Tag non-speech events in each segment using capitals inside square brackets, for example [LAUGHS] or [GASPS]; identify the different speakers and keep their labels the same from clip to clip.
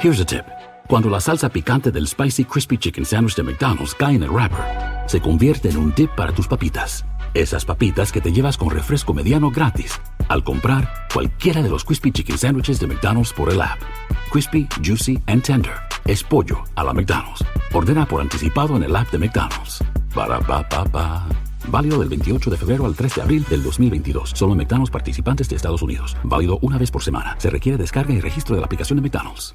Speaker 1: Here's a tip. Cuando la salsa picante del Spicy Crispy Chicken Sandwich de McDonald's cae en el wrapper, se convierte en un dip para tus papitas. Esas papitas que te llevas con refresco mediano gratis al comprar cualquiera de los Crispy Chicken Sandwiches de McDonald's por el app. Crispy, Juicy and Tender. Es pollo a la McDonald's. Ordena por anticipado en el app de McDonald's. Para pa pa pa. Válido del 28 de febrero al 3 de abril del 2022. Solo en McDonald's participantes de Estados Unidos. Válido una vez por semana. Se requiere descarga y registro de la aplicación de McDonald's.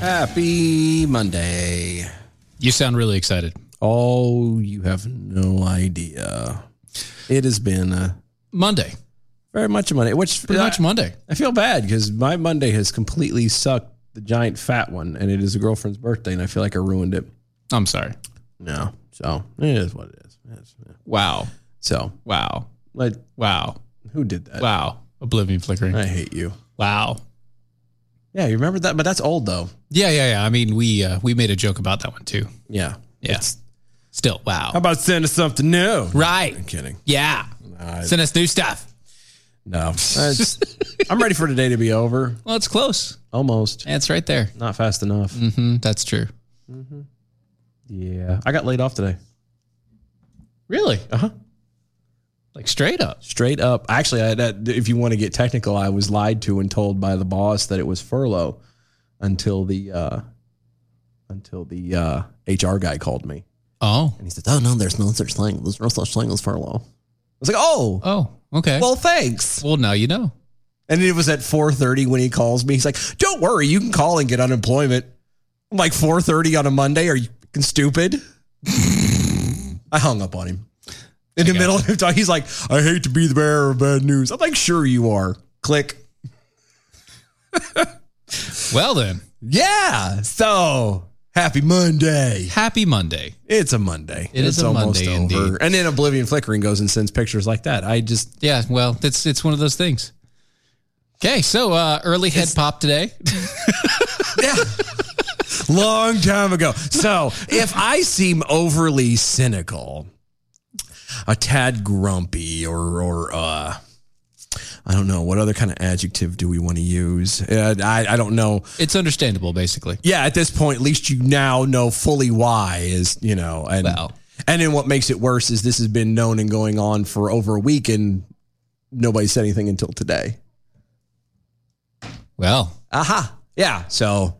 Speaker 2: Happy Monday.
Speaker 3: You sound really excited.
Speaker 2: Oh, you have no idea. It has been uh,
Speaker 3: Monday,
Speaker 2: very much a Monday. Which
Speaker 3: pretty much
Speaker 2: I,
Speaker 3: Monday.
Speaker 2: I feel bad because my Monday has completely sucked the giant fat one, and it is a girlfriend's birthday, and I feel like I ruined it.
Speaker 3: I'm sorry.
Speaker 2: No, so it is what it is. It's- yeah.
Speaker 3: Wow,
Speaker 2: So,
Speaker 3: wow,
Speaker 2: like,
Speaker 3: wow,
Speaker 2: who did that?
Speaker 3: wow. Oblivion flickering.
Speaker 2: I hate you.
Speaker 3: Wow.
Speaker 2: Yeah, you remember that, but that's old though.
Speaker 3: Yeah, yeah, yeah. I mean, we uh, we made a joke about that one too.
Speaker 2: Yeah.
Speaker 3: Yes. Still, wow.
Speaker 2: How about send us something new?
Speaker 3: right.
Speaker 2: Kidding.
Speaker 3: Yeah. Send us new stuff.
Speaker 2: No, That's- I'm ready for today to be over.
Speaker 3: Well, it's close.
Speaker 2: Almost.
Speaker 3: It's right there.
Speaker 2: Not fast enough.
Speaker 3: Mm, that's true.
Speaker 2: Yeah, I got laid off today.
Speaker 3: Really?
Speaker 2: Uh huh.
Speaker 3: Like straight up.
Speaker 2: Straight up. Actually, I, that, if you want to get technical, I was lied to and told by the boss that it was furlough until the uh, until the uh, HR guy called me
Speaker 3: Oh.
Speaker 2: and he said, "Oh no, there's no such thing. There's no such thing as furlough." I was like, "Oh,
Speaker 3: Oh. Okay. Well,
Speaker 2: well, thanks."
Speaker 3: now you know.
Speaker 2: And it was at 4:30 when he calls me. He's like, "Don't worry, you can call and get unemployment." I'm like, "4:30 on a Monday? Are you fucking stupid?" [LAUGHS] I hung up on him in the middle of him talking. He's like, "I hate to be the bearer of bad news." I'm like, "Sure you are." Click.
Speaker 3: [LAUGHS] Well then,
Speaker 2: Yeah. Uh, So happy Monday.
Speaker 3: happy Monday.
Speaker 2: It's a Monday.
Speaker 3: It is
Speaker 2: it's
Speaker 3: a Monday indeed.
Speaker 2: And then Oblivion Flickering goes and sends pictures like that. I just
Speaker 3: Yeah. Well, it's it's one of those things. Okay. So uh, early head pop today. [LAUGHS]
Speaker 2: yeah. Long time ago. So if I seem overly cynical, a tad grumpy, or or uh, I don't know what other kind of adjective do we want to use? Uh, I I don't know.
Speaker 3: It's understandable, basically.
Speaker 2: Yeah, at this point, at least you now know fully why is you know and
Speaker 3: Well.
Speaker 2: and then what makes it worse is this has been known and going on for over a week and nobody said anything until today.
Speaker 3: Well, Uh,
Speaker 2: Aha. Yeah. So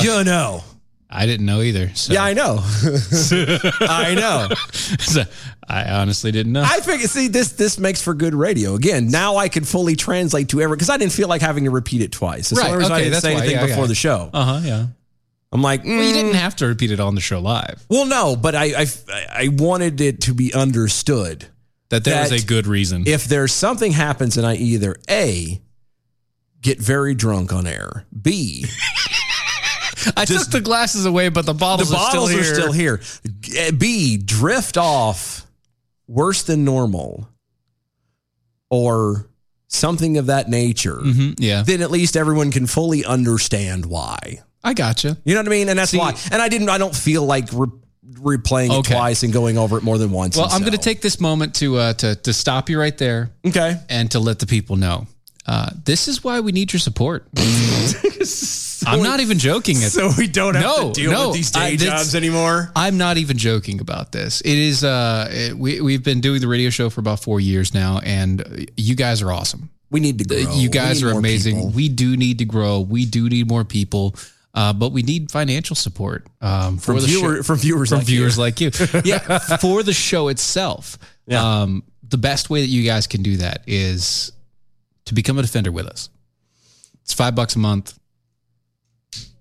Speaker 2: you know.
Speaker 3: I didn't know either. So,
Speaker 2: Yeah, I
Speaker 3: [LAUGHS]
Speaker 2: know. [LAUGHS] I know.
Speaker 3: so I honestly didn't know.
Speaker 2: I figure. See, this this makes for good radio. Again, now I can fully translate to every because I didn't feel like having to repeat it twice. That's the
Speaker 3: Right,
Speaker 2: only reason I
Speaker 3: okay,
Speaker 2: didn't
Speaker 3: that's
Speaker 2: say
Speaker 3: why,
Speaker 2: anything
Speaker 3: yeah,
Speaker 2: before
Speaker 3: yeah.
Speaker 2: the show.
Speaker 3: uh huh. Yeah.
Speaker 2: I'm like,
Speaker 3: Well, you
Speaker 2: mm,
Speaker 3: didn't have to repeat it on the show live.
Speaker 2: well, no, but I, I I wanted it to be understood.
Speaker 3: That there
Speaker 2: That-
Speaker 3: was a good reason.
Speaker 2: If there's something happens and I either a get very drunk on air, b
Speaker 3: I took the glasses away, but the
Speaker 2: the
Speaker 3: bottles,
Speaker 2: bottles
Speaker 3: are, still
Speaker 2: are still
Speaker 3: here.
Speaker 2: here. B, drift off worse than normal or something of that nature,
Speaker 3: Mhm, Yeah.
Speaker 2: then at least everyone can fully understand why.
Speaker 3: I gotcha.
Speaker 2: You know what I mean? And that's
Speaker 3: See-
Speaker 2: why. And I didn't, I don't feel like re- replaying it
Speaker 3: Okay.
Speaker 2: twice and going over it more than once.
Speaker 3: Well,
Speaker 2: and
Speaker 3: I'm
Speaker 2: so-
Speaker 3: going to take this moment to, uh, to, to stop you right there
Speaker 2: Okay.
Speaker 3: and to let the people know. Uh, this is why we need your
Speaker 2: [LAUGHS]
Speaker 3: support. I'm not even joking. At
Speaker 2: So we don't have
Speaker 3: No,
Speaker 2: to deal
Speaker 3: no,
Speaker 2: with these day
Speaker 3: I- that's-
Speaker 2: jobs anymore.
Speaker 3: I'm not even joking about this. It is uh it- we we've been doing the radio show for about 4 years now and you guys are awesome.
Speaker 2: We need to grow.
Speaker 3: You
Speaker 2: We
Speaker 3: guys
Speaker 2: need
Speaker 3: are
Speaker 2: more
Speaker 3: amazing.
Speaker 2: people.
Speaker 3: We do need to grow. We do need more people. Uh, but we need financial support um, for
Speaker 2: From,
Speaker 3: the
Speaker 2: viewer,
Speaker 3: show,
Speaker 2: from viewers,
Speaker 3: from
Speaker 2: like you. [LAUGHS]
Speaker 3: viewers like you. Yeah, for the show itself.
Speaker 2: Yeah.
Speaker 3: Um, the best way that you guys can do that is to become a defender with us. It's five bucks a month.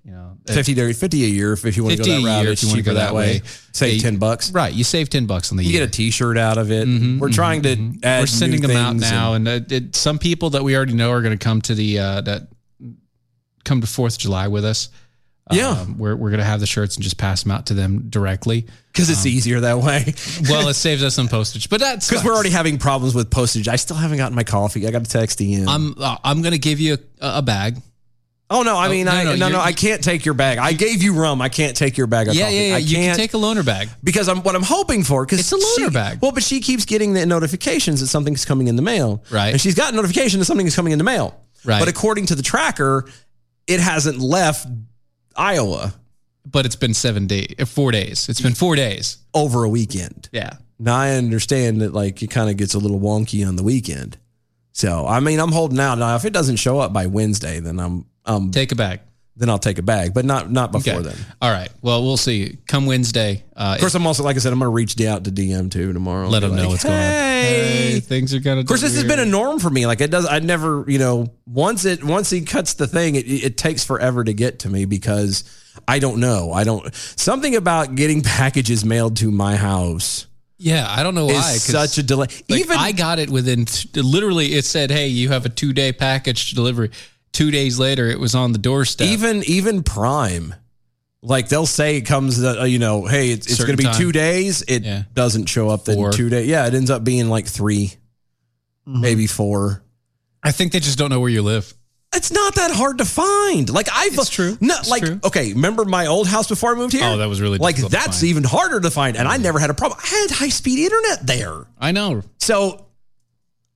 Speaker 3: you know,
Speaker 2: Fifty to fifty a year if, if you want to go
Speaker 3: 50
Speaker 2: that
Speaker 3: a
Speaker 2: route.
Speaker 3: year
Speaker 2: It's cheaper that way. Save
Speaker 3: They-
Speaker 2: ten bucks.
Speaker 3: right? Uh, You save ten bucks on the
Speaker 2: You
Speaker 3: year.
Speaker 2: get a T-shirt out of it. We're trying to add.
Speaker 3: mm-hmm. we're sending
Speaker 2: new
Speaker 3: them out
Speaker 2: things and-
Speaker 3: now, and, uh, it, some people that we already know are going to come to the uh, that come to Fourth of July with us.
Speaker 2: Yeah.
Speaker 3: um, we're we're going to have the shirts and just pass them out to them
Speaker 2: [LAUGHS]
Speaker 3: directly. Um,
Speaker 2: because it's easier that way. [LAUGHS]
Speaker 3: Well, it saves us some postage, but that's
Speaker 2: Because we're already having problems with postage. I still haven't gotten my coffee. I got to text Ian.
Speaker 3: I'm uh, I'm going to give you a, a bag.
Speaker 2: oh no, I mean,
Speaker 3: no,
Speaker 2: I,
Speaker 3: no,
Speaker 2: no, no,
Speaker 3: you're-
Speaker 2: I can't take your bag. I gave you rum. I can't take your bag of
Speaker 3: Yeah,
Speaker 2: coffee.
Speaker 3: yeah, yeah.
Speaker 2: I
Speaker 3: You can
Speaker 2: can't
Speaker 3: take a loaner bag.
Speaker 2: because I'm what I'm hoping for. Because
Speaker 3: It's a loaner bag.
Speaker 2: Well, but she keeps getting the notifications that something's coming in the mail.
Speaker 3: Right.
Speaker 2: And she's got notification that something is coming in the mail.
Speaker 3: Right.
Speaker 2: But according to the tracker, it hasn't left Iowa
Speaker 3: But it's been seven days, four days. It's been four days.
Speaker 2: over a weekend.
Speaker 3: Yeah.
Speaker 2: Now I understand that like it kind of gets a little wonky on the weekend. So I mean I'm holding out. Now if it doesn't show up by Wednesday, then I'm um
Speaker 3: Take a bag.
Speaker 2: then I'll take it back, but not not before
Speaker 3: Okay.
Speaker 2: then. Of
Speaker 3: All right. Well, we'll see. Come Wednesday. Uh,
Speaker 2: course, I'm also like I said, I'm gonna reach out to DM two tomorrow. and
Speaker 3: let
Speaker 2: be
Speaker 3: them know
Speaker 2: like,
Speaker 3: what's going on.
Speaker 2: Hey,
Speaker 3: Hey, things are going to.
Speaker 2: Of course, this has been a norm for me. Like it does, I never, you know, once it once he cuts the thing, it, it takes forever to get to me because I don't know. I don't something about getting [LAUGHS] packages mailed to my house
Speaker 3: Yeah, I don't know why.
Speaker 2: is
Speaker 3: 'cause,
Speaker 2: such a delay.
Speaker 3: like,
Speaker 2: Even
Speaker 3: I got it within th- literally. It said, "Hey, you have a two day package to delivery." Two days later, it was on the doorstep.
Speaker 2: even even Prime, like they'll say it comes, uh, you know, hey, it's, it's going
Speaker 3: Certain
Speaker 2: to be
Speaker 3: time.
Speaker 2: two days. It
Speaker 3: Yeah.
Speaker 2: doesn't show up in
Speaker 3: Four.
Speaker 2: two days. Yeah, it ends up being like 3 maybe four.
Speaker 3: I think they just don't know where you live.
Speaker 2: It's not that hard to find. Like I've
Speaker 3: It's true.
Speaker 2: No,
Speaker 3: It's
Speaker 2: like
Speaker 3: true.
Speaker 2: okay. Remember my old house before I moved here?
Speaker 3: Oh, that was really
Speaker 2: like
Speaker 3: difficult to
Speaker 2: that's
Speaker 3: find.
Speaker 2: even harder to find. And I never had a problem. I had high speed internet there,
Speaker 3: I know.
Speaker 2: so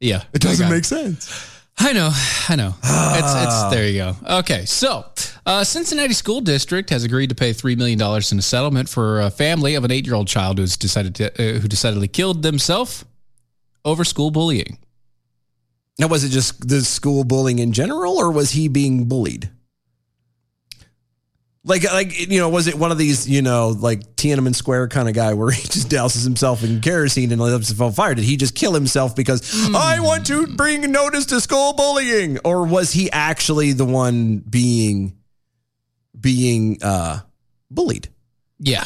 Speaker 3: Yeah,
Speaker 2: [LAUGHS] it doesn't
Speaker 3: I got
Speaker 2: make sense.
Speaker 3: I know, I know. it's,
Speaker 4: Ah.
Speaker 2: Ah.
Speaker 3: it's there you go. Okay, so uh, Cincinnati School District has agreed to pay three million dollars in a settlement for a family of an eight-year-old child who's decided to, uh, who decidedly killed themselves over school bullying.
Speaker 2: Now, was it just the school bullying in general, or was he being bullied? Like, like you know, was it one of these you know like Tiananmen Square kind of guy where [LAUGHS] he just douses himself in kerosene and lights himself on fire? Did he just kill himself because I want to bring notice to school bullying, or was he actually the one being being uh bullied?
Speaker 3: Yeah,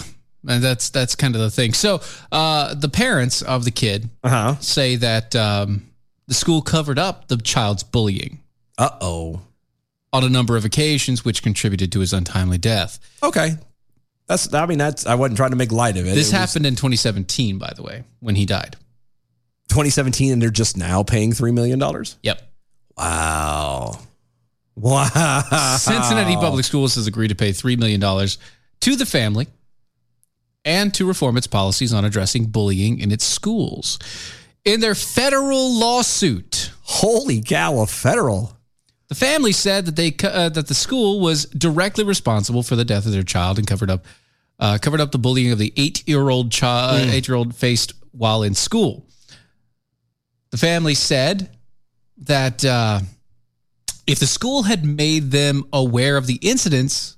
Speaker 3: and that's that's kind of the thing. So uh, the parents of the kid
Speaker 2: Uh huh.
Speaker 3: say that um, the school covered up the child's bullying
Speaker 2: Uh oh.
Speaker 3: on a number of occasions, which contributed to his untimely death.
Speaker 2: Okay. That's. I mean, that's. I wasn't trying to make light of it.
Speaker 3: This
Speaker 2: It was
Speaker 3: happened in 2017, by the way, when he died.
Speaker 2: 2017, and they're just now paying three million dollars.
Speaker 3: Yep.
Speaker 2: Wow. Wow.
Speaker 3: [LAUGHS] Cincinnati Public Schools has agreed to pay $3 million to the family and to reform its policies on addressing bullying in its schools. In their federal lawsuit,
Speaker 2: Holy cow, a federal.
Speaker 3: the family said that they co- uh, that the school was directly responsible for the death of their child and covered up uh, covered up the bullying of the eight year old child
Speaker 2: Mm.
Speaker 3: eight year old faced while in school. The family said that uh, if the school had made them aware of the incidents,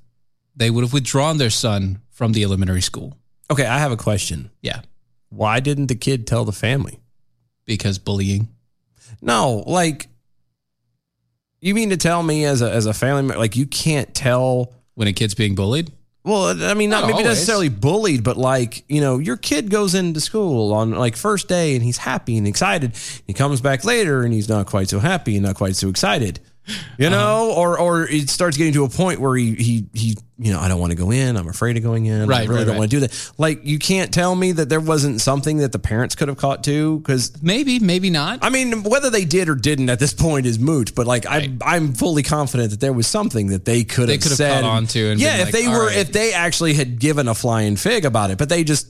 Speaker 3: they would have withdrawn their son from the elementary school.
Speaker 2: Okay, I have a question.
Speaker 3: Yeah,
Speaker 2: Why didn't the kid tell the family?
Speaker 3: because bullying.
Speaker 2: No, like you mean to tell me as a as a family member, like you can't tell
Speaker 3: When a kid's being bullied,
Speaker 2: well, I mean, not,
Speaker 3: Not
Speaker 2: maybe
Speaker 3: always.
Speaker 2: necessarily bullied, but like, you know, your kid goes into school on like first day and he's happy and excited. He comes back later and he's not quite so happy and not quite so excited. You
Speaker 3: Uh-huh.
Speaker 2: know, or or it starts getting to a point where he he he you know, I don't want to go in, I'm afraid of going in. I
Speaker 3: Right,
Speaker 2: really
Speaker 3: right,
Speaker 2: don't
Speaker 3: right.
Speaker 2: want to do that. Like you can't tell me that there wasn't something that the parents could have caught too cuz
Speaker 3: maybe, maybe not.
Speaker 2: I mean, whether they did or didn't at this point is moot. But like, I, I'm fully confident that there was something that they could
Speaker 3: They
Speaker 2: have
Speaker 3: could have
Speaker 2: said.
Speaker 3: caught on to and
Speaker 2: yeah,
Speaker 3: been
Speaker 2: if
Speaker 3: like,
Speaker 2: they
Speaker 3: "All
Speaker 2: were,
Speaker 3: right."
Speaker 2: if they actually had given a flying fig about it, but they just.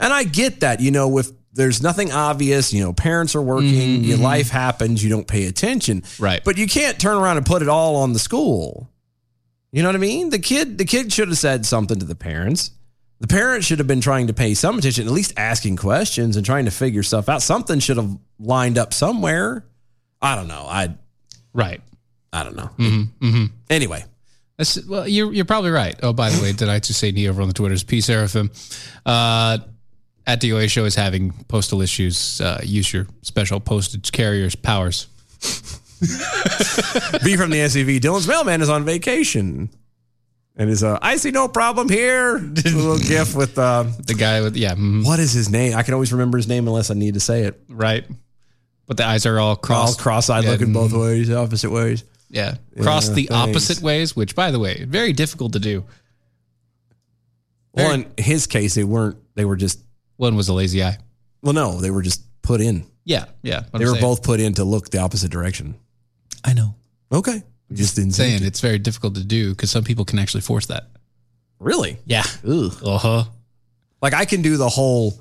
Speaker 2: And I get that, you know, if there's nothing obvious, you know, parents are working, your life happens, you don't pay attention,
Speaker 3: Mm-hmm, Right.
Speaker 2: But you can't turn around and put it all on the school. You know what I mean? The kid, the kid should have said something to the parents. The parents should have been trying to pay some attention, at least asking questions and trying to figure stuff out. Something should have lined up somewhere. I don't know. I
Speaker 3: Right.
Speaker 2: I don't know.
Speaker 3: Mm-hmm.
Speaker 2: Anyway,
Speaker 3: That's, well, you're you're probably right. Oh, by the way, did I just say knee over on the Twitters? P Seraphim uh, at DOA show is having postal issues. Uh, use your special postage carrier's powers.
Speaker 2: E B from the SUV. Dylan's mailman is on vacation.
Speaker 5: And his uh, I see no problem here. It's a little gif with um,
Speaker 3: The guy with yeah, mhm,
Speaker 2: uh, What is his name? I can always remember his name unless I need to say it.
Speaker 3: right. But the eyes are all
Speaker 2: All
Speaker 3: crossed.
Speaker 2: cross-eyed,
Speaker 3: Yeah, mm,
Speaker 2: looking both ways, opposite ways.
Speaker 3: yeah, crossed the
Speaker 2: thanks.
Speaker 3: opposite ways, which by the way, very difficult to do.
Speaker 2: Well, in his case, they weren't. They were just.
Speaker 3: One was a lazy eye.
Speaker 2: Well, no, they were just put in.
Speaker 3: Yeah, yeah. but
Speaker 2: They
Speaker 3: I'm
Speaker 2: were
Speaker 3: saying-
Speaker 2: both put in to look the opposite direction.
Speaker 3: I know.
Speaker 2: Okay, just insane.
Speaker 3: Saying it's very difficult to do because some people can actually force that.
Speaker 2: Really?
Speaker 3: Yeah. Uh huh.
Speaker 2: Like I can do the whole.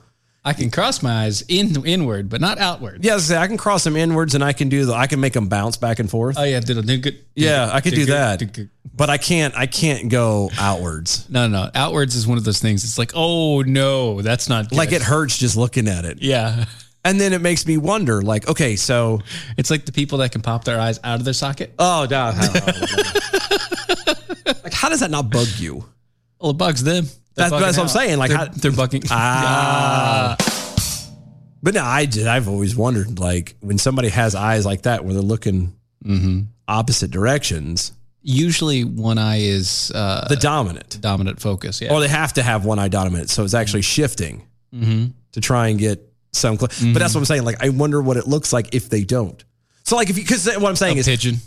Speaker 3: I can cross my eyes in inward, but not outward.
Speaker 2: Yeah, I, was gonna say, I can cross them inwards, and I can do the. I can make them bounce back and forth.
Speaker 3: Oh yeah, did a do good.
Speaker 2: yeah, I could do
Speaker 3: good-
Speaker 2: that,
Speaker 3: good.
Speaker 2: but I can't. I can't go outwards.
Speaker 3: No, no. Outwards is one of those things. It's like, oh no, that's not good.
Speaker 2: Like it hurts just looking at it,
Speaker 3: Yeah,
Speaker 2: and then it makes me wonder. Like, okay, so
Speaker 3: it's like the people that can pop their eyes out of their socket.
Speaker 2: oh, no,
Speaker 3: [LAUGHS]
Speaker 2: like how does that not bug you?
Speaker 3: Well, it bugs them. They're
Speaker 2: That's- that's
Speaker 3: bugging
Speaker 2: what I'm saying, like,
Speaker 3: they're,
Speaker 2: how- Ah.
Speaker 3: they're bucking.
Speaker 2: [LAUGHS]
Speaker 3: [LAUGHS]
Speaker 2: But no, I did. I've always wondered, like, when somebody has eyes like that, where they're looking opposite directions,
Speaker 3: Mm-hmm. Usually, one eye is uh,
Speaker 2: the dominant,
Speaker 3: dominant focus. Yeah.
Speaker 2: or they have to have one eye dominant, so it's actually shifting
Speaker 3: Mm-hmm.
Speaker 2: to try and get some. Cl- But that's what I'm saying. Like, I wonder what it looks like if they don't. So, like, if you because what I'm saying is,
Speaker 3: pigeon.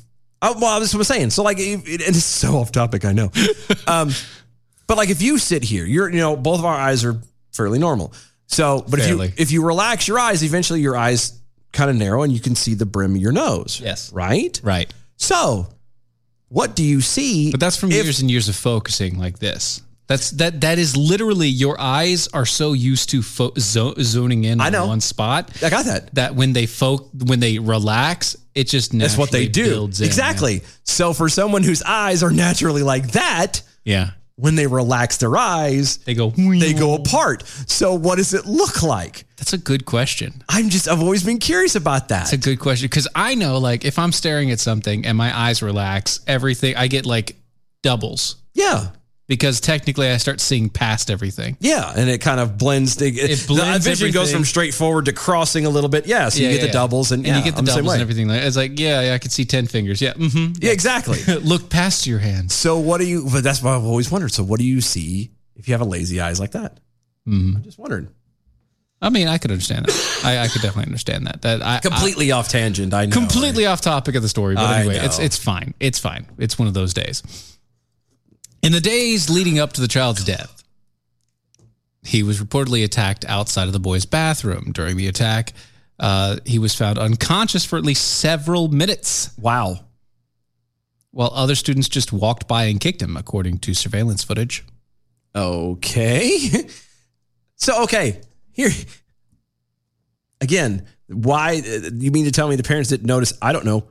Speaker 2: I, well, that's what I'm saying. So, like, it, it, and it's so off topic, I
Speaker 3: [LAUGHS]
Speaker 2: know. um, but like, if you sit here, you're, you know, both of our eyes are fairly normal. So, but
Speaker 3: Fairly.
Speaker 2: if you if you relax your eyes, eventually your eyes kind of narrow and you can see the brim of your nose.
Speaker 3: Yes.
Speaker 2: Right.
Speaker 3: Right.
Speaker 2: So, what do you see?
Speaker 3: But that's from
Speaker 2: if-
Speaker 3: years and years of focusing like this. That's that. That is literally your eyes are so used to fo- zo- zoning in
Speaker 2: I
Speaker 3: on
Speaker 2: know.
Speaker 3: one spot
Speaker 2: I got that.
Speaker 3: that when they fo- when they relax, it just naturally
Speaker 2: That's what they do.
Speaker 3: builds in, yeah.
Speaker 2: Exactly. So, for someone whose eyes are naturally like that,
Speaker 3: Yeah,
Speaker 2: when they relax their eyes,
Speaker 3: they go.
Speaker 2: they go apart. So, what does it look like?
Speaker 3: That's a good question.
Speaker 2: I'm just, I've always been curious about that.
Speaker 3: That's a good question because I know, like, if I'm staring at something and my eyes relax, everything I get like doubles
Speaker 2: yeah.
Speaker 3: because technically I start seeing past everything.
Speaker 2: Yeah, and it kind of blends. The,
Speaker 3: It blends
Speaker 2: the vision goes
Speaker 3: everything.
Speaker 2: from straight forward to crossing a little bit. Yeah, so you get the doubles and, yeah,
Speaker 3: you get the
Speaker 2: I'm same
Speaker 3: doubles and
Speaker 2: way.
Speaker 3: everything. Like, it's like, yeah, yeah, I could see ten fingers. Yeah, hmm
Speaker 2: Yeah, exactly.
Speaker 3: [LAUGHS] look past your hands.
Speaker 2: so what do you? But that's why I've always wondered. So what do you see if you have a lazy eyes like that? I'm just wondering.
Speaker 3: Mm-hmm. I mean, I could understand that. I, I could definitely understand that. That I I-
Speaker 2: Completely off tangent. I know.
Speaker 3: completely off topic of the story, but
Speaker 2: I
Speaker 3: anyway,
Speaker 2: know.
Speaker 3: it's it's fine. It's fine. It's one of those days. In the days leading up to the child's death, he was reportedly attacked outside of the boy's bathroom. During the attack, uh, he was found unconscious for at least several minutes,
Speaker 2: Wow.
Speaker 3: while other students just walked by and kicked him, according to surveillance footage.
Speaker 2: Okay. [LAUGHS] so okay, here again. Why uh, you mean to tell me the parents didn't notice? I don't know.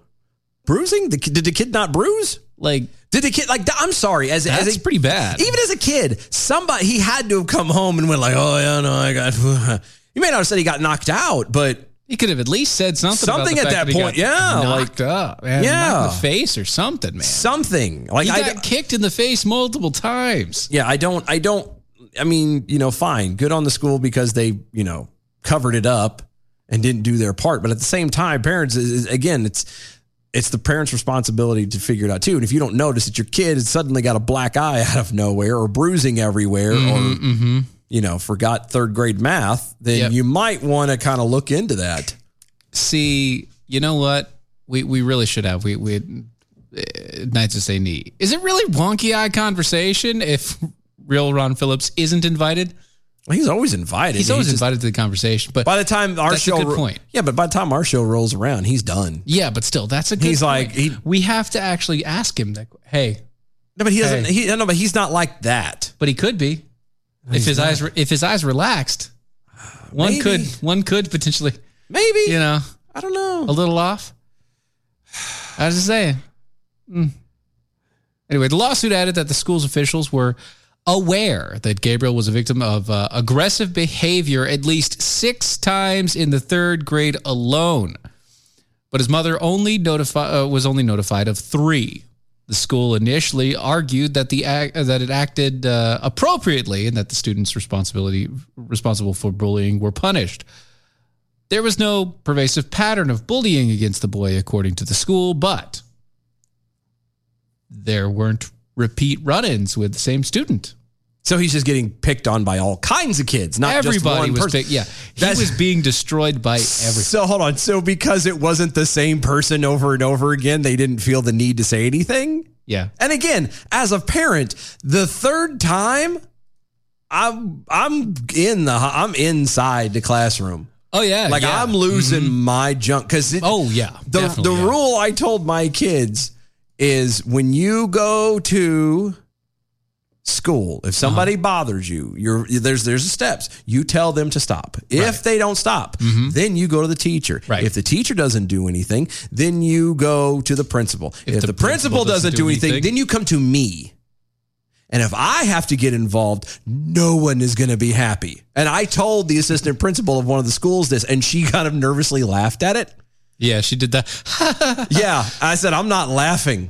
Speaker 2: Bruising? The, kid- did the kid not bruise?
Speaker 3: Like
Speaker 2: Did the kid like? I'm sorry. As
Speaker 3: that's
Speaker 2: as a
Speaker 3: pretty bad.
Speaker 2: even as a kid, somebody he had to have come home and went like, "Oh yeah, no, I got." [LAUGHS] You may not have said he got knocked out, but
Speaker 3: He could have at least said something. about
Speaker 2: Something
Speaker 3: the
Speaker 2: at
Speaker 3: fact
Speaker 2: that
Speaker 3: he
Speaker 2: point,
Speaker 3: got
Speaker 2: yeah,
Speaker 3: knocked up, man,
Speaker 2: yeah.
Speaker 3: knocked in the face or something, man.
Speaker 2: something like
Speaker 3: He
Speaker 2: I,
Speaker 3: got kicked in the face multiple times.
Speaker 2: yeah, I don't, I don't. I mean, you know, fine, good on the school because they, you know, covered it up and didn't do their part. But at the same time, parents is, is- again, it's it's the parents' responsibility to figure it out too. And if you don't notice that your kid has suddenly got a black eye [LAUGHS] out of nowhere or bruising everywhere or you know forgot third grade math, then
Speaker 3: Mm-hmm. Yep.
Speaker 2: you might want to kind of look into that.
Speaker 3: See, you know what? We we really should have. We we uh, Knights of St. Knee. Is it really wonky eye conversation if real Ron Phillips isn't invited?
Speaker 2: He's always invited.
Speaker 3: He's always
Speaker 2: just-
Speaker 3: invited to the conversation, but
Speaker 2: By the time our
Speaker 3: That's a
Speaker 2: show,
Speaker 3: good point.
Speaker 2: yeah, but by the time our show rolls around, he's done.
Speaker 3: yeah, but still, that's a good.
Speaker 2: He's like-
Speaker 3: point.
Speaker 2: he-
Speaker 3: we have to actually ask him that. Hey,
Speaker 2: No, but he doesn't.
Speaker 3: Hey.
Speaker 2: He, no, but he's not like that.
Speaker 3: but he could be if his eyes were if his eyes relaxed. One
Speaker 2: Maybe.
Speaker 3: could one could potentially,
Speaker 2: Maybe
Speaker 3: you know,
Speaker 2: I don't know.
Speaker 3: a little off. [SIGHS] I was just saying. Mm. Anyway, the lawsuit added that the school's officials were aware that Gabriel was a victim of uh, aggressive behavior at least six times in the third grade alone. But his mother only notifi- uh, was only notified of three. The school initially argued that the act, uh, that it acted uh, appropriately and that the students responsibility responsible for bullying were punished. There was no pervasive pattern of bullying against the boy, according to the school, but there weren't repeat run-ins with the same student.
Speaker 2: So he's just getting picked on by all kinds of kids, not just one
Speaker 3: Everybody was
Speaker 2: person.
Speaker 3: picked. Yeah, he
Speaker 2: That's-
Speaker 3: was being destroyed by everything.
Speaker 2: So hold on. So because it wasn't the same person over and over again, they didn't feel the need to say anything.
Speaker 3: Yeah,
Speaker 2: And again, as a parent, the third time, I'm I'm in the I'm inside the classroom.
Speaker 3: Oh yeah,
Speaker 2: Like
Speaker 3: yeah. Mm-hmm.
Speaker 2: I'm losing my junk because
Speaker 3: Oh, yeah,
Speaker 2: the
Speaker 3: definitely,
Speaker 2: the
Speaker 3: yeah.
Speaker 2: rule I told my kids is when you go to school, if somebody bothers you, you're there's there's the steps. You tell them to stop. If they don't stop, then you go to the teacher.
Speaker 3: Right.
Speaker 2: If the teacher doesn't do anything, then you go to the principal. If, the, principal, doesn't, do anything, then you come to me. And if I have to get involved, no one is going to be happy. And I told the assistant principal of one of the schools this, and she [LAUGHS] kind of nervously laughed at it.
Speaker 3: yeah. She did
Speaker 2: [LAUGHS]
Speaker 3: that.
Speaker 2: yeah. I said, I'm not laughing.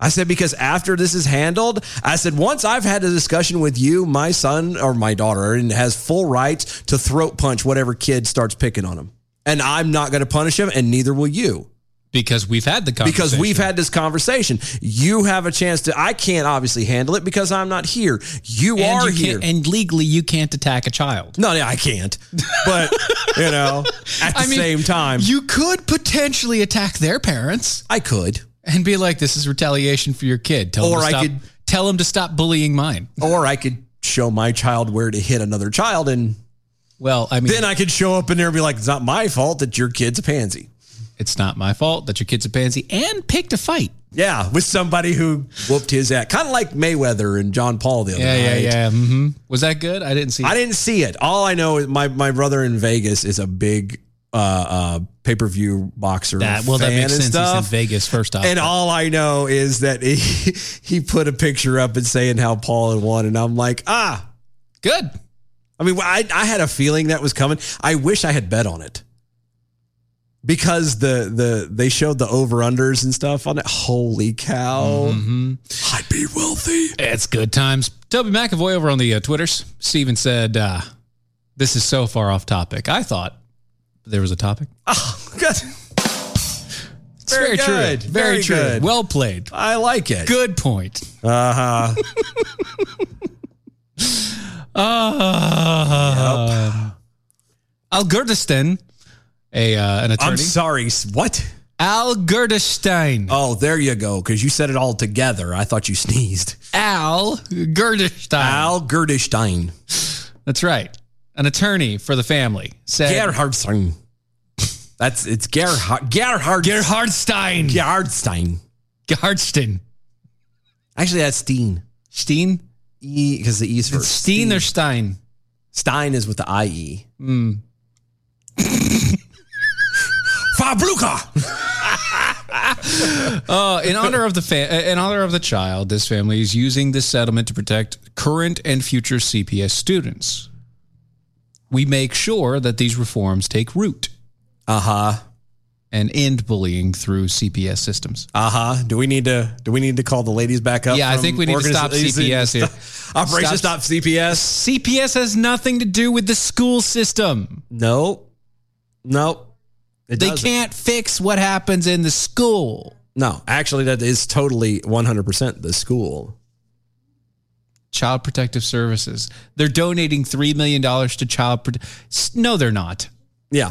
Speaker 2: I said, because after this is handled, I said, once I've had a discussion with you, my son or my daughter and has full rights to throat punch whatever kid starts picking on him. And I'm not going to punish him, and neither will you
Speaker 3: because we've had the conversation.
Speaker 2: because we've had this conversation. You have a chance to. I can't obviously handle it because I'm not here. You
Speaker 3: and
Speaker 2: are
Speaker 3: you
Speaker 2: here.
Speaker 3: can't- and legally you can't attack a child.
Speaker 2: no, no, I can't. But you know,
Speaker 3: [LAUGHS]
Speaker 2: at the
Speaker 3: I mean,
Speaker 2: same time,
Speaker 3: You could potentially attack their parents
Speaker 2: I could,
Speaker 3: and be like, "This is retaliation for your kid." Tell
Speaker 2: Or
Speaker 3: them to
Speaker 2: I
Speaker 3: stop,
Speaker 2: could-
Speaker 3: tell them to stop bullying mine.
Speaker 2: or I could show my child where to hit another child, and
Speaker 3: Well, I mean,
Speaker 2: then I could show up in there and be like, "It's not my fault that your kid's a pansy."
Speaker 3: it's not my fault that your kid's a pansy and picked a fight.
Speaker 2: Yeah, with somebody who whooped his ass, kind of like Mayweather and John Paul the other
Speaker 3: Yeah,
Speaker 2: night.
Speaker 3: yeah, yeah. hmm Was that good? I didn't see.
Speaker 2: I
Speaker 3: it.
Speaker 2: didn't see it. All I know is my my brother in Vegas is a big uh, uh, pay per view boxer.
Speaker 3: that. Well, that
Speaker 2: fan
Speaker 3: makes
Speaker 2: and
Speaker 3: sense.
Speaker 2: Stuff.
Speaker 3: He's in Vegas first off.
Speaker 2: And all I know is that he [LAUGHS] he put a picture up and saying how Paul had won, and I'm like, ah.
Speaker 3: good.
Speaker 2: I mean, I I had a feeling that was coming. I wish I had bet on it because the the they showed the over unders and stuff on it. Holy cow!
Speaker 3: Mm-hmm.
Speaker 2: I'd be wealthy.
Speaker 3: It's good times. Toby McAvoy over on the uh, Twitters. Steven said, uh, "This is so far off topic." I thought there was a topic.
Speaker 2: Oh, good.
Speaker 3: It's very,
Speaker 2: good.
Speaker 3: true.
Speaker 2: Very
Speaker 3: true.
Speaker 2: good.
Speaker 3: Well played.
Speaker 2: I like it.
Speaker 3: Good point.
Speaker 2: Uh
Speaker 3: [LAUGHS]
Speaker 2: huh.
Speaker 3: Uh, Al Gurdistan, a uh, an attorney.
Speaker 2: I'm sorry. s- What?
Speaker 3: Al Gurdistan.
Speaker 2: Oh, there you go. Because you said it all together. I thought you sneezed.
Speaker 3: Al Gurdistan.
Speaker 2: Al Gerdestein.
Speaker 3: That's right. An attorney for the family said
Speaker 2: Gerhardstein. That's it's Gerhard Gerhard
Speaker 3: Gerhardstein.
Speaker 2: Gerhardstein.
Speaker 3: Gerhardstein.
Speaker 2: Actually, that's Steen.
Speaker 3: Steen?
Speaker 2: E because the E's first.
Speaker 3: Steen or Stein?
Speaker 2: Stein is with the I E.
Speaker 3: Hmm.
Speaker 2: Fabluka.
Speaker 3: Uh, in honor of the fa- uh, in honor of the child, this family is using this settlement to protect current and future CPS students. We make sure that these reforms take root
Speaker 2: Uh huh.
Speaker 3: and end bullying through CPS systems.
Speaker 2: Uh huh. Do we need to do we need to call the ladies back up?
Speaker 3: Yeah, I
Speaker 2: from
Speaker 3: think we need to stop
Speaker 2: organization-
Speaker 3: CPS here.
Speaker 2: [LAUGHS] Operation stop
Speaker 3: Stop-
Speaker 2: CPS.
Speaker 3: CPS has nothing to do with the school system.
Speaker 2: No. No. It
Speaker 3: They
Speaker 2: doesn't.
Speaker 3: can't fix what happens in the school.
Speaker 2: No, actually, that is totally 100% the school.
Speaker 3: Child Protective Services. They're donating $3 million to child. Prote- S- no, they're not.
Speaker 2: Yeah.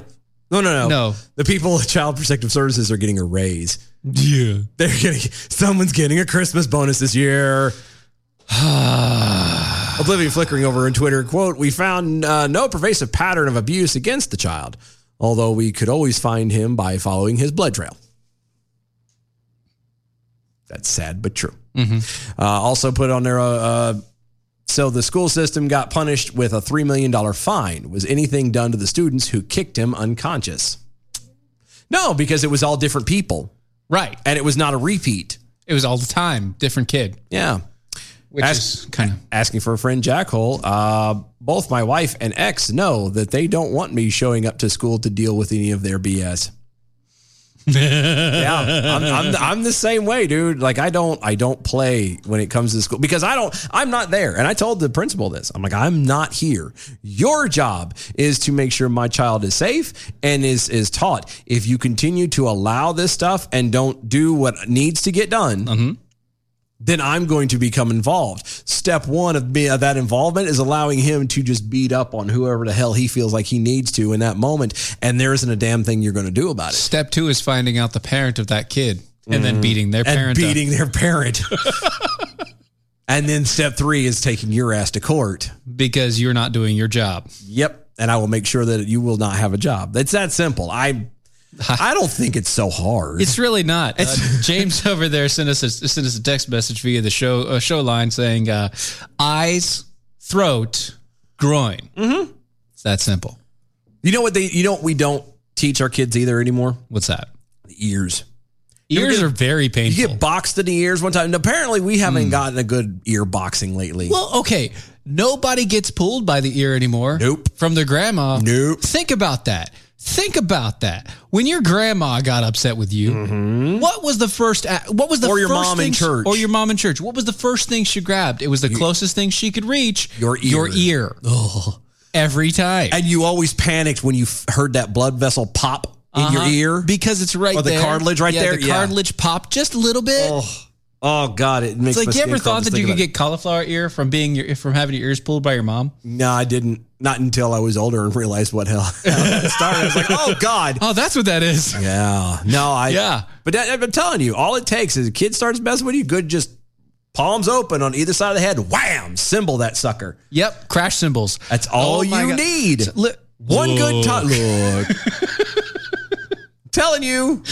Speaker 2: No, no, no.
Speaker 3: No.
Speaker 2: The people at Child Protective Services are getting a raise.
Speaker 3: Yeah.
Speaker 2: [LAUGHS] They're getting, someone's getting a Christmas bonus this year. [SIGHS] Oblivion flickering over in Twitter, quote, we found uh, no pervasive pattern of abuse against the child, although we could always find him by following his blood trail. That's sad, but true. Uh, also put on there, uh, uh, so the school system got punished with a $3 million fine. Was anything done to the students who kicked him unconscious? No, because it was all different people
Speaker 3: Right.
Speaker 2: and it was not a repeat.
Speaker 3: It was all the time. Different kid.
Speaker 2: Yeah.
Speaker 3: Which
Speaker 2: Ask-
Speaker 3: is kind of.
Speaker 2: Asking for a friend, Jackhole. Uh, both my wife and ex know that they don't want me showing up to school to deal with any of their
Speaker 3: [LAUGHS]
Speaker 2: BS. yeah, I'm, I'm, I'm the same way, dude. Like I don't, I don't play when it comes to school because I don't, I'm not there. And I told the principal this. I'm like, I'm not here. Your job is to make sure my child is safe and is is taught. If
Speaker 3: Mm-hmm.
Speaker 2: you continue to allow this stuff and don't do what needs to get done, then I'm going to become involved. Step one of, being, of that involvement is allowing him to just beat up on whoever the hell he feels like he needs to in that moment. And there isn't a damn thing you're going to do about it.
Speaker 3: Step two is finding out the parent of that kid and then beating their
Speaker 2: Mm-hmm. And
Speaker 3: parent. up.
Speaker 2: beating their parent. [LAUGHS] and then step three is taking your ass to court.
Speaker 3: because you're not doing your job.
Speaker 2: Yep. And I will make sure that you will not have a job. It's that simple.
Speaker 3: [LAUGHS]
Speaker 2: I I don't think it's so hard.
Speaker 3: It's really not. Uh,
Speaker 2: [LAUGHS]
Speaker 3: James over there sent us a, sent us a text message via the show uh, show line saying uh, eyes, throat, groin. Mm-hmm. It's that simple.
Speaker 2: you know what they you know what we don't teach our kids either anymore?
Speaker 3: What's that?
Speaker 2: Ears.
Speaker 3: Ears are very painful. Hmm.
Speaker 2: You get boxed in the ears one time. And apparently we haven't gotten a good ear boxing lately.
Speaker 3: well, okay. Nobody gets pulled by the ear anymore.
Speaker 2: Nope.
Speaker 3: From their grandma.
Speaker 2: Nope.
Speaker 3: Think about that. Think about that. When your grandma got upset with you, what was the first? a- What was the
Speaker 2: Mm-hmm. Or your
Speaker 3: first
Speaker 2: mom
Speaker 3: thing
Speaker 2: in
Speaker 3: she-
Speaker 2: church.
Speaker 3: or your mom in church? What was the first thing she grabbed? It was the closest thing she could reach.
Speaker 2: Your ear.
Speaker 3: Your ear.
Speaker 2: Oh. [LAUGHS]
Speaker 3: Every time.
Speaker 2: and you always panicked when you f- heard that blood vessel pop in your
Speaker 3: Uh-huh.
Speaker 2: ear.
Speaker 3: because it's right
Speaker 2: Or the
Speaker 3: there.
Speaker 2: cartilage right
Speaker 3: Yeah,
Speaker 2: there?
Speaker 3: The
Speaker 2: Yeah.
Speaker 3: cartilage popped just a little bit.
Speaker 2: oh god, it makes
Speaker 3: it's like
Speaker 2: my
Speaker 3: you ever
Speaker 2: skin crawl
Speaker 3: thought
Speaker 2: just
Speaker 3: that you could
Speaker 2: thinking
Speaker 3: get cauliflower ear from being your, from having your ears pulled by your mom?
Speaker 2: about it. No, I didn't. Not until I was older and realized what hell
Speaker 3: [LAUGHS]
Speaker 2: it started. I was like, oh god.
Speaker 3: Oh, that's what that is.
Speaker 2: Yeah. No, I.
Speaker 3: [LAUGHS] Yeah.
Speaker 2: But that, I'm telling you, all it takes is a kid starts messing with you, good, just palms open on either side of the head, wham, symbol that sucker.
Speaker 3: Yep, crash cymbals.
Speaker 2: That's all
Speaker 3: Oh my
Speaker 2: you
Speaker 3: God.
Speaker 2: need.
Speaker 3: Look,
Speaker 2: One good time.
Speaker 3: [LAUGHS]
Speaker 2: telling you,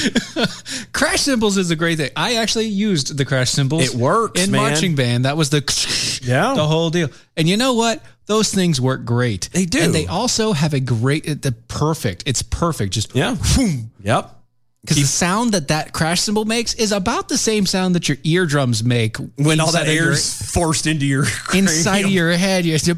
Speaker 3: crash cymbals is a great thing. I actually used the crash cymbals.
Speaker 2: It works,
Speaker 3: in
Speaker 2: man.
Speaker 3: marching band. That was the [LAUGHS]
Speaker 2: Yeah.
Speaker 3: the whole deal. And you know what? Those things work great.
Speaker 2: They do.
Speaker 3: And they also have a great, uh, the perfect. It's perfect. Just
Speaker 2: yeah. Yep.
Speaker 3: because the sound that that crash cymbal makes is about the same sound that your eardrums make
Speaker 2: When all
Speaker 3: inside
Speaker 2: that
Speaker 3: of your-
Speaker 2: air's forced into your [LAUGHS]
Speaker 3: inside of your head. You just,
Speaker 2: Uh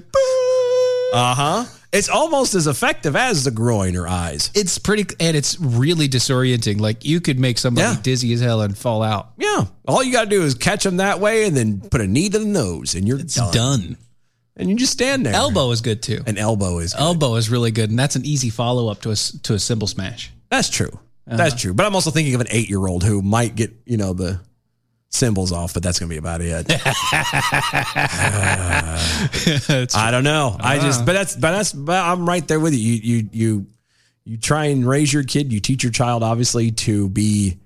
Speaker 2: huh. It's almost as effective as the groin or eyes.
Speaker 3: it's pretty, and it's really disorienting. Like you could make somebody
Speaker 2: Yeah.
Speaker 3: dizzy as hell and fall out.
Speaker 2: Yeah. All you got to do is catch them that way and then put a knee to the nose and you're done.
Speaker 3: Done.
Speaker 2: And you just stand there.
Speaker 3: Elbow is good too.
Speaker 2: An elbow is
Speaker 3: Elbow is really good, and that's an easy follow up to a s- to a cymbal smash. Uh-huh.
Speaker 2: That's true. That's true. But I'm also thinking of an eight year old who might get, you know, the symbols off, but that's going to be about [LAUGHS] it. I don't know.
Speaker 3: Ah.
Speaker 2: I just, but that's, but that's, but I'm right there with you. You, you, you, you try and raise your kid, you teach your child, obviously, to be,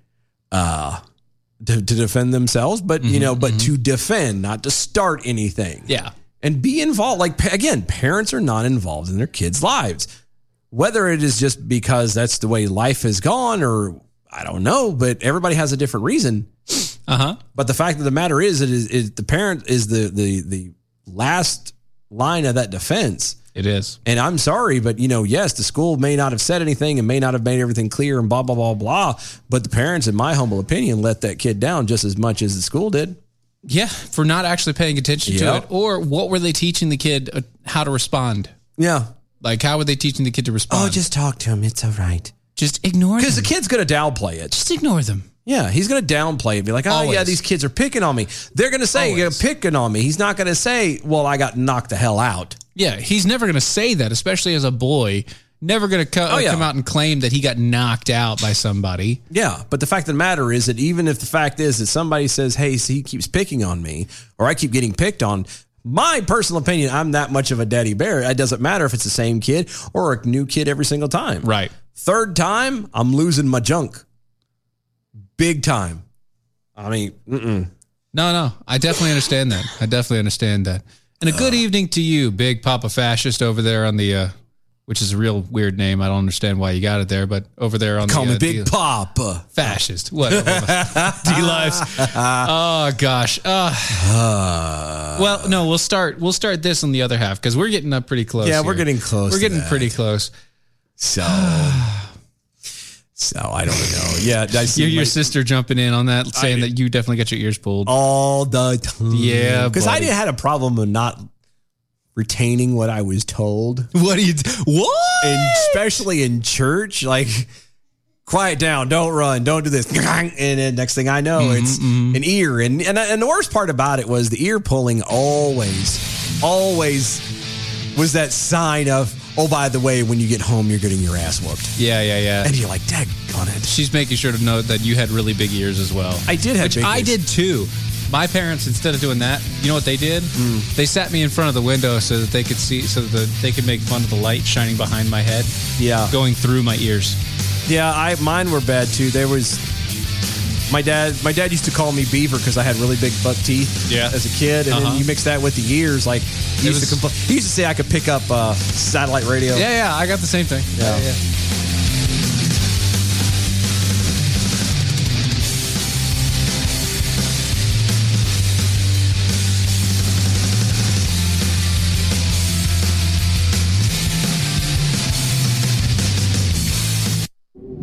Speaker 2: uh, to, to defend themselves, but
Speaker 3: Mm-hmm,
Speaker 2: you know, but to defend, not to start anything
Speaker 3: Yeah,
Speaker 2: and be involved. Like pa- again, parents are not involved in their kids' lives, whether it is just because that's the way life has gone, or I don't know. But everybody has a different reason.
Speaker 3: uh huh.
Speaker 2: But the fact of the matter is, it is, is the parent is the the the last line of that defense.
Speaker 3: It is.
Speaker 2: And I'm sorry, but you know, yes, the school may not have said anything and may not have made everything clear and blah blah blah blah. But the parents, in my humble opinion, let that kid down just as much as the school did.
Speaker 3: Yeah, for not actually paying attention
Speaker 2: Yeah.
Speaker 3: to it, or what were they teaching the kid uh, how to respond?
Speaker 2: Yeah. Oh,
Speaker 3: Like, how were they teaching the kid to respond?
Speaker 2: talk to him. It's all right.
Speaker 3: just ignore them.
Speaker 2: Because the kid's gonna downplay it.
Speaker 3: Just ignore them.
Speaker 2: Yeah, he's going to downplay it. Be like, oh, yeah,
Speaker 3: Always.
Speaker 2: these kids are picking on me. They're going to say, you're
Speaker 3: Always.
Speaker 2: picking on me. He's not going to say, well, I got knocked the hell out.
Speaker 3: Yeah, he's never going to say that, especially as a boy. Never going to co-
Speaker 2: Oh, yeah.
Speaker 3: come out and claim that he got knocked out by somebody.
Speaker 2: Yeah, but the fact of the matter is that even if the fact is that somebody says, hey, see, he keeps picking on me or I keep getting picked on, my personal opinion, I'm that much of a daddy bear. It doesn't matter if it's the same kid or a new kid every single time.
Speaker 3: Right.
Speaker 2: Third time, I'm losing my junk. Big time. I mean, mm-mm.
Speaker 3: No, no, I definitely understand that. I definitely understand that. And a good
Speaker 2: Uh.
Speaker 3: evening to you, Big Papa Fascist over there on the, uh, which is a real weird name. I don't understand why you got it there, but over there on
Speaker 2: call
Speaker 3: the
Speaker 2: me
Speaker 3: uh,
Speaker 2: Big
Speaker 3: D-
Speaker 2: Papa.
Speaker 3: Fascist, whatever.
Speaker 2: [LAUGHS]
Speaker 3: D lives. Oh gosh. Uh,
Speaker 2: Uh.
Speaker 3: well, no, we'll start. We'll start this on the other half because we're getting up pretty close.
Speaker 2: Yeah, we're
Speaker 3: here.
Speaker 2: getting close
Speaker 3: We're
Speaker 2: to
Speaker 3: getting
Speaker 2: that.
Speaker 3: pretty close.
Speaker 2: So, so I don't know. Yeah, I see
Speaker 3: Your, your
Speaker 2: my-
Speaker 3: sister jumping in on that, saying that you definitely got your ears pulled.
Speaker 2: all the time.
Speaker 3: Yeah,
Speaker 2: because I
Speaker 3: buddy.
Speaker 2: did had a problem of not retaining what I was told,
Speaker 3: [LAUGHS] What do you? d- What?
Speaker 2: and especially in church, like. Quiet down! Don't run! Don't do this! [LAUGHS] And then next thing I know,
Speaker 3: Mm-hmm,
Speaker 2: it's an ear, and and and the worst part about it was the ear pulling always, always was that sign of oh by the way, when you get home, you're getting your ass whooped,
Speaker 3: Yeah, yeah, yeah.
Speaker 2: and you're like, "Dag on it!"
Speaker 3: She's making sure to note that you had really big ears as well.
Speaker 2: I did have
Speaker 3: Which
Speaker 2: big
Speaker 3: I
Speaker 2: ears.
Speaker 3: did too. My parents, instead of doing that, you know what they did?
Speaker 2: Hmm.
Speaker 3: They sat me in front of the window so that they could see, so that the, they could make fun of the light shining behind my head,
Speaker 6: Yeah.
Speaker 3: going through my ears.
Speaker 6: Yeah, I mine were bad too. There was my dad. My dad used to call me Beaver because I had really big buck teeth.
Speaker 3: Yeah.
Speaker 6: as a kid, and
Speaker 3: Uh-huh.
Speaker 6: then you mix that with the ears. Like he
Speaker 3: It
Speaker 6: used to
Speaker 3: was-
Speaker 6: complain. He used to say I could pick up uh, satellite radio.
Speaker 3: Yeah, yeah, I got the same thing.
Speaker 6: Yeah.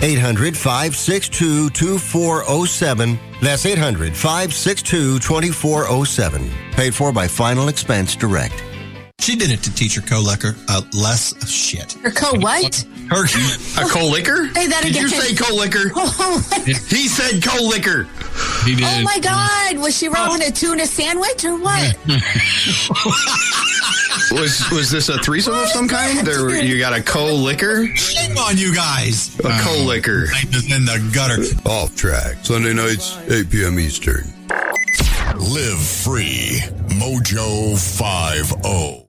Speaker 7: 800 562 2407. That's 800 562 2407. Paid for by Final Expense Direct.
Speaker 8: She did it to teach her co-lecker uh, less of shit.
Speaker 9: Or co what?
Speaker 8: Her a co-licker?
Speaker 9: Say that again.
Speaker 8: Did you say [LAUGHS] co-licker?
Speaker 9: Oh,
Speaker 8: he said co-licker.
Speaker 10: He did.
Speaker 3: [LAUGHS]
Speaker 9: oh my God. Was she rolling a tuna sandwich or what?
Speaker 4: Was was this a threesome of some kind? There, were- you got a co-licker,
Speaker 8: Shame on you guys.
Speaker 4: a co-licker.
Speaker 8: Night is in the gutter.
Speaker 7: Off track. Sunday nights, 8 p.m. Eastern.
Speaker 11: Live free. Mojo oh. 50.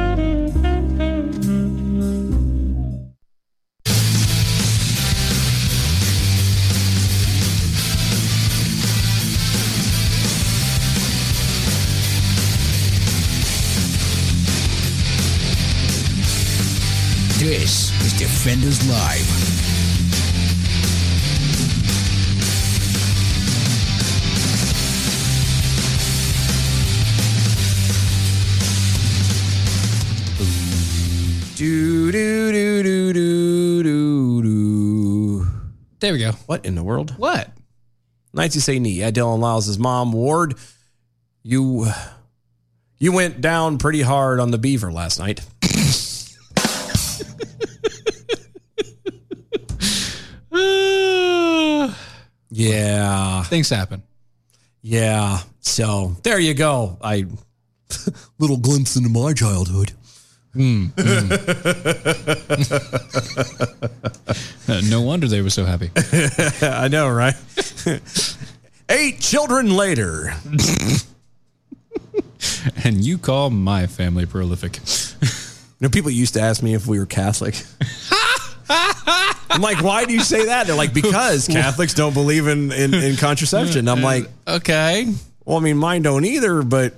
Speaker 11: This is Defenders Live.
Speaker 2: Do, do, do, do, do, do, do.
Speaker 3: There we go.
Speaker 2: What in the world?
Speaker 3: What?
Speaker 2: Nights you say knee. Yeah, Dylan Lyles' mom, Ward, you you went down pretty hard on the beaver last night.
Speaker 3: [LAUGHS]
Speaker 2: Yeah.
Speaker 3: Things happen.
Speaker 2: Yeah. So there you go. I [LAUGHS] little glimpse into my childhood.
Speaker 3: Hmm,
Speaker 2: [LAUGHS]
Speaker 3: Uh, no wonder they were so happy.
Speaker 2: I know, right? Eight children later.
Speaker 3: [LAUGHS] and you call my family prolific.
Speaker 2: You know, people used to ask me if we were Catholic. I'm like, why do you say that? They're like,
Speaker 3: [LAUGHS]
Speaker 2: because Catholics don't believe in, in, in contraception. I'm like,
Speaker 3: Uh, okay.
Speaker 2: well, I mean, mine don't either, but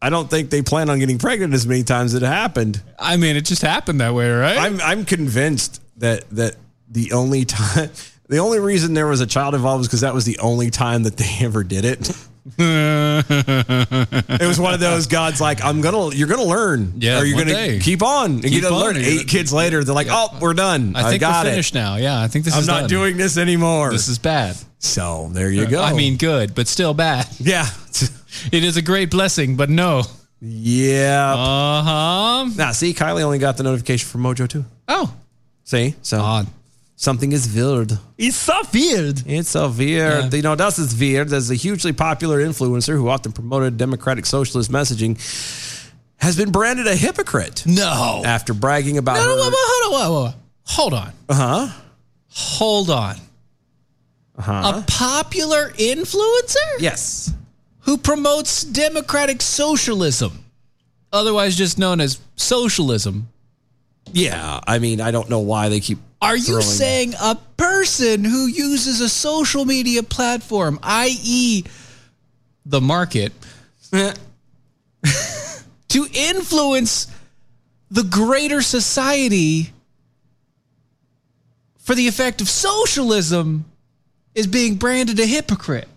Speaker 2: I don't think they plan on getting pregnant as many times as it happened.
Speaker 3: I mean, it just happened that way, right?
Speaker 2: I'm I'm convinced that that the only time [LAUGHS] the only reason there was a child involved was because that was the only time that they [LAUGHS] ever did it. it was one of [LAUGHS] those God's like, I'm gonna you're gonna learn.
Speaker 3: Yeah,
Speaker 2: Or you're
Speaker 3: one
Speaker 2: gonna
Speaker 3: day.
Speaker 2: keep on and
Speaker 3: Keep
Speaker 2: you're gonna
Speaker 3: on
Speaker 2: learn.
Speaker 3: and you're
Speaker 2: Eight
Speaker 3: gonna-
Speaker 2: kids later, they're like, Oh, we're done.
Speaker 3: I
Speaker 2: I,
Speaker 3: think
Speaker 2: got
Speaker 3: we're
Speaker 2: it.
Speaker 3: finished now. Yeah, I think this
Speaker 2: I'm
Speaker 3: is
Speaker 2: not
Speaker 3: done.
Speaker 2: doing this anymore.
Speaker 3: This is bad.
Speaker 2: so there you go.
Speaker 3: Uh, I mean, good, but still bad.
Speaker 2: Yeah.
Speaker 3: [LAUGHS] It is a great blessing, but no.
Speaker 2: yeah.
Speaker 3: Uh huh.
Speaker 2: now see, Kylie only got the notification from Mojo too.
Speaker 3: Oh,
Speaker 2: See? So
Speaker 3: odd.
Speaker 2: something is weird.
Speaker 3: It's so weird.
Speaker 2: It's so weird.
Speaker 3: Yeah.
Speaker 2: You know, das is weird. As a hugely popular influencer who often promoted democratic socialist messaging, has been branded a hypocrite
Speaker 3: No.
Speaker 2: after bragging about
Speaker 3: No,
Speaker 2: her. Uh-huh.
Speaker 3: whoa, whoa, hold on. Whoa, whoa. Hold on. Uh huh. Hold on. A popular influencer?
Speaker 2: Yes.
Speaker 3: Who promotes democratic socialism, otherwise just known as socialism.
Speaker 2: Yeah, I mean, I don't know why they keep.
Speaker 3: Are you
Speaker 2: throwing-
Speaker 3: saying a person who uses a social media platform, i.e., the market, [LAUGHS] to influence the greater society for the effect of socialism is being branded a hypocrite?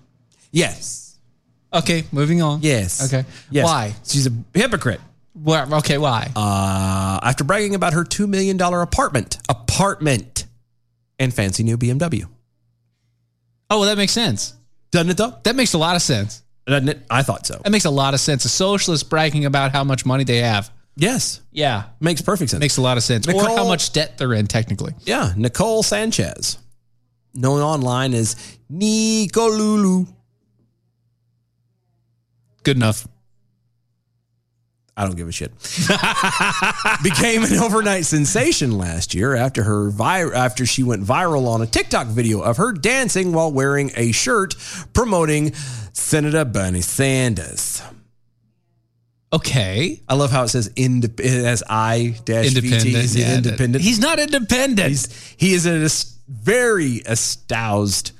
Speaker 2: Yes.
Speaker 3: Okay, moving on.
Speaker 2: Yes.
Speaker 3: Okay.
Speaker 2: Yes.
Speaker 3: Why?
Speaker 2: She's a hypocrite.
Speaker 3: Well, okay, why?
Speaker 2: Uh, after bragging about her $2 million apartment, apartment, and fancy new BMW.
Speaker 3: oh, well, that makes sense.
Speaker 2: Doesn't it though?
Speaker 3: That makes a lot of sense.
Speaker 2: Doesn't it? I thought so.
Speaker 3: That makes a lot of sense. A socialist bragging about how much money they have.
Speaker 2: Yes.
Speaker 3: Yeah.
Speaker 2: Makes perfect sense.
Speaker 3: Makes a lot of sense. or how
Speaker 2: Nicole-
Speaker 3: much debt they're in, technically.
Speaker 2: yeah. Nicole Sanchez, known online as Nicolulu.
Speaker 3: Good enough.
Speaker 2: I don't give a shit. [LAUGHS] Became an overnight sensation last year after her vi- after she went viral on a TikTok video of her dancing while wearing a shirt promoting Senator Bernie Sanders.
Speaker 3: Okay.
Speaker 2: I love how it says indep- it has I dash VT
Speaker 3: Independent.
Speaker 2: is
Speaker 3: yeah, that-
Speaker 2: independent.
Speaker 3: He's not independent.
Speaker 2: He's, he is a very espoused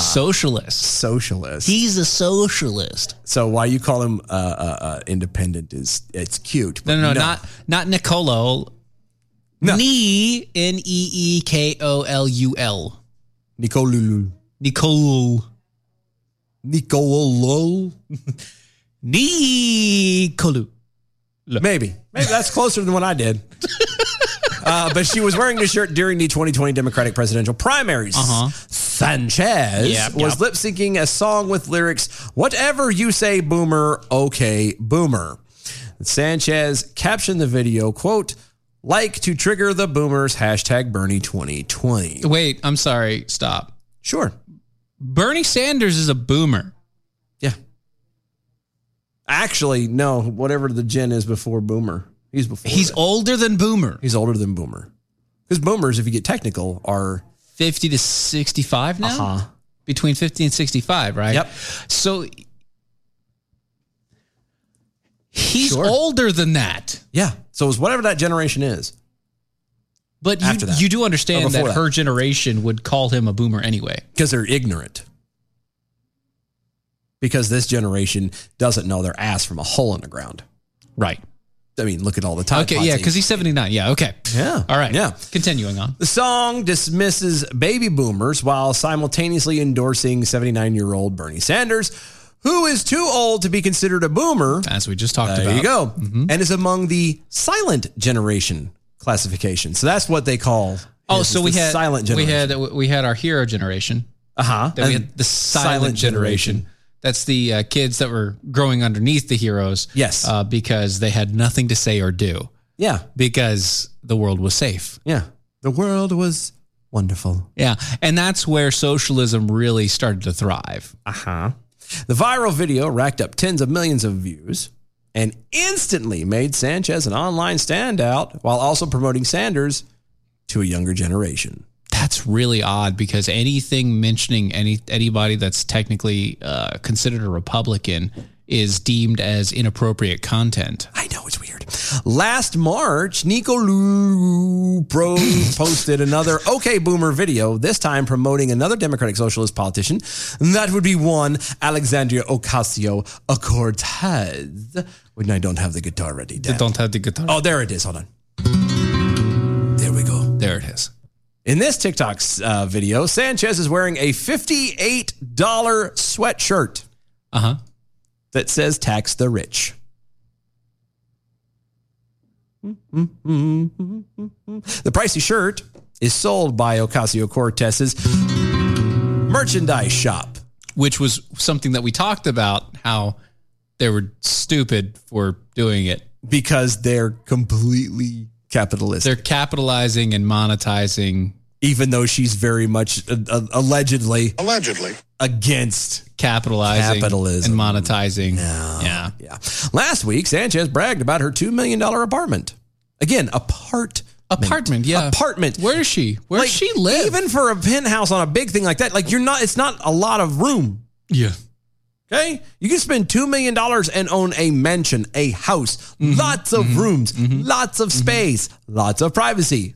Speaker 3: socialist.
Speaker 2: socialist.
Speaker 3: He's a socialist.
Speaker 2: so why you call him uh, uh, uh, independent is it's cute.
Speaker 3: No,
Speaker 2: but
Speaker 3: no, no, not not Nicolo.
Speaker 2: No.
Speaker 3: Nee, N E E K O L U L.
Speaker 2: Nicolulu.
Speaker 3: Nicole. [LAUGHS]
Speaker 2: Nicololo.
Speaker 3: Nicolu.
Speaker 2: Maybe. Maybe that's closer than what I
Speaker 3: [LAUGHS]
Speaker 2: did. Uh, but she was wearing the shirt during the 2020 Democratic presidential primaries.
Speaker 3: Uh-huh.
Speaker 2: Sanchez
Speaker 3: Yep,
Speaker 2: was
Speaker 3: yep.
Speaker 2: lip syncing a song with lyrics, Whatever You Say, Boomer, Okay, Boomer. Sanchez captioned the video, quote, like to trigger the boomers, hashtag Bernie 2020.
Speaker 3: Wait, I'm sorry. Stop.
Speaker 2: Sure.
Speaker 3: Bernie Sanders is a boomer.
Speaker 2: Yeah. Actually, no, whatever the gen is before boomer. He's before.
Speaker 3: He's
Speaker 2: that.
Speaker 3: older than boomer.
Speaker 2: He's older than Boomer. Because Boomers, if you get technical, are
Speaker 3: 50 to 65 now?
Speaker 2: Uh-huh.
Speaker 3: Between 50 and 65, right?
Speaker 2: Yep.
Speaker 3: So he's
Speaker 2: Sure.
Speaker 3: older than that.
Speaker 2: yeah. So it's whatever that generation is.
Speaker 3: But you,
Speaker 2: After that.
Speaker 3: you do
Speaker 2: Or
Speaker 3: understand that,
Speaker 2: before that.
Speaker 3: her generation would call him a boomer anyway.
Speaker 2: Because they're ignorant. Because this generation doesn't know their ass from a hole in the ground.
Speaker 3: Right.
Speaker 2: I mean, look at all the time.
Speaker 3: Okay. Yeah. Because he's 79. Yeah. Okay.
Speaker 2: Yeah.
Speaker 3: All right.
Speaker 2: Yeah.
Speaker 3: Continuing on.
Speaker 2: The song dismisses baby boomers while simultaneously endorsing 79 year old Bernie Sanders, who is too old to be considered a boomer.
Speaker 3: As we just talked
Speaker 2: There
Speaker 3: about. Mm-hmm.
Speaker 2: you go. And is among the silent generation classification. So that's what they call.
Speaker 3: Oh,
Speaker 2: is
Speaker 3: so
Speaker 2: the
Speaker 3: we had
Speaker 2: silent
Speaker 3: We
Speaker 2: generation.
Speaker 3: had we had our hero generation.
Speaker 2: uh huh.
Speaker 3: Then we had the silent, generation. That's the uh, kids that were growing underneath the heroes.
Speaker 2: Yes.
Speaker 3: Uh, because they had nothing to say or do
Speaker 2: Yeah,
Speaker 3: because the world was safe.
Speaker 2: yeah. The world was wonderful.
Speaker 3: Yeah. And that's where socialism really started to thrive.
Speaker 2: Uh huh. The viral video racked up tens of millions of views and instantly made Sanchez an online standout while also promoting Sanders to a younger generation.
Speaker 3: That's really odd because anything mentioning any anybody that's technically uh, considered a Republican is deemed as inappropriate content.
Speaker 2: I know it's weird. Last March, Nico Lou Pro posted another OK Boomer video, this time promoting another Democratic Socialist politician. And that would be one Alexandria Ocasio Cortez. When I don't have the guitar ready. Dan.
Speaker 3: Don't have the guitar.
Speaker 2: Oh, there it is. Hold on. There we go.
Speaker 3: There it is.
Speaker 2: In this TikTok uh, video, Sanchez is wearing a $58 sweatshirt
Speaker 3: Uh huh.
Speaker 2: that says tax the rich. The pricey shirt is sold by Ocasio Cortez's merchandise shop.
Speaker 3: which was something that we talked about how they were stupid for doing it.
Speaker 2: because they're completely capitalistic.
Speaker 3: They're capitalizing and monetizing
Speaker 2: even though she's very much uh, uh, allegedly
Speaker 12: Allegedly.
Speaker 2: against.
Speaker 3: capitalizing
Speaker 2: Capitalism.
Speaker 3: and monetizing. Yeah.
Speaker 2: Yeah. Last week, Sanchez bragged about her two million dollar apartment. Again, apartment.
Speaker 3: Apartment, yeah.
Speaker 2: Apartment.
Speaker 3: Where is she? Where does she live?
Speaker 2: Even for a penthouse on a big thing like that, like you're not, it's not a lot of room.
Speaker 3: yeah.
Speaker 2: Okay. You can spend $2 million and own a mansion, a house,
Speaker 3: Mm-hmm.
Speaker 2: lots of rooms, lots of space, lots of privacy.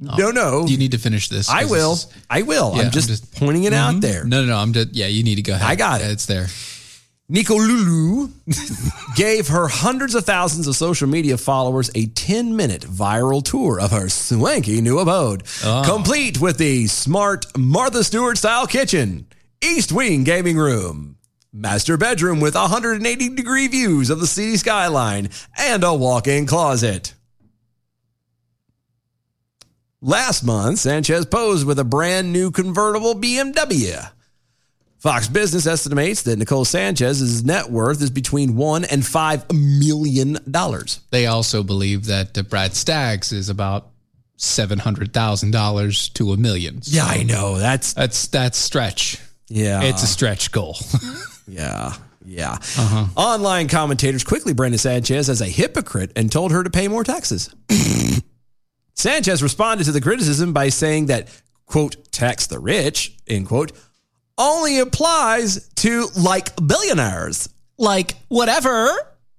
Speaker 2: No, no.
Speaker 3: You need to finish this.
Speaker 2: I
Speaker 3: 'cause
Speaker 2: will.
Speaker 3: this is-
Speaker 2: I will.
Speaker 3: yeah,
Speaker 2: I'm, just pointing it out
Speaker 3: Mhm.
Speaker 2: there.
Speaker 3: No, no, no. I'm just, yeah, you need to go ahead.
Speaker 2: I got it.
Speaker 3: It's there.
Speaker 2: Nico Lulu [LAUGHS] gave her hundreds of thousands of social media followers a 10 minute viral tour of her swanky new abode, complete with the smart Martha Stewart style kitchen, East Wing gaming room, master bedroom with 180 degree views of the city skyline, and a walk in closet. Last month, Sanchez posed with a brand new convertible BMW. Fox Business estimates that Nicole Sanchez's net worth is between one and five million dollars.
Speaker 3: They also believe that uh, Brad Staggs is about seven hundred thousand dollars to a million.
Speaker 2: Yeah, I know. That's
Speaker 3: That's that's stretch.
Speaker 2: yeah.
Speaker 3: it's a stretch goal.
Speaker 2: [LAUGHS] yeah. Yeah. Online commentators quickly branded Sanchez as a hypocrite and told her to pay more taxes. Sanchez responded to the criticism by saying that, quote, tax the rich, end quote, only applies to like billionaires.
Speaker 3: like whatever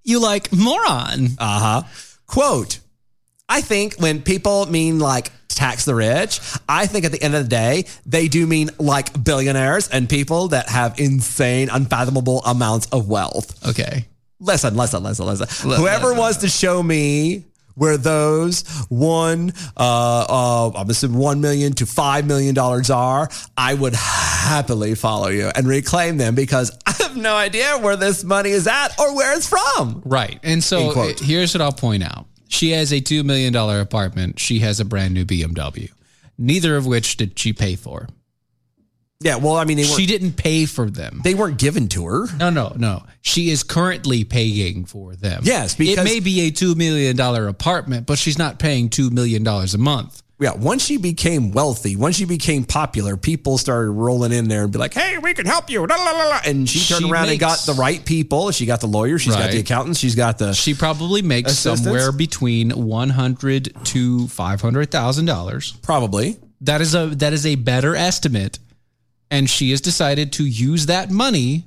Speaker 3: you like, moron.
Speaker 2: Uh huh. Quote I think when people mean like tax the rich, I think at the end of the day, they do mean like billionaires and people that have insane, unfathomable amounts of wealth.
Speaker 3: okay.
Speaker 2: Listen, listen, listen, listen. Whoever wants to show me where those one, uh, uh, I'm assuming one million to five million dollars are, I would happily follow you and reclaim them because I have no idea where this money is at or where it's from.
Speaker 3: Right. And so
Speaker 2: End quote.
Speaker 3: uh, here's what I'll point out. She has a $2 million apartment. She has a brand new BMW. Neither of which did she pay for.
Speaker 2: Yeah, well, I mean, they weren't-
Speaker 3: She didn't pay for them.
Speaker 2: they weren't given to her.
Speaker 3: No, no, no. She is currently paying for them.
Speaker 2: Yes, because-
Speaker 3: it may be a $2 million apartment, but she's not paying $2 million a month.
Speaker 2: Yeah, once she became wealthy, once she became popular, people started rolling in there and be like, "Hey, we can help you." la, la, la, la. And she turned
Speaker 3: She
Speaker 2: around and
Speaker 3: makes-
Speaker 2: got the right people. She got the lawyer. She's got
Speaker 3: Right.
Speaker 2: the accountants. She's got the.
Speaker 3: She probably makes
Speaker 2: Assistance?
Speaker 3: somewhere between 100 to $500,000.
Speaker 2: probably
Speaker 3: That is a that is a better estimate, and she has decided to use that money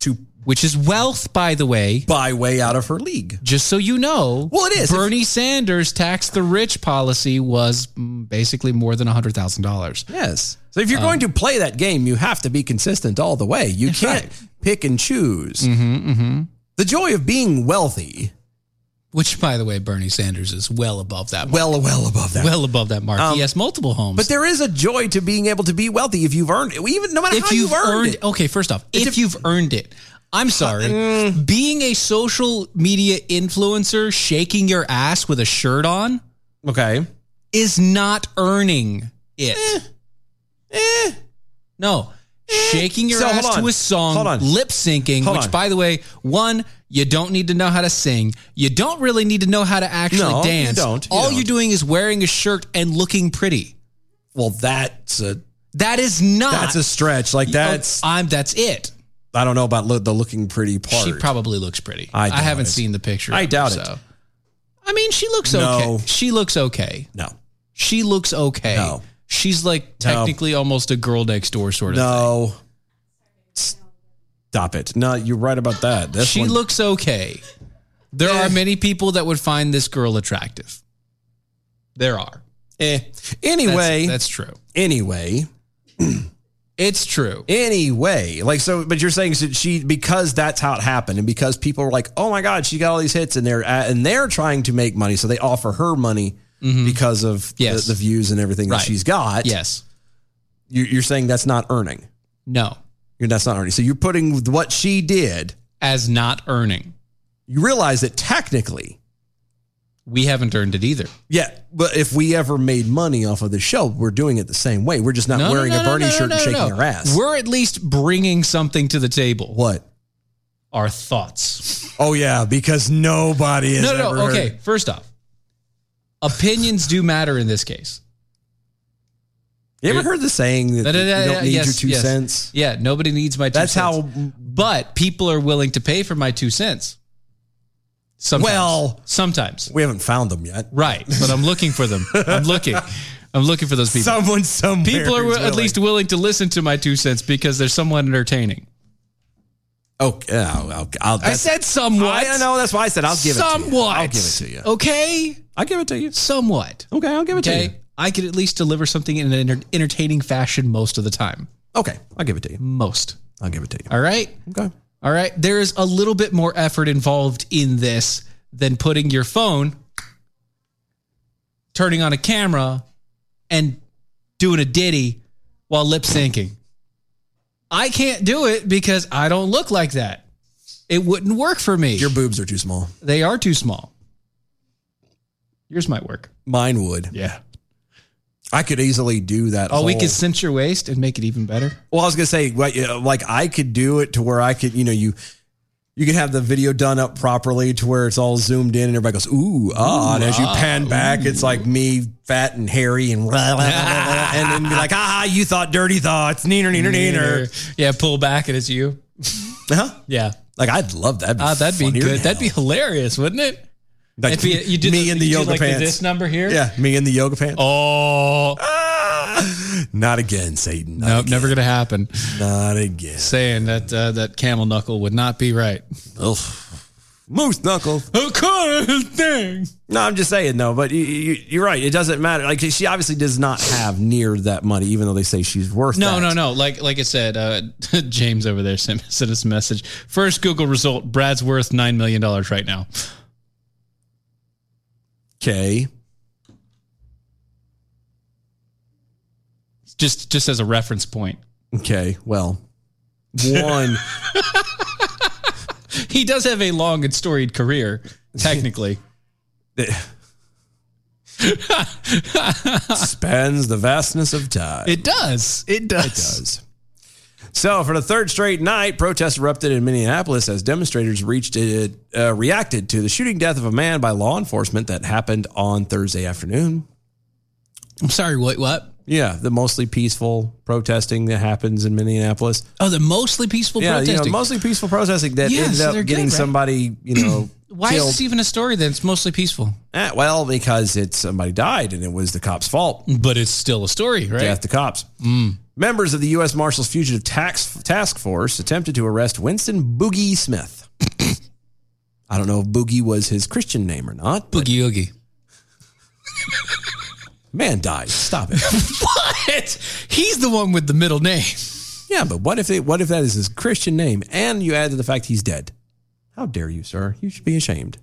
Speaker 2: to
Speaker 3: which is wealth, by the way.
Speaker 2: buy way out of her league.
Speaker 3: Just so you know,
Speaker 2: Well, it is.
Speaker 3: Bernie Sanders' tax the rich policy was mm, basically more than hundred thousand dollars.
Speaker 2: Yes. So if you're going to
Speaker 3: Um,
Speaker 2: play that game, you have to be consistent all the way. You can't pick and choose.
Speaker 3: Mm-hmm,
Speaker 2: The joy of being wealthy,
Speaker 3: Which, by the way, Bernie Sanders is well above that. Mark,
Speaker 2: well, well above that.
Speaker 3: well, above that
Speaker 2: Um,
Speaker 3: mark. he has multiple homes.
Speaker 2: but there is a joy to being able to be wealthy if you've earned it. Even no matter
Speaker 3: if
Speaker 2: how
Speaker 3: you've, earned,
Speaker 2: it.
Speaker 3: okay, first off, if you've earned it. I'm sorry.
Speaker 2: Mm.
Speaker 3: Being a social media influencer shaking your ass with a shirt on
Speaker 2: Okay.
Speaker 3: is not earning it. No. Shaking your
Speaker 2: Eh. So, hold
Speaker 3: ass
Speaker 2: on.
Speaker 3: to a
Speaker 2: Hold
Speaker 3: song,
Speaker 2: on.
Speaker 3: lip syncing,
Speaker 2: Hold
Speaker 3: which,
Speaker 2: on.
Speaker 3: by the way, one, you don't need to know how to sing. You don't really need to know how to actually
Speaker 2: No, you
Speaker 3: dance.
Speaker 2: don't. You
Speaker 3: All
Speaker 2: don't.
Speaker 3: you're doing is wearing a shirt and looking pretty.
Speaker 2: Well, that's a
Speaker 3: That is not.
Speaker 2: That's a stretch. Like that's
Speaker 3: Oh, I'm, that's it.
Speaker 2: I don't know about lo- the looking pretty part.
Speaker 3: She probably looks pretty.
Speaker 2: I doubt
Speaker 3: haven't
Speaker 2: it.
Speaker 3: seen the picture.
Speaker 2: I
Speaker 3: of her,
Speaker 2: doubt it.
Speaker 3: so. I mean, she looks
Speaker 2: No.
Speaker 3: okay. She looks okay.
Speaker 2: no,
Speaker 3: She looks okay.
Speaker 2: No.
Speaker 3: She's like technically almost a girl next door sort of
Speaker 2: no. Stop it. No, you're right about that. This
Speaker 3: she
Speaker 2: one-
Speaker 3: looks okay. There
Speaker 2: Eh.
Speaker 3: are many people that would find this girl attractive. There are.
Speaker 2: Eh.
Speaker 3: That's-
Speaker 2: Anyway,
Speaker 3: that's true.
Speaker 2: anyway,
Speaker 3: [CLEARS THROAT] It's true.
Speaker 2: anyway. Like so, but you're saying that she because that's how it happened, and because people are like, oh my god, she got all these hits, and they're at, and they're trying to make money, so they offer her money because of
Speaker 3: Mm-hmm. Yes.
Speaker 2: the, the views and everything
Speaker 3: Right.
Speaker 2: that she's got.
Speaker 3: yes.
Speaker 2: You, you're saying that's not earning.
Speaker 3: No.
Speaker 2: You're, that's not earning. So you're putting what she did.
Speaker 3: As not earning.
Speaker 2: You realize that technically
Speaker 3: We haven't earned it either.
Speaker 2: Yeah, but if we ever made money off of the show, we're doing it the same way. We're just not
Speaker 3: No, no,
Speaker 2: wearing
Speaker 3: no,
Speaker 2: a
Speaker 3: no,
Speaker 2: Bernie
Speaker 3: no, no,
Speaker 2: shirt
Speaker 3: no,
Speaker 2: and shaking
Speaker 3: no.
Speaker 2: our ass.
Speaker 3: We're at least bringing something to the table.
Speaker 2: what?
Speaker 3: Our thoughts.
Speaker 2: Oh yeah, because nobody has
Speaker 3: No, no,
Speaker 2: ever
Speaker 3: no.
Speaker 2: heard-
Speaker 3: Okay. First off, opinions do matter in this case.
Speaker 2: You ever heard the saying that
Speaker 3: Da-da-da,
Speaker 2: you don't need
Speaker 3: yes,
Speaker 2: your two
Speaker 3: yes.
Speaker 2: cents?
Speaker 3: Yeah, nobody needs my two
Speaker 2: That's
Speaker 3: cents.
Speaker 2: how-
Speaker 3: But people are willing to pay for my two cents. Sometimes.
Speaker 2: Well-
Speaker 3: sometimes.
Speaker 2: We haven't found them yet.
Speaker 3: Right. But I'm looking for them. I'm looking. I'm looking for those people.
Speaker 2: Someone somewhere.
Speaker 3: people are
Speaker 2: is
Speaker 3: at
Speaker 2: willing.
Speaker 3: least willing to listen to my two cents because they're somewhat entertaining.
Speaker 2: Okay. Oh, okay. I'll,
Speaker 3: I
Speaker 2: that's-
Speaker 3: said somewhat.
Speaker 2: I know. That's why I said I'll give it. to you.
Speaker 3: somewhat.
Speaker 2: I'll give it to you.
Speaker 3: Okay.
Speaker 2: I'll give it to you.
Speaker 3: Somewhat.
Speaker 2: Okay. I'll give it to
Speaker 3: Okay.
Speaker 2: you.
Speaker 3: I could at least deliver something in an enter- entertaining fashion most of the time.
Speaker 2: Okay. I'll give it to you.
Speaker 3: Most.
Speaker 2: I'll give it to you.
Speaker 3: All right.
Speaker 2: Okay.
Speaker 3: All right. There is a little bit more effort involved in this than putting your phone, turning on a camera, and doing a ditty while lip syncing. I can't do it because I don't look like that. It wouldn't work for me.
Speaker 2: Your boobs are too small.
Speaker 3: they are too small. Yours might work.
Speaker 2: Mine would.
Speaker 3: Yeah.
Speaker 2: I could easily do that.
Speaker 3: Oh, we
Speaker 2: whole-
Speaker 3: could cinch your waist and make it even better.
Speaker 2: Well, I was gonna say, like, you know, like I could do it to where I could, you know, you you could have the video done up properly to where it's all zoomed in and everybody goes, ooh, ah, and as you pan back, it's like me, fat and hairy, and [LAUGHS] blah, blah, blah, blah, blah, and then be like, ah, you thought dirty thoughts, neener, neener, neener.
Speaker 3: Yeah, pull back and it's you.
Speaker 2: Huh?
Speaker 3: Yeah.
Speaker 2: Like I'd love that.
Speaker 3: Ah, that'd be
Speaker 2: funnier
Speaker 3: good.
Speaker 2: than
Speaker 3: That'd be
Speaker 2: hell.
Speaker 3: hilarious, wouldn't it?
Speaker 2: like,
Speaker 3: If you, you did
Speaker 2: me
Speaker 3: the,
Speaker 2: in the
Speaker 3: you did
Speaker 2: yoga
Speaker 3: like
Speaker 2: pants.
Speaker 3: this number here.
Speaker 2: yeah, me in the yoga pants.
Speaker 3: Oh,
Speaker 2: Ah, not again, Satan. Not
Speaker 3: nope,
Speaker 2: again.
Speaker 3: never gonna happen.
Speaker 2: Not again.
Speaker 3: Saying that uh, that camel knuckle would not be right.
Speaker 2: Ugh. Moose knuckle.
Speaker 3: Okay, thing.
Speaker 2: No, I'm just saying though, but you, you, you're right. It doesn't matter. Like she obviously does not have near that money, even though they say she's worth.
Speaker 3: No,
Speaker 2: that.
Speaker 3: no, no. Like like I said, uh, [LAUGHS] James over there sent sent us a message. First Google result: Brad's worth nine million dollars right now.
Speaker 2: Okay,
Speaker 3: Just just as a
Speaker 2: [LAUGHS]
Speaker 3: reference point,
Speaker 2: okay. Well, one.
Speaker 3: [LAUGHS] he does have a long and storied career.
Speaker 2: [LAUGHS]
Speaker 3: Technically,
Speaker 2: spans the vastness of time.
Speaker 3: it does. It does. It
Speaker 2: does. So, for the third straight night, protests erupted in Minneapolis as demonstrators reached it, uh, reacted to the shooting death of a man by law enforcement that happened on Thursday afternoon.
Speaker 3: I'm sorry. What? What?
Speaker 2: Yeah, the mostly peaceful protesting that happens in Minneapolis.
Speaker 3: Oh, the mostly peaceful
Speaker 2: Yeah, you
Speaker 3: protesting.
Speaker 2: know, mostly peaceful protesting that
Speaker 3: Yeah,
Speaker 2: ended
Speaker 3: so
Speaker 2: up
Speaker 3: they're
Speaker 2: getting
Speaker 3: good, right?
Speaker 2: somebody, you know,
Speaker 3: [CLEARS THROAT] Why
Speaker 2: killed.
Speaker 3: is this even a story then? It's mostly peaceful.
Speaker 2: Eh, well, because it's somebody died and it was the cop's fault.
Speaker 3: But it's still a story, right? Mm.
Speaker 2: Death to cops. Members of the U.S. Marshals Fugitive Tax Task Force attempted to arrest Winston Boogie Smith. [COUGHS] I don't know if Boogie was his Christian name or not. But
Speaker 3: Boogie Oogie.
Speaker 2: man died. Stop it.
Speaker 3: [LAUGHS] What? He's the one with the middle name.
Speaker 2: yeah, but what if they, what if that is his Christian name and you add to the fact he's dead? How dare you, sir? You should be ashamed.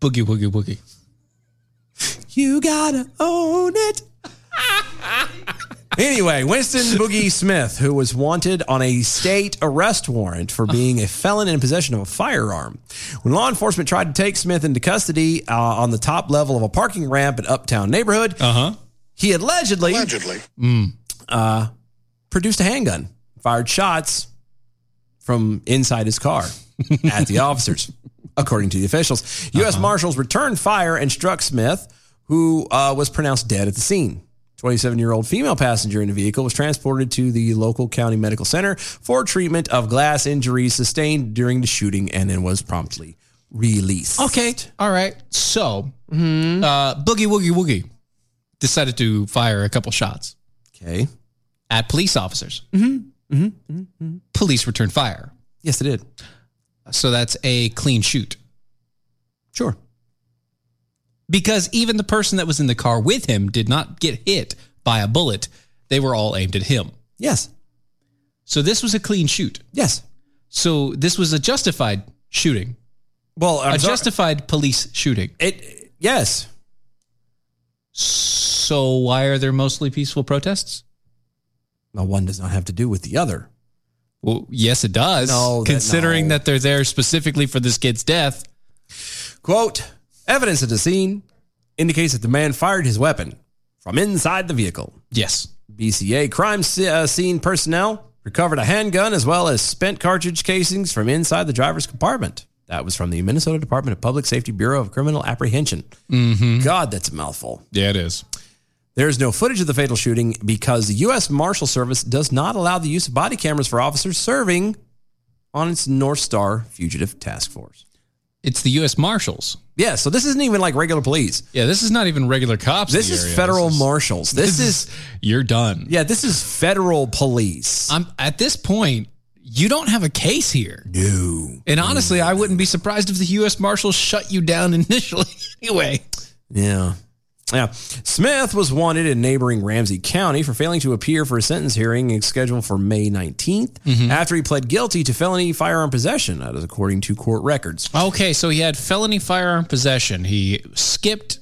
Speaker 3: Boogie Woogie Woogie.
Speaker 2: You gotta own it. [LAUGHS] anyway, Winston Boogie Smith, who was wanted on a state arrest warrant for being a felon in possession of a firearm. When law enforcement tried to take Smith into custody uh, on the top level of a parking ramp in Uptown neighborhood,
Speaker 3: Uh huh.
Speaker 2: he allegedly, uh, produced a handgun, fired shots from inside his
Speaker 3: [LAUGHS]
Speaker 2: car at the officers, according to the officials. U.S.
Speaker 3: Uh-huh.
Speaker 2: Marshals returned fire and struck Smith, who uh, was pronounced dead at the scene. 27 year old female passenger in the vehicle was transported to the local county medical center for treatment of glass injuries sustained during the shooting and then was promptly released.
Speaker 3: Okay. All right. So,
Speaker 2: Mm-hmm.
Speaker 3: uh, Boogie Woogie Woogie decided to fire a couple shots
Speaker 2: Okay.
Speaker 3: at police officers. Mm-hmm. Police returned fire.
Speaker 2: Yes, it did.
Speaker 3: So that's a clean shoot.
Speaker 2: Sure.
Speaker 3: Because even the person that was in the car with him did not get hit by a bullet. They were all aimed at him.
Speaker 2: Yes.
Speaker 3: So this was a clean shoot.
Speaker 2: Yes.
Speaker 3: So this was a justified shooting,
Speaker 2: Well,
Speaker 3: a
Speaker 2: I'm sorry-
Speaker 3: justified police shooting.
Speaker 2: it. Yes.
Speaker 3: So why are there mostly peaceful protests?
Speaker 2: Now, one does not have to do with the other.
Speaker 3: Well, yes, it does.
Speaker 2: No, that-
Speaker 3: considering
Speaker 2: no.
Speaker 3: that they're there specifically for this kid's death.
Speaker 2: Quote Evidence at the scene indicates that the man fired his weapon from inside the vehicle.
Speaker 3: Yes.
Speaker 2: BCA crime sc- uh, scene personnel recovered a handgun as well as spent cartridge casings from inside the driver's compartment. That was from the Minnesota Department of Public Safety Bureau of Criminal Apprehension. God, that's a mouthful.
Speaker 3: Mm-hmm. Yeah, it is.
Speaker 2: There is no footage of the fatal shooting because the U.S. Marshal Service does not allow the use of body cameras for officers serving on its North Star Fugitive Task Force.
Speaker 3: It's the U.S. Marshals.
Speaker 2: Yeah, so this isn't even like regular police.
Speaker 3: Yeah, this is not even regular cops. in
Speaker 2: This
Speaker 3: the
Speaker 2: is
Speaker 3: area.
Speaker 2: federal
Speaker 3: This is-
Speaker 2: marshals. This is
Speaker 3: You're done.
Speaker 2: yeah, this is federal police.
Speaker 3: I'm at this point. You don't have a case here. No. And honestly, I wouldn't be surprised if the U.S. Marshals shut you down [LAUGHS] initially. anyway,
Speaker 2: Yeah. Yeah. Smith was wanted in neighboring Ramsey County for failing to appear for a sentence hearing scheduled for May 19th
Speaker 3: Mm-hmm.
Speaker 2: after he pled guilty to felony firearm possession, that is according to court records.
Speaker 3: okay. So he had felony firearm possession. He skipped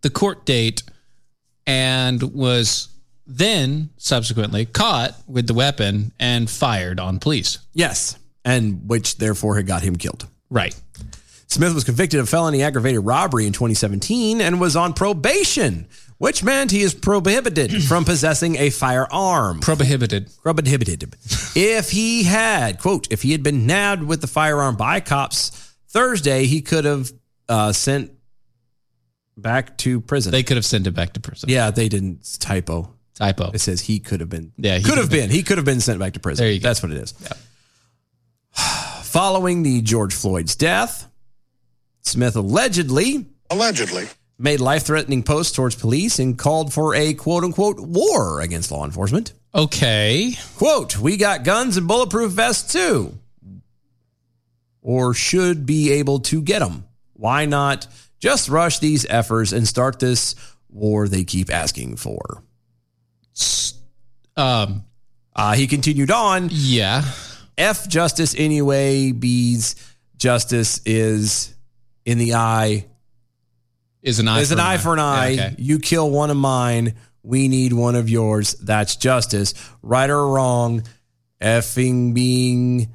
Speaker 3: the court date and was then subsequently caught with the weapon and fired on police.
Speaker 2: Yes. And which therefore had got him killed.
Speaker 3: Right.
Speaker 2: Smith was convicted of felony aggravated robbery in 2017 and was on probation, which meant he is
Speaker 3: [CLEARS THROAT]
Speaker 2: prohibited from possessing a firearm.
Speaker 3: Prohibited.
Speaker 2: prohibited. if he had, quote, if he had been nabbed with the firearm by cops Thursday, he could have uh, sent back to prison.
Speaker 3: They could have sent it back to prison.
Speaker 2: yeah, they didn't it's typo.
Speaker 3: Typo.
Speaker 2: It says he could have been.
Speaker 3: Yeah, he
Speaker 2: could
Speaker 3: could
Speaker 2: have been. He could have been sent back to prison.
Speaker 3: There you go.
Speaker 2: That's what it is. [SIGHS] Following the George Floyd's death, Smith allegedly
Speaker 7: Allegedly.
Speaker 2: made life-threatening posts towards police and called for a quote-unquote war against law enforcement.
Speaker 3: Okay.
Speaker 2: Quote, we got guns and bulletproof vests too. Or should be able to get them. Why not just rush these efforts and start this war they keep asking for?
Speaker 3: Um.
Speaker 2: Uh, he continued on
Speaker 3: Yeah.
Speaker 2: F justice anyway, B's justice is in the eye.
Speaker 3: Is an eye.
Speaker 2: There's an eye for an eye.
Speaker 3: Yeah, okay.
Speaker 2: You kill one of mine. We need one of yours. That's justice. Right or wrong, effing being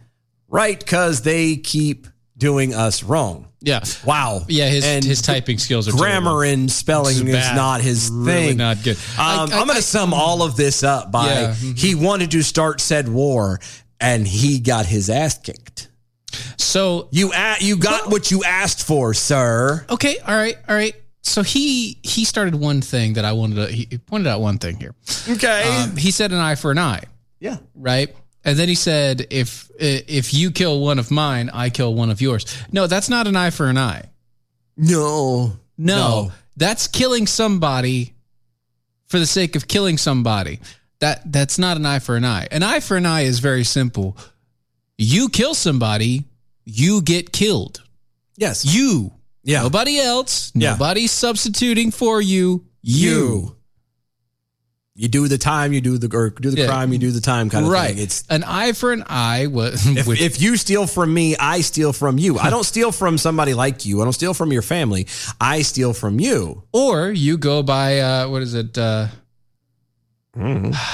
Speaker 2: right because they keep doing us wrong.
Speaker 3: Yeah.
Speaker 2: Wow.
Speaker 3: Yeah. His
Speaker 2: And
Speaker 3: his typing skills are terrible.
Speaker 2: grammar and spelling
Speaker 3: It's
Speaker 2: is
Speaker 3: bad.
Speaker 2: not his
Speaker 3: Really
Speaker 2: thing.
Speaker 3: not good. I-
Speaker 2: Um, I,
Speaker 3: I-
Speaker 2: am going to
Speaker 3: I-
Speaker 2: sum all of this up by
Speaker 3: Yeah, mm-hmm.
Speaker 2: he wanted to start said war and he got his ass kicked.
Speaker 3: So
Speaker 2: You a- you got what you asked for, sir.
Speaker 3: okay. All right. All right. So he he started one thing that I wanted to. He he pointed out one thing here.
Speaker 2: Okay.
Speaker 3: Um, he said an eye for an eye.
Speaker 2: yeah.
Speaker 3: right? And then he said, "If if you kill one of mine, I kill one of yours." No, that's not an eye for an eye.
Speaker 2: No.
Speaker 3: No, that's killing somebody for the sake of killing somebody. That that's not an eye for an eye. An eye for an eye is very simple. You kill somebody, you get killed.
Speaker 2: Yes.
Speaker 3: You,
Speaker 2: yeah.
Speaker 3: nobody else,
Speaker 2: Yeah.
Speaker 3: nobody substituting for you. You,
Speaker 2: you. You do the time, you do the or do the
Speaker 3: Yeah.
Speaker 2: crime, you do the time kind of
Speaker 3: right?
Speaker 2: thing. It's
Speaker 3: an eye for an eye.
Speaker 2: [LAUGHS]
Speaker 3: Was
Speaker 2: if,
Speaker 3: which-
Speaker 2: if you steal from me, I steal from you. I don't steal from somebody like you. I don't steal from your family. I steal from you.
Speaker 3: or you go by uh, what is it? Uh,
Speaker 2: Hmm.
Speaker 3: [SIGHS]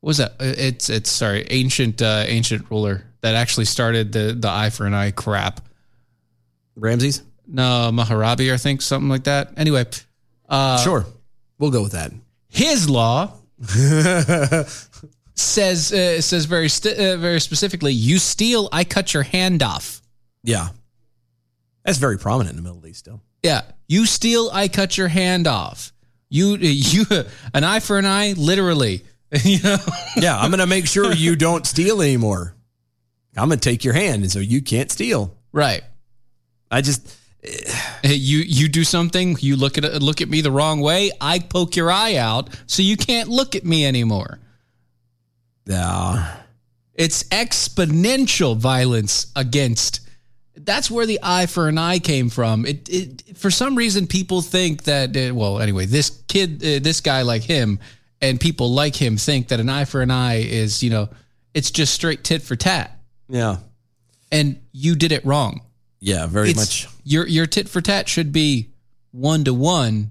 Speaker 3: What was that? Uh, It's it's sorry, ancient uh, ancient ruler that actually started the the eye for an eye crap.
Speaker 2: Ramses?
Speaker 3: No, Maharabi, I think something like that. Anyway, uh,
Speaker 2: sure. We'll go with that. [LAUGHS]
Speaker 3: his law says uh, says very st- uh, very specifically, you steal, I cut your hand off.
Speaker 2: Yeah. That's very prominent in the Middle East still.
Speaker 3: Yeah, you steal, I cut your hand off. You [LAUGHS] you an eye for an eye, literally. you know.
Speaker 2: Yeah, I'm gonna make sure
Speaker 3: [LAUGHS]
Speaker 2: you don't steal anymore. I'm gonna take your hand and so you can't steal.
Speaker 3: Right.
Speaker 2: I just
Speaker 3: Hey, you you do something you look at look at me the wrong way i poke your eye out so you can't look at me anymore
Speaker 2: yeah.
Speaker 3: it's exponential violence against that's where the eye for an eye came from it, it for some reason people think that uh, well anyway this kid uh, this guy like him and people like him think that an eye for an eye is you know it's just straight tit for tat
Speaker 2: Yeah.
Speaker 3: and you did it wrong
Speaker 2: Yeah, very
Speaker 3: It's-
Speaker 2: much.
Speaker 3: Your your tit for tat should be one to one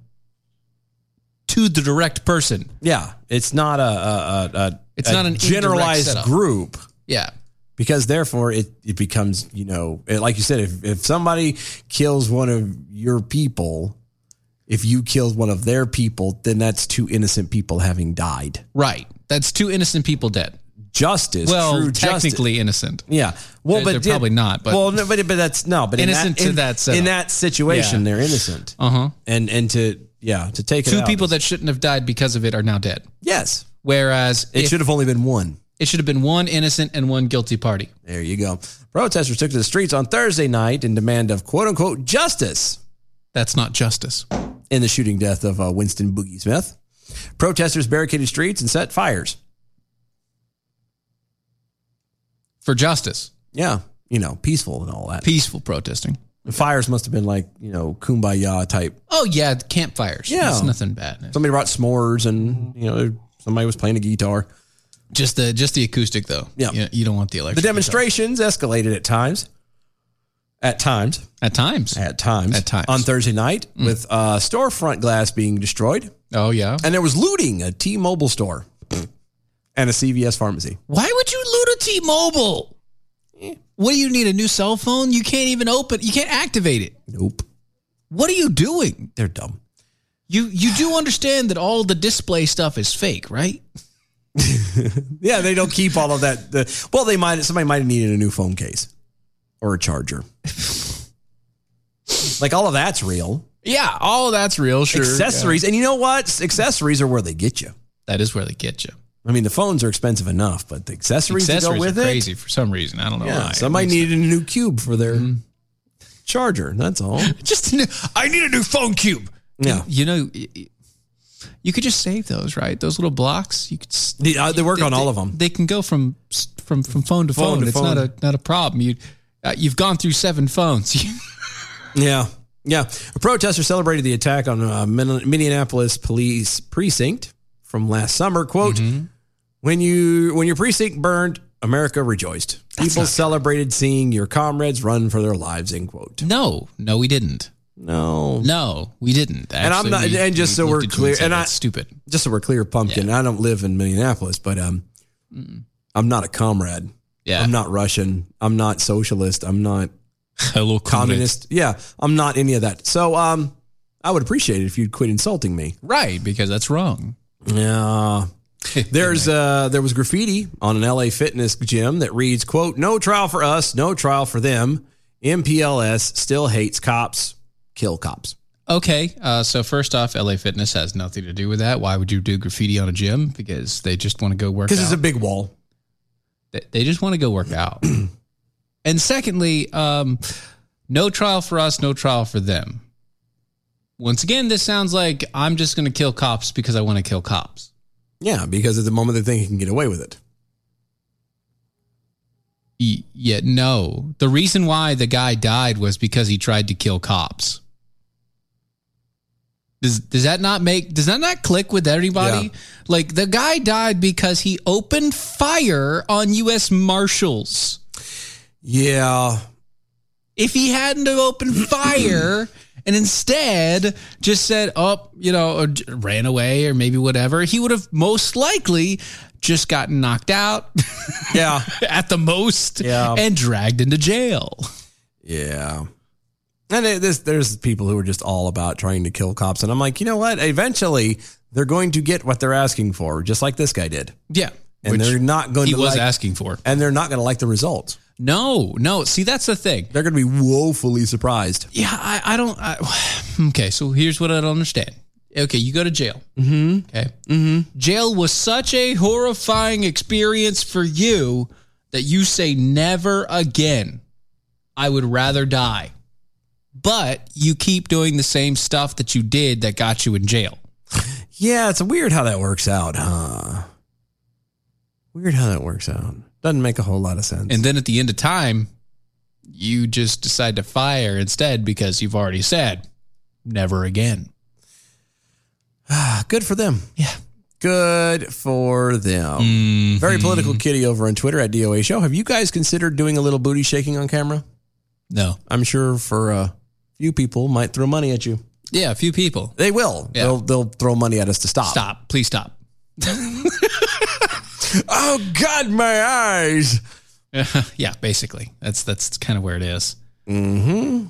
Speaker 3: to the direct person.
Speaker 2: Yeah, it's not a a, a, a
Speaker 3: It's
Speaker 2: a
Speaker 3: not an indirect
Speaker 2: generalized
Speaker 3: setup.
Speaker 2: group
Speaker 3: Yeah.
Speaker 2: because therefore it it becomes you know it, like you said if if somebody kills one of your people, if you killed one of their people, then that's two innocent people having died.
Speaker 3: Right. That's two innocent people dead.
Speaker 2: Justice,
Speaker 3: well,
Speaker 2: true justice.
Speaker 3: technically innocent.
Speaker 2: Yeah. Well,
Speaker 3: They're-
Speaker 2: but
Speaker 3: they're
Speaker 2: did-
Speaker 3: probably not, but-
Speaker 2: well, no, but but that's no, but
Speaker 3: Innocent to
Speaker 2: in that,
Speaker 3: that
Speaker 2: in,
Speaker 3: setup.
Speaker 2: in that situation,
Speaker 3: Yeah.
Speaker 2: they're innocent,
Speaker 3: Uh-huh.
Speaker 2: and and to yeah to take it
Speaker 3: Two
Speaker 2: out
Speaker 3: people
Speaker 2: is-
Speaker 3: that shouldn't have died because of it are now dead.
Speaker 2: yes,
Speaker 3: Whereas
Speaker 2: it
Speaker 3: if,
Speaker 2: should have only been one.
Speaker 3: It should have been one innocent and one guilty party.
Speaker 2: There you go. Protesters took to the streets on Thursday night in demand of quote unquote justice
Speaker 3: That's not justice.
Speaker 2: in the shooting death of uh, Winston Boogie Smith. Protesters barricaded streets and set fires.
Speaker 3: For justice,
Speaker 2: Yeah, you know, peaceful and all that.
Speaker 3: peaceful protesting.
Speaker 2: The fires must have been like, you know, kumbaya type.
Speaker 3: Oh yeah, campfires.
Speaker 2: Yeah.
Speaker 3: it's nothing bad.
Speaker 2: Somebody brought s'mores and, you know, somebody was playing a guitar.
Speaker 3: Just the just the acoustic though.
Speaker 2: Yeah.
Speaker 3: you, you don't want the
Speaker 2: The
Speaker 3: electric.
Speaker 2: demonstrations escalated at times. At times.
Speaker 3: at times.
Speaker 2: At times.
Speaker 3: At times. Mm.
Speaker 2: On Thursday night with uh, storefront glass being destroyed.
Speaker 3: oh yeah.
Speaker 2: And there was looting a T Mobile store and a CVS pharmacy.
Speaker 3: Why would you loot a T-Mobile? What do you need a new cell phone? You can't even open. You can't activate it.
Speaker 2: Nope.
Speaker 3: What are you doing?
Speaker 2: They're dumb.
Speaker 3: You you do understand that all the display stuff is fake, right? [LAUGHS]
Speaker 2: Yeah, they don't keep all of that. The, well, they might. Somebody might have needed a new phone case or a
Speaker 3: [LAUGHS]
Speaker 2: charger. like all of that's real.
Speaker 3: Yeah, all of that's real. Sure,
Speaker 2: accessories, and you know what? Accessories are where they get you.
Speaker 3: that is where they get you.
Speaker 2: I mean, the phones are expensive enough, but the accessories, that
Speaker 3: Accessories
Speaker 2: go with
Speaker 3: are
Speaker 2: it.
Speaker 3: crazy for some reason. I don't know
Speaker 2: Yeah,
Speaker 3: why. Mm-hmm.
Speaker 2: somebody
Speaker 3: It makes
Speaker 2: needed a new cube for their charger. That's all.
Speaker 3: sense. just. A new, I need a new phone cube.
Speaker 2: Yeah.
Speaker 3: you know, y- y- you could just save those, right? Those little blocks. You could. s-
Speaker 2: They, uh, they work on all of them.
Speaker 3: They can go from s- from from phone to phone.
Speaker 2: Phone to
Speaker 3: it's not a not a problem. You uh, you've gone through seven phones. [LAUGHS]
Speaker 2: Yeah. Yeah. A protester celebrated the attack on a Min- Minneapolis police precinct from last summer. Quote,
Speaker 3: Mm-hmm.
Speaker 2: when you when your precinct burned, America rejoiced. People celebrated seeing your comrades run for their lives, end quote.
Speaker 3: no, no, we didn't.
Speaker 2: No.
Speaker 3: No, we didn't.
Speaker 2: And I'm not- and just so
Speaker 3: looked
Speaker 2: we're
Speaker 3: at you
Speaker 2: clear-
Speaker 3: said,
Speaker 2: and I-
Speaker 3: "That's stupid.
Speaker 2: Just so we're clear, pumpkin. I don't live in Minneapolis, but um I'm not a comrade.
Speaker 3: Yeah,
Speaker 2: I'm not Russian. I'm not socialist. I'm
Speaker 3: [LAUGHS]
Speaker 2: not
Speaker 3: hello
Speaker 2: communist. Yeah. I'm not any of that. So um I would appreciate it if you'd quit insulting me.
Speaker 3: Right, because that's wrong. [LAUGHS]
Speaker 2: Yeah. There's uh there was graffiti on an LA fitness gym that reads, quote, no trial for us, no trial for them. MPLS still hates cops, kill cops.
Speaker 3: Okay, uh, so first off, LA Fitness has nothing to do with that. Why would you do graffiti on a gym? Because they just want to go work out.
Speaker 2: Because it's a big wall.
Speaker 3: They- they just want to go work
Speaker 2: [CLEARS THROAT]
Speaker 3: out. and secondly, um, no trial for us, no trial for them. Once again, this sounds like I'm just going to kill cops because I want to kill cops.
Speaker 2: Yeah, because at the moment they think he can get away with it.
Speaker 3: Y- yet, no. The reason why the guy died was because he tried to kill cops. Does, does that not make does that not click with everybody?
Speaker 2: Yeah.
Speaker 3: Like the guy died because he opened fire on U.S. Marshals.
Speaker 2: Yeah.
Speaker 3: if he hadn't have
Speaker 2: [CLEARS THROAT]
Speaker 3: opened fire and instead just said oh you know or j- ran away or maybe whatever he would have most likely just gotten knocked out
Speaker 2: Yeah.
Speaker 3: [LAUGHS] at the most
Speaker 2: Yeah.
Speaker 3: and dragged into jail
Speaker 2: yeah. And it, this, there's people who are just all about trying to kill cops. And I'm like, you know what? Eventually they're going to get what they're asking for, just like this guy did.
Speaker 3: yeah
Speaker 2: And
Speaker 3: which
Speaker 2: they're not going
Speaker 3: he
Speaker 2: to
Speaker 3: was
Speaker 2: like,
Speaker 3: asking for
Speaker 2: and they're not going to like the results.
Speaker 3: no no see that's the thing
Speaker 2: They're going to be woefully surprised.
Speaker 3: yeah i, I don't I, [SIGHS] okay so here's what i don't understand okay you go to jail mm-hmm. okay mm-hmm. jail was such a horrifying experience for you that you say never again i would rather die but you keep doing the same stuff that you did that got you in jail
Speaker 2: Yeah, it's weird how that works out, huh? Weird how that works out. Doesn't make a whole lot of sense.
Speaker 3: and then at the end of time you just decide to fire instead because you've already said never again
Speaker 2: Ah, good for them. Yeah. Good for them.
Speaker 3: Mm-hmm.
Speaker 2: Very political kitty over on Twitter at DOA Show. Have you guys considered doing a little booty shaking on camera?
Speaker 3: no
Speaker 2: I'm sure for a few people might throw money at you.
Speaker 3: yeah a few people
Speaker 2: They will.
Speaker 3: Yeah.
Speaker 2: They'll they'll throw money at us to stop.
Speaker 3: stop please stop [LAUGHS]
Speaker 2: Oh God, my eyes.
Speaker 3: yeah, basically. That's that's kind of where it is.
Speaker 2: Mm-hmm.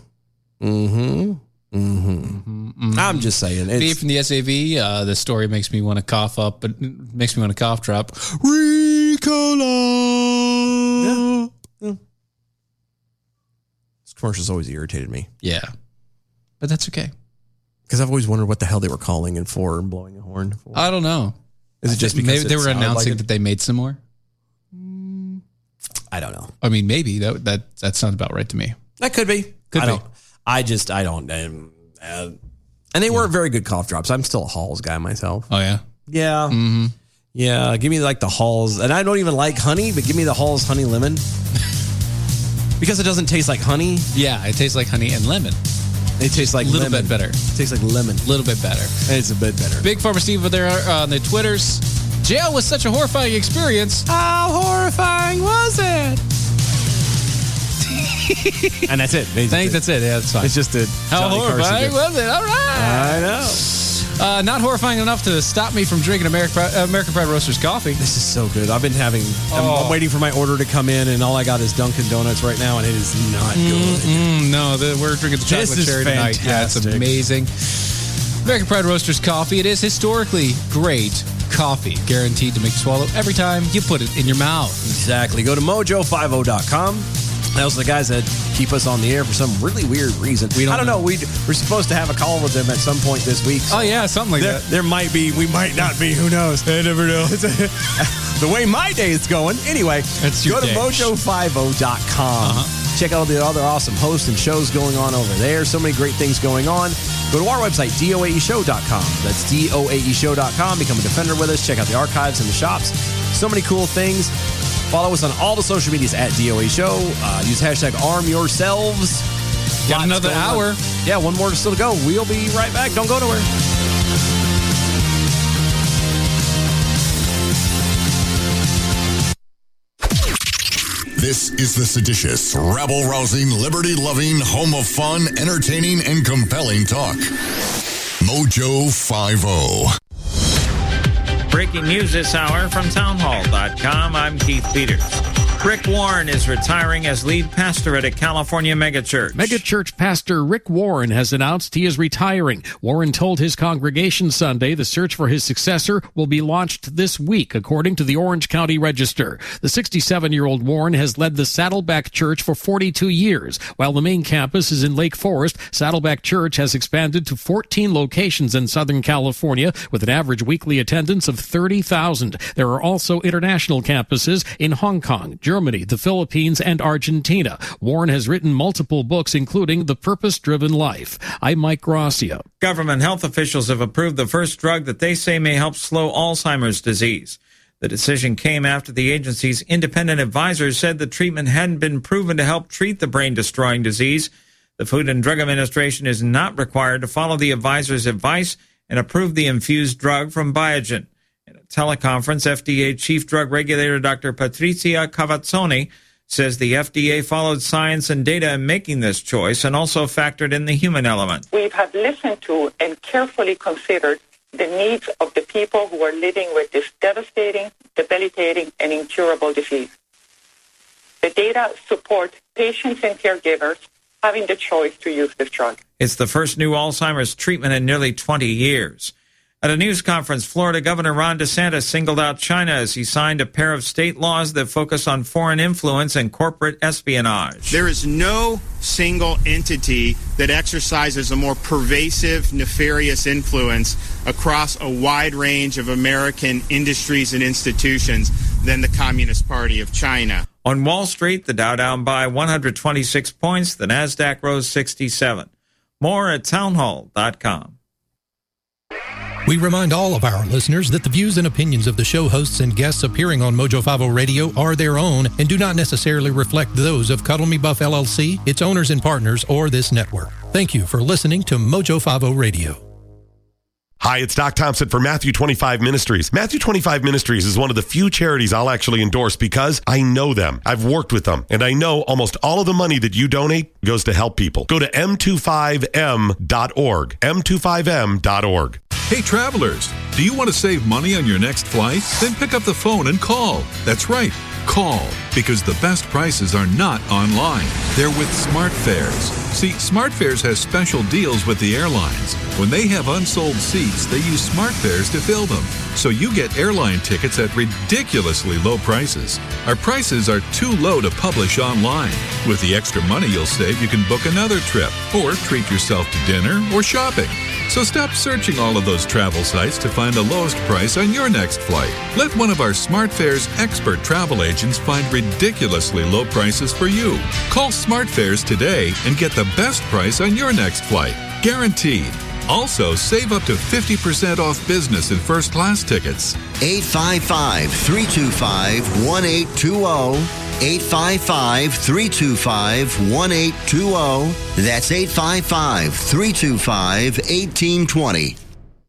Speaker 2: I'm just saying. It's,
Speaker 3: B from Mm-hmm. the SAV. Uh, the story makes me want to cough up, but makes me want to cough drop. Ricola.
Speaker 2: this commercial's always irritated me.
Speaker 3: Yeah. but that's okay.
Speaker 2: Because I've always wondered what the hell they were calling and for and blowing a horn for.
Speaker 3: I don't know.
Speaker 2: Is it just because
Speaker 3: Maybe they
Speaker 2: it
Speaker 3: were
Speaker 2: sounded like
Speaker 3: announcing
Speaker 2: it?
Speaker 3: that they made some more?
Speaker 2: I don't know.
Speaker 3: I mean, maybe that that that sounds about right to me.
Speaker 2: That could be.
Speaker 3: Could
Speaker 2: I
Speaker 3: be.
Speaker 2: Don't, I just I don't. Um, uh, and they weren't very good cough drops. I'm still a Halls guy myself.
Speaker 3: Oh yeah,
Speaker 2: Yeah. Yeah. Give me like the Halls, and I don't even like honey, but give me the Halls honey
Speaker 3: [LAUGHS]
Speaker 2: lemon because it doesn't taste like honey.
Speaker 3: yeah. It tastes like honey and lemon.
Speaker 2: It tastes like
Speaker 3: A little
Speaker 2: lemon.
Speaker 3: bit better.
Speaker 2: It tastes like lemon.
Speaker 3: A little bit better.
Speaker 2: It's a bit better.
Speaker 3: Big Farmer Steve over there uh, on the Twitters. Jail was such a horrifying experience.
Speaker 2: How horrifying was it? and that's it.
Speaker 3: I think that's it. Yeah, that's fine.
Speaker 2: It's just a
Speaker 3: How
Speaker 2: Johnny Carson
Speaker 3: horrifying
Speaker 2: joke.
Speaker 3: was it? All right.
Speaker 2: I know.
Speaker 3: Uh, not horrifying enough to stop me from drinking American Pride, American Pride Roasters coffee.
Speaker 2: This is so good. I've been having. I'm- I'm,
Speaker 3: Oh.
Speaker 2: waiting for my order to come in, and all I got is Dunkin' Donuts right now, and it is not good.
Speaker 3: Mm, no, the, we're drinking the chocolate
Speaker 2: This is
Speaker 3: cherry tonight. Yeah, it's
Speaker 2: fantastic.
Speaker 3: amazing. American Pride Roasters coffee. It is historically great coffee, guaranteed to make you swallow every time you put it in your mouth.
Speaker 2: Exactly. Go to mojo50.com. Those are the guys that keep us on the air for some really weird reason. We
Speaker 3: don't
Speaker 2: I don't know. We we're supposed to have a call with them at some point this week. so
Speaker 3: Oh yeah, something like
Speaker 2: There,
Speaker 3: that.
Speaker 2: there might be. We might not be. Who knows? I never know. the way my day is going. Anyway,
Speaker 3: That's
Speaker 2: go
Speaker 3: your
Speaker 2: to
Speaker 3: day. Uh-huh.
Speaker 2: mojo50.com. Check out all the other awesome hosts and shows going on over there. So many great things going on. Go to our website, doaeshow.com. That's E doaeshow.com. Become a defender with us. Check out the archives and the shops. So many cool things. Follow us on all the social medias at DOA Show. Uh, use hashtag arm yourselves.
Speaker 3: Got
Speaker 2: Lots
Speaker 3: another
Speaker 2: going on.
Speaker 3: hour.
Speaker 2: Yeah, one more still to go. We'll be right back. Don't go nowhere.
Speaker 11: This is the seditious, rabble rousing, liberty loving, home of fun, entertaining, and compelling talk. Mojo oh. 50.
Speaker 13: Breaking news this hour from townhall.com. I'm Keith Peters. Rick Warren is retiring as lead pastor at a California megachurch.
Speaker 14: Megachurch pastor Rick Warren has announced he is retiring. Warren told his congregation Sunday the search for his successor will be launched this week, according to the Orange County Register. The 67 year old Warren has led the Saddleback Church for 42 years. While the main campus is in Lake Forest, Saddleback Church has expanded to 14 locations in Southern California with an average weekly attendance of 30,000. There are also international campuses in Hong Kong, Germany, the Philippines, and Argentina. Warren has written multiple books, including The Purpose Driven Life. I'm Mike
Speaker 3: [LAUGHS]
Speaker 14: Gracia.
Speaker 13: Government health officials have approved the first drug that they say may help slow Alzheimer's disease. The decision came after the agency's independent advisor said the treatment hadn't been proven to help treat the brain destroying disease. The Food and Drug Administration is not required to follow the advisor's advice and approve the infused drug from Biogen. In a teleconference, FDA Chief Drug Regulator Dr. Patrizia Cavazzoni says the FDA followed science and data in making this choice and also factored in the human element.
Speaker 15: we have listened to and carefully considered the needs of the people who are living with this devastating, debilitating, and incurable disease. The data support patients and caregivers having the choice to use this drug.
Speaker 13: It's the first new Alzheimer's treatment in nearly 20 years. At a news conference, Florida Governor Ron DeSantis singled out China as he signed a pair of state laws that focus on foreign influence and corporate espionage.
Speaker 16: There is no single entity that exercises a more pervasive, nefarious influence across a wide range of American industries and institutions than the Communist Party of China.
Speaker 13: On Wall Street, the Dow down by 126 points, the Nasdaq rose 67. More at townhall.com.
Speaker 17: We remind all of our listeners that the views and opinions of the show hosts and guests appearing on Mojo 50 Radio are their own and do not necessarily reflect those of Cuddle Me Buff LLC, its owners and partners, or this network. Thank you for listening to Mojo 50 Radio.
Speaker 18: Hi, it's Doc Thompson for Matthew 25 Ministries. Matthew 25 Ministries is one of the few charities I'll actually endorse because I know them. I've worked with them, and I know almost all of the money that you donate goes to help people. Go to m25m.org. m25m.org.
Speaker 19: Hey, travelers, do you want to save money on your next flight? Then pick up the phone and call. That's right, call, because the best prices are not online. They're with SmartFares. See, SmartFares has special deals with the airlines. When they have unsold seats, they use SmartFares to fill them. So you get airline tickets at ridiculously low prices. Our prices are too low to publish online. With the extra money you'll save, you can book another trip or treat yourself to dinner or shopping. So stop searching all of those travel sites to find the lowest price on your next flight. Let one of our SmartFares expert travel agents find ridiculously low prices for you. Call SmartFares today and get the best price on your next flight, guaranteed. Also, save up to 50% off business and first class tickets.
Speaker 7: 855 325 1820. 855 325 1820. oh. That's 855 325 1820.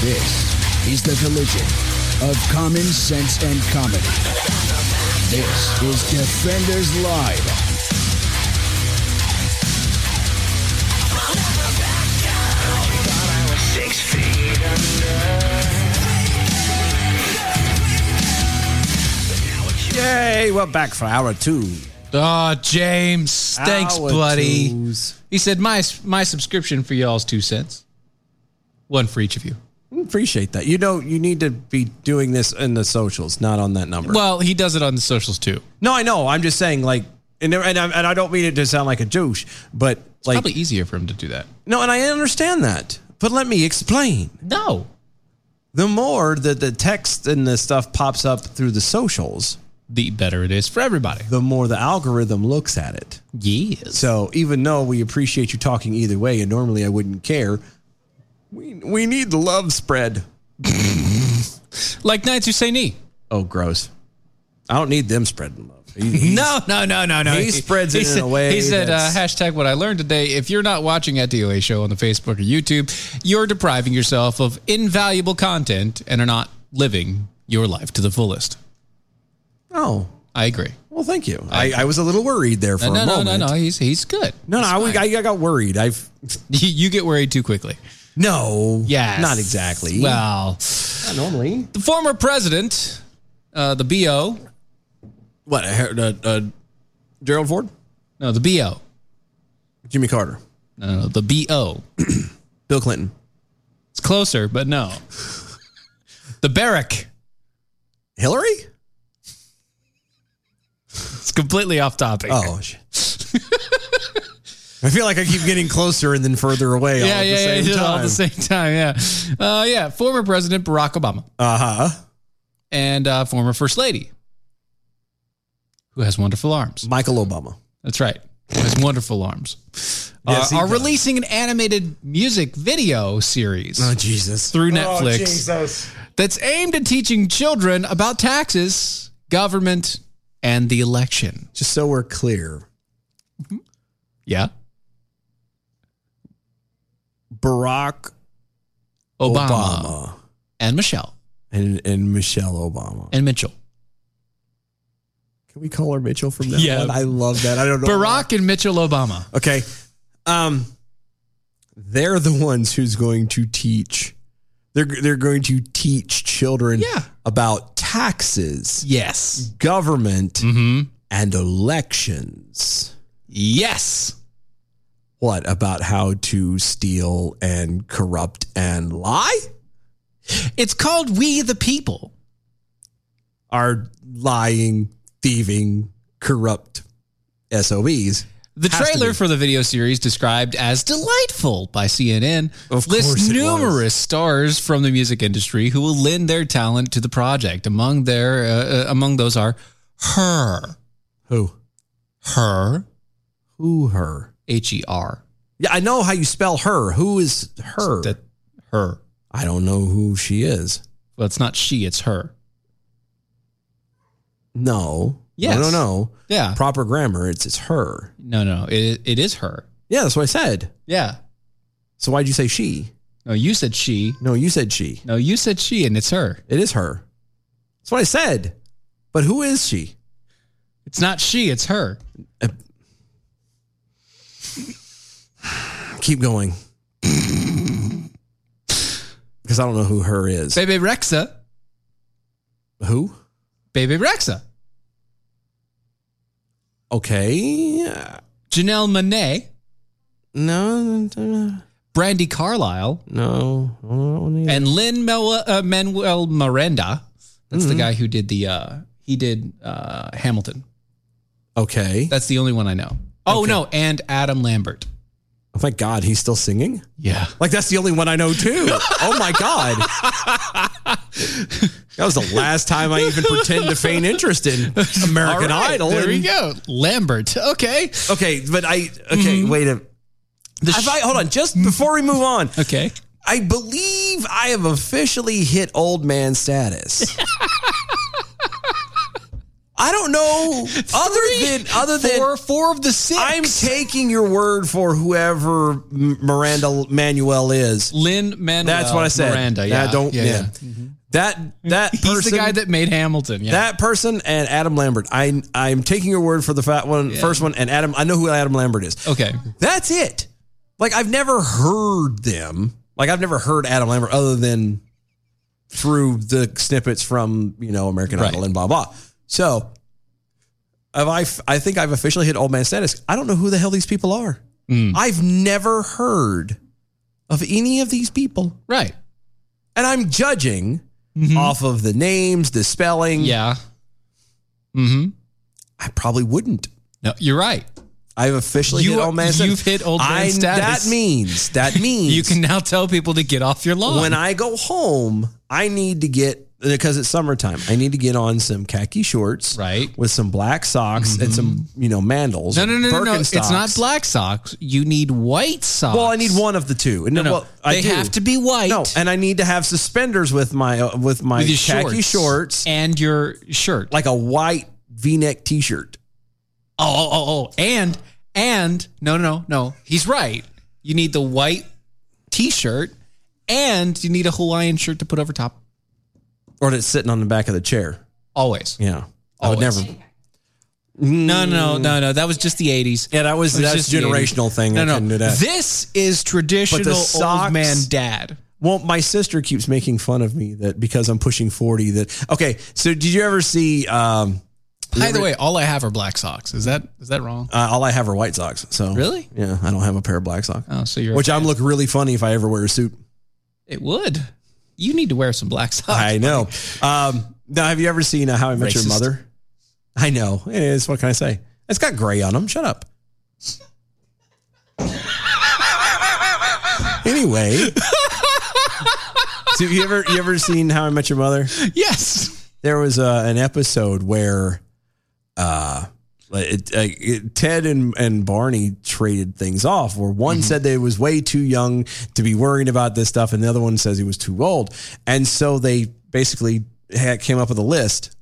Speaker 20: This is the collision of common sense and comedy. This is Defenders Live.
Speaker 2: Yay, we're back for hour two.
Speaker 3: Oh, James, thanks,
Speaker 2: Our
Speaker 3: buddy.
Speaker 2: twos.
Speaker 3: He said, "My my subscription for y'all's two cents, one for each of you."
Speaker 2: Appreciate that. You know, you need to be doing this in the socials, not on that number.
Speaker 3: Well, he does it on the socials too.
Speaker 2: No, I know. I'm just saying, like, and and I, and I don't mean it to sound like a douche, but like,
Speaker 3: Probably easier for him to do that.
Speaker 2: no, and I understand that, but let me explain.
Speaker 3: No,
Speaker 2: the more that the text and the stuff pops up through the socials,
Speaker 3: the better it is for everybody.
Speaker 2: The more the algorithm looks at it.
Speaker 3: Yes.
Speaker 2: So even though we appreciate you talking either way, and normally I wouldn't care, we we need the love spread.
Speaker 3: Like Knights Who Say Knee.
Speaker 2: Oh, gross. I don't need them spreading love.
Speaker 3: [LAUGHS] no, no, no, no, no.
Speaker 2: he spreads it in
Speaker 3: said-
Speaker 2: a way
Speaker 3: He said, uh,
Speaker 2: that's-
Speaker 3: hashtag what I learned today. If you're not watching at DOA show on the Facebook or YouTube, you're depriving yourself of invaluable content and are not living your life to the fullest.
Speaker 2: Oh,
Speaker 3: I agree.
Speaker 2: Well, thank you. I, I was a little worried there for
Speaker 3: No,
Speaker 2: a
Speaker 3: no, no,
Speaker 2: moment.
Speaker 3: no, no. He's he's good.
Speaker 2: No, no, I, I, I got worried. I've
Speaker 3: [LAUGHS] you get worried too quickly.
Speaker 2: No,
Speaker 3: Yes.
Speaker 2: not exactly.
Speaker 3: Well,
Speaker 2: not normally.
Speaker 3: The former president, uh, the BO.
Speaker 2: What? Uh, uh, Gerald Ford?
Speaker 3: No, the BO.
Speaker 2: Jimmy Carter.
Speaker 3: No, no, the BO.
Speaker 2: [CLEARS THROAT] Bill Clinton.
Speaker 3: It's closer, but no. the Barrack.
Speaker 2: Hillary?
Speaker 3: It's completely off topic.
Speaker 2: Oh, shit. I feel like I keep getting closer and then further away. all at the same
Speaker 3: [LAUGHS] yeah,
Speaker 2: time.
Speaker 3: all at the same time, yeah, uh, yeah. Former President Barack Obama,
Speaker 2: uh huh,
Speaker 3: and uh, former First Lady, who has wonderful arms,
Speaker 2: Michael Obama.
Speaker 3: That's right, who has wonderful arms.
Speaker 2: [LAUGHS] Yes,
Speaker 3: uh,
Speaker 2: he
Speaker 3: are
Speaker 2: does.
Speaker 3: releasing an animated music video series.
Speaker 2: Oh Jesus!
Speaker 3: Through
Speaker 2: Oh,
Speaker 21: [LAUGHS]
Speaker 3: Netflix,
Speaker 2: Jesus.
Speaker 3: that's aimed at teaching children about taxes, government, and the election. Mm-hmm.
Speaker 2: Just so we're clear,
Speaker 3: Yeah,
Speaker 2: Barack
Speaker 3: Obama,
Speaker 2: Obama.
Speaker 3: and Michelle
Speaker 2: and and Michelle Obama.
Speaker 3: and Mitchell.
Speaker 2: Can we call her Mitchell from now
Speaker 3: Yeah.
Speaker 2: on? I love that. I don't know.
Speaker 3: Barack and Mitchell Obama.
Speaker 2: Okay. Um they're the ones who's going to teach they're they're going to teach children about taxes.
Speaker 3: Yes. Mm-hmm.
Speaker 2: Government and elections.
Speaker 3: Yes.
Speaker 2: What about how to steal and corrupt and lie?
Speaker 3: It's called We the People.
Speaker 2: Are lying, thieving, corrupt SOBs.
Speaker 3: The
Speaker 2: Has to
Speaker 3: trailer
Speaker 2: be.
Speaker 3: for the video series described as delightful by CNN
Speaker 2: Of course
Speaker 3: lists
Speaker 2: it
Speaker 3: numerous stars from the music industry who will lend their talent to the project. Among their uh, uh, among those are her,
Speaker 2: who,
Speaker 3: her,
Speaker 2: who, her,
Speaker 3: H E R.
Speaker 2: Yeah, I know how you spell her. Who is her?
Speaker 3: her.
Speaker 2: I don't know who she is.
Speaker 3: Well, it's not she, it's her.
Speaker 2: No.
Speaker 3: Yes.
Speaker 2: No, no, no.
Speaker 3: Yeah.
Speaker 2: Proper grammar. It's it's her.
Speaker 3: No, no, it, it is her.
Speaker 2: Yeah, that's what I said.
Speaker 3: Yeah.
Speaker 2: So why'd you say she?
Speaker 3: No, you said she.
Speaker 2: No, you said she.
Speaker 3: No, you said she, and it's her.
Speaker 2: It is her. That's what I said. But who is she? Uh,
Speaker 3: It's not she, it's her.
Speaker 2: Keep going. Because I don't know who her is.
Speaker 3: Baby Rexa.
Speaker 2: Who?
Speaker 3: Baby Rexa.
Speaker 2: Okay.
Speaker 3: Janelle Monet.
Speaker 2: No.
Speaker 3: Brandy Carlisle.
Speaker 2: No. And
Speaker 3: Lynn Mel- uh, Manuel Miranda. That's
Speaker 2: Mm-hmm.
Speaker 3: the guy who did the, uh, he did uh, Hamilton.
Speaker 2: Okay.
Speaker 3: That's the only one I know. Oh, no. And Adam Lambert.
Speaker 2: Oh my God, he's still singing?
Speaker 3: Yeah.
Speaker 2: Like that's the only one I know too. oh my God. That was the last time I even pretended to feign interest in American
Speaker 3: All right,
Speaker 2: Idol.
Speaker 3: There we
Speaker 2: and-
Speaker 3: go. Lambert. Okay. Mm-hmm.
Speaker 2: Okay, but I okay. Wait a. If I- hold on, just before we move on.
Speaker 3: Mm. Okay.
Speaker 2: I believe I have officially hit old man status. I don't
Speaker 3: [LAUGHS]
Speaker 2: know. other than other than
Speaker 3: four, four of the six.
Speaker 2: I'm taking your word for whoever M- Miranda Manuel is.
Speaker 3: Lynn Manuel.
Speaker 2: That's what I said.
Speaker 3: Miranda.
Speaker 2: That
Speaker 3: Yeah.
Speaker 2: don't.
Speaker 3: Yeah.
Speaker 2: Yeah.
Speaker 3: yeah.
Speaker 2: That that
Speaker 3: He's
Speaker 2: person,
Speaker 3: the guy that made Hamilton. Yeah.
Speaker 2: That person and Adam Lambert. I I'm taking your word for the fat one, first one, and Adam. I know who Adam Lambert is.
Speaker 3: okay.
Speaker 2: That's it. Like I've never heard them. Like I've never heard Adam Lambert other than through the snippets from you know American
Speaker 3: Right.
Speaker 2: Idol and blah blah. So, have I? I think I've officially hit old man status. I don't know who the hell these people are.
Speaker 3: Hmm.
Speaker 2: I've never heard of any of these people.
Speaker 3: Right. Mm-hmm.
Speaker 2: And I'm judging off of the names, the spelling.
Speaker 3: Yeah. Mm-hmm.
Speaker 2: I probably wouldn't.
Speaker 3: No, you're right.
Speaker 2: I've officially
Speaker 3: You
Speaker 2: hit
Speaker 3: are-
Speaker 2: old man status.
Speaker 3: you've hit old man
Speaker 2: I-
Speaker 3: status.
Speaker 2: That means that means
Speaker 3: [LAUGHS] You can now tell people to get off your lawn.
Speaker 2: when I go home, I need to get because it's summertime. I need to get on some khaki shorts,
Speaker 3: right, Mm-hmm.
Speaker 2: with some black socks and some you know mandals.
Speaker 3: no, no, no, no, no. It's
Speaker 2: Birkenstocks.
Speaker 3: not black socks. You need white socks.
Speaker 2: Well, I need one of the two.
Speaker 3: No, no.
Speaker 2: well, I
Speaker 3: They
Speaker 2: do.
Speaker 3: have to be white.
Speaker 2: No, and I need to have suspenders with my uh, with my
Speaker 3: With your
Speaker 2: khaki
Speaker 3: shorts.
Speaker 2: shorts
Speaker 3: and your shirt,
Speaker 2: like a white V-neck T-shirt.
Speaker 3: Oh, oh, oh, oh. And, and, no, no, no, no. He's right. You need the white t shirt and you need a Hawaiian shirt to put over top.
Speaker 2: Or that's sitting on the back of the chair.
Speaker 3: Always.
Speaker 2: Yeah, I would never.
Speaker 3: No, no, no, no. That was just the 80s.
Speaker 2: Yeah, that was
Speaker 3: It
Speaker 2: that's
Speaker 3: just the
Speaker 2: generational
Speaker 3: 80s.
Speaker 2: thing. I
Speaker 3: No, no.
Speaker 2: couldn't do that.
Speaker 3: This is
Speaker 2: But the
Speaker 3: traditional old
Speaker 2: socks-
Speaker 3: man dad.
Speaker 2: Well, my sister keeps making fun of me that because I'm pushing 40 that okay, so did you ever see um
Speaker 3: By the
Speaker 2: ever-
Speaker 3: way, all I have are black socks. Is that is that wrong?
Speaker 2: uh, all I have are white socks. So
Speaker 3: Really?
Speaker 2: Yeah, I don't have a pair of black socks.
Speaker 3: Oh, so you're a
Speaker 2: Which I'm look really funny if I ever wear a suit.
Speaker 3: It would. [LAUGHS] You need to wear some black socks.
Speaker 2: I know. Um now have you ever seen uh, How I Met Your
Speaker 3: Racist.
Speaker 2: Mother? I know. It is what can I say? It's got gray on them. Shut up. anyway,
Speaker 3: [LAUGHS]
Speaker 2: so have you ever you ever seen How I Met Your Mother?
Speaker 3: Yes.
Speaker 2: there was uh an episode where uh it, uh, it, Ted and, and Barney traded things off where one said they was way too young to be worried about this stuff and the other one says he was too old and so they basically had, came up with a list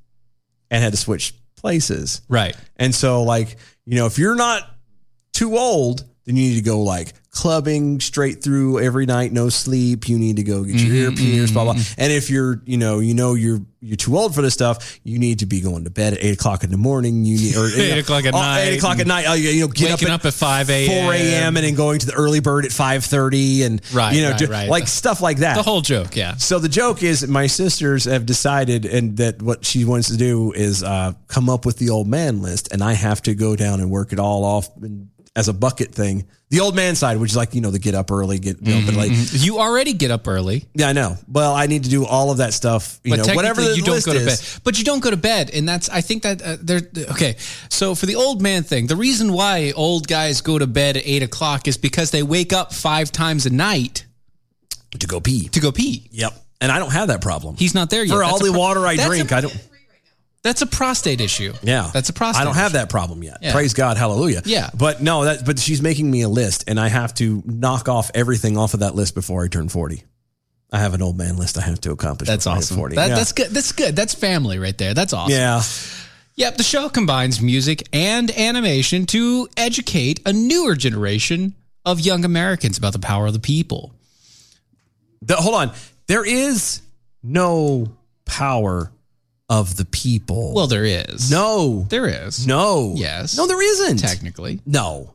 Speaker 2: and had to switch places
Speaker 3: Right.
Speaker 2: and so like you know if you're not too old then you need to go like clubbing straight through every night no sleep you need to go get your ear pierced blah blah
Speaker 3: Mm-hmm.
Speaker 2: and if you're you know you know you're you're too old for this stuff you need to be going to bed at 8 o'clock in the morning you
Speaker 3: [LAUGHS]
Speaker 2: need or you
Speaker 3: Eight
Speaker 2: know,
Speaker 3: o'clock at
Speaker 2: oh,
Speaker 3: night
Speaker 2: 8 o'clock at
Speaker 3: and
Speaker 2: night oh, you know get
Speaker 3: Waking
Speaker 2: up at,
Speaker 3: up at 5 a.m.
Speaker 2: 4 a.m and then going to the early bird at 5.30 and
Speaker 3: Right,
Speaker 2: you know
Speaker 3: right,
Speaker 2: ju-
Speaker 3: right.
Speaker 2: like stuff like that
Speaker 3: The whole joke, yeah.
Speaker 2: so the joke is my sisters have decided and that what she wants to do is uh, come up with the old man list and I have to go down and work it all off and, as a bucket thing. The old man side, which is like, you know, the get up early, get up and late.
Speaker 3: You already Mm-hmm, get up early.
Speaker 2: Yeah, I know. Well, I need to do all of that stuff. You
Speaker 3: but
Speaker 2: know, whatever
Speaker 3: technically
Speaker 2: the
Speaker 3: you don't
Speaker 2: list
Speaker 3: go to
Speaker 2: is.
Speaker 3: bed. But you don't go to bed, and that's I think that uh, there. Okay, so for the old man thing, the reason why old guys go to bed at eight o'clock is because they wake up five times a night
Speaker 2: to go pee.
Speaker 3: To go pee.
Speaker 2: Yep. And I don't have that problem.
Speaker 3: He's not there yet.
Speaker 2: For
Speaker 3: That's
Speaker 2: all
Speaker 3: a
Speaker 2: the
Speaker 3: pro-
Speaker 2: water I
Speaker 3: that's a
Speaker 2: drink, I
Speaker 3: pro-
Speaker 2: don't.
Speaker 3: That's a prostate issue.
Speaker 2: Yeah.
Speaker 3: That's a prostate.
Speaker 2: I don't have
Speaker 3: issue.
Speaker 2: that problem yet.
Speaker 3: Yeah.
Speaker 2: Praise God, hallelujah.
Speaker 3: Yeah.
Speaker 2: But no, that but she's making me a list and I have to knock off everything off of that list before I turn 40. I have an old man list I have to accomplish.
Speaker 3: That's
Speaker 2: before I hit
Speaker 3: awesome.
Speaker 2: 40.
Speaker 3: That,
Speaker 2: Oh, Yeah.
Speaker 3: That's good. That's good. That's family right there. That's awesome.
Speaker 2: Yeah.
Speaker 3: Yep, the show combines music and animation to educate a newer generation of young Americans about the power of the people.
Speaker 2: The- hold on. There is no power of the people.
Speaker 3: Well, there is.
Speaker 2: No.
Speaker 3: There is.
Speaker 2: No.
Speaker 3: Yes.
Speaker 2: No, there isn't.
Speaker 3: Technically. Hmm.
Speaker 2: No.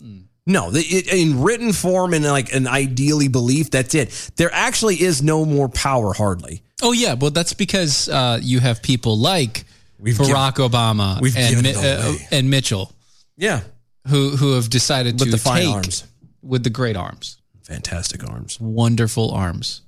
Speaker 2: No, the, it, in written form and like an ideally belief, that's it. There actually is no more power, hardly.
Speaker 3: Oh yeah, well that's because uh, you have people like Barack Obama
Speaker 2: we've
Speaker 3: and
Speaker 2: given
Speaker 3: Mi-
Speaker 2: it
Speaker 3: uh,
Speaker 2: away.
Speaker 3: and Mitchell.
Speaker 2: Yeah.
Speaker 3: Who who have decided
Speaker 2: With
Speaker 3: to
Speaker 2: the fine
Speaker 3: take
Speaker 2: arms.
Speaker 3: with the great arms.
Speaker 2: Fantastic arms. Mm-hmm.
Speaker 3: Wonderful arms.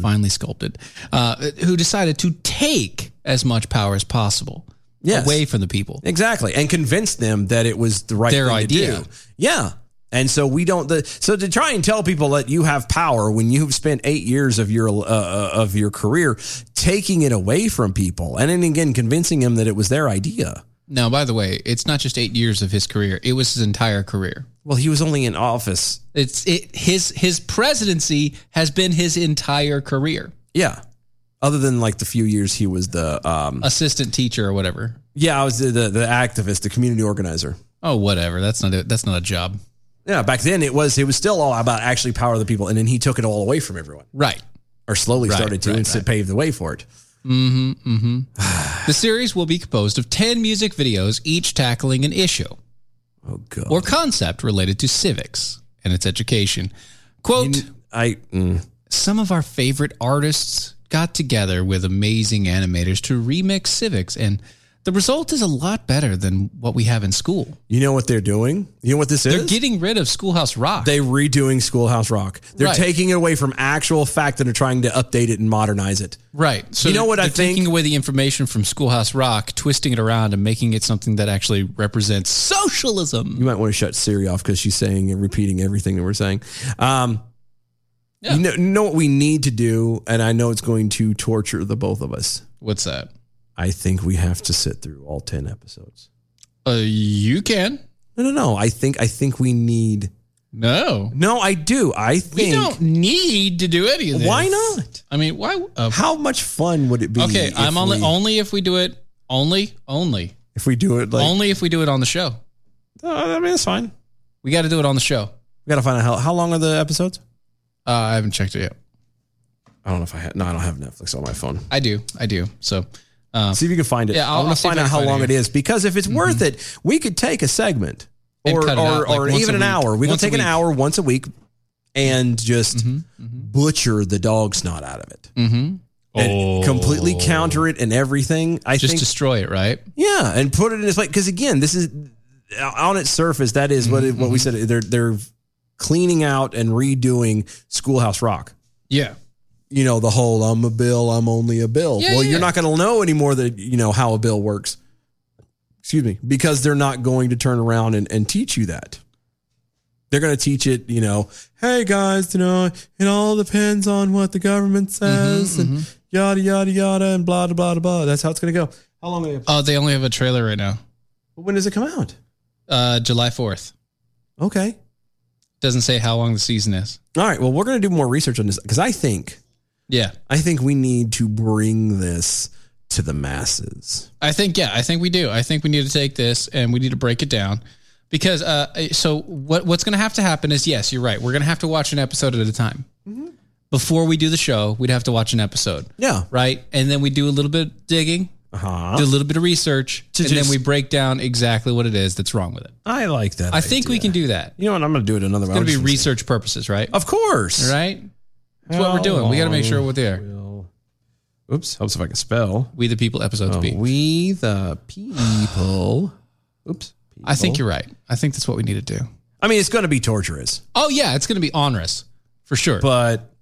Speaker 3: Finely sculpted. Uh, who decided to take as much power as possible
Speaker 2: Yes.
Speaker 3: away from the people.
Speaker 2: Exactly. And convince them that it was the right
Speaker 3: Their
Speaker 2: thing
Speaker 3: idea.
Speaker 2: to do. Yeah. And so we don't the so to try and tell people that you have power when you've spent 8 years of your uh, uh, of your career taking it away from people and then again convincing them that it was their idea.
Speaker 3: Now, by the way, it's not just eight years of his career; it was his entire career.
Speaker 2: Well, he was only in office.
Speaker 3: It's it his his presidency has been his entire career.
Speaker 2: Yeah. Other than like the few years he was the um
Speaker 3: Assistant teacher or whatever.
Speaker 2: yeah, I was the the, the activist, the community organizer.
Speaker 3: Oh, whatever. That's not a, that's not a job.
Speaker 2: Yeah, back then it was it was still all about actually power of the people and then he took it all away from everyone
Speaker 3: Right.
Speaker 2: or slowly
Speaker 3: Right,
Speaker 2: started to
Speaker 3: right,
Speaker 2: and s-
Speaker 3: right.
Speaker 2: paved the way for it.
Speaker 3: Mm-hmm. Mm-hmm. [SIGHS] the series will be composed of ten music videos, each tackling an issue
Speaker 2: Oh,
Speaker 3: or concept related to civics and its education. Quote:
Speaker 2: I mm.
Speaker 3: Some of our favorite artists got together with amazing animators to remix civics, and the result is a lot better than what we have in school.
Speaker 2: You know what they're doing? You know what this
Speaker 3: They're
Speaker 2: is?
Speaker 3: getting rid of Schoolhouse Rock.
Speaker 2: They're redoing Schoolhouse Rock. They're
Speaker 3: Right.
Speaker 2: taking it away from actual fact and are trying to update it and modernize it.
Speaker 3: right. So
Speaker 2: You know what I
Speaker 3: they're Taking away the information from Schoolhouse Rock, twisting it around, and making it something that actually represents socialism.
Speaker 2: You might want to shut Siri off because she's saying and repeating everything that we're saying. Um, You know, you know what we need to do, and I know it's going to torture the both of us.
Speaker 3: What's that?
Speaker 2: I think we have to sit through all ten episodes.
Speaker 3: Uh, you can.
Speaker 2: No, no, no. I think I think we need.
Speaker 3: No,
Speaker 2: no, I do. I think
Speaker 3: We don't need to do any of this.
Speaker 2: Why not?
Speaker 3: I mean, why?
Speaker 2: How much fun would it be?
Speaker 3: Okay,
Speaker 2: if
Speaker 3: I'm only
Speaker 2: we-
Speaker 3: only if we do it only only
Speaker 2: if we do it like Uh,
Speaker 3: only if we do it on the show.
Speaker 2: I mean, it's fine.
Speaker 3: We got to do it on the show.
Speaker 2: We got to find out how, how long are the episodes?
Speaker 3: Uh, I haven't checked it yet.
Speaker 2: I don't know if I had. No, I don't have Netflix on my phone.
Speaker 3: I do. I do. So uh,
Speaker 2: see if you can find it.
Speaker 3: Yeah,
Speaker 2: I
Speaker 3: I'll-
Speaker 2: want
Speaker 3: I'll
Speaker 2: to
Speaker 3: see if
Speaker 2: find
Speaker 3: I
Speaker 2: out
Speaker 3: can
Speaker 2: how
Speaker 3: find
Speaker 2: long
Speaker 3: it Mm-hmm.
Speaker 2: it is because if it's worth it, we could take a segment
Speaker 3: And
Speaker 2: or or,
Speaker 3: cut it out, like,
Speaker 2: or
Speaker 3: once
Speaker 2: even
Speaker 3: a
Speaker 2: an
Speaker 3: week.
Speaker 2: hour. We're gonna
Speaker 3: Once a
Speaker 2: take an
Speaker 3: week.
Speaker 2: hour once a week and just butcher the dog snot out of it.
Speaker 3: Mm-hmm.
Speaker 2: And completely counter it and everything. I
Speaker 3: Oh. Just
Speaker 2: think
Speaker 3: destroy it, right?
Speaker 2: yeah, and put it in this like because again, this is on its surface that is what it,
Speaker 3: Mm-hmm,
Speaker 2: what we said. They're they're cleaning out and redoing Schoolhouse Rock.
Speaker 3: Yeah.
Speaker 2: You know the whole I'm a bill, I'm only a bill.
Speaker 3: Yeah,
Speaker 2: well,
Speaker 3: yeah,
Speaker 2: you're
Speaker 3: yeah.
Speaker 2: not going to know anymore that you know how a bill works. Excuse me, because they're not going to turn around and, and teach you that. They're going to teach it, you know. Hey guys, you know it all depends on what the
Speaker 3: Mm-hmm,
Speaker 2: government says, and yada yada yada, and blah blah blah blah. That's how it's going to go. How long are they?
Speaker 3: Oh, they only have a trailer right now.
Speaker 2: When does it come out?
Speaker 3: Uh, July fourth.
Speaker 2: Okay.
Speaker 3: Doesn't say how long the season is.
Speaker 2: All right. Well, we're going to do more research on this because I think
Speaker 3: Yeah,
Speaker 2: I think we need to bring this to the masses.
Speaker 3: I think yeah, I think we do. I think we need to take this and we need to break it down because uh, so what what's going to have to happen is yes, you're right. We're going to have to watch an episode at a time. Before we do the show, we'd have to watch an episode.
Speaker 2: Yeah.
Speaker 3: Right, and then we do a little bit of digging,
Speaker 2: uh-huh.
Speaker 3: do a little bit of research,
Speaker 2: To
Speaker 3: and then
Speaker 2: just-
Speaker 3: we break down exactly what it is that's wrong with it.
Speaker 2: I like that.
Speaker 3: I think we can do that.
Speaker 2: You know what? I'm going to do it another
Speaker 3: It's
Speaker 2: way.
Speaker 3: going to be
Speaker 2: I'm just
Speaker 3: research purposes, right?
Speaker 2: Of course. Oh,
Speaker 3: Right? That's what we're doing. We got to make sure we're there.
Speaker 2: Oops. Helps if I can spell.
Speaker 3: We the people episode
Speaker 2: Uh,
Speaker 3: to be.
Speaker 2: we the people. Oops.
Speaker 3: I think you're right. I think that's what we need to do.
Speaker 2: I mean, it's going to be torturous,
Speaker 3: Oh yeah, it's going to be onerous for sure.
Speaker 2: but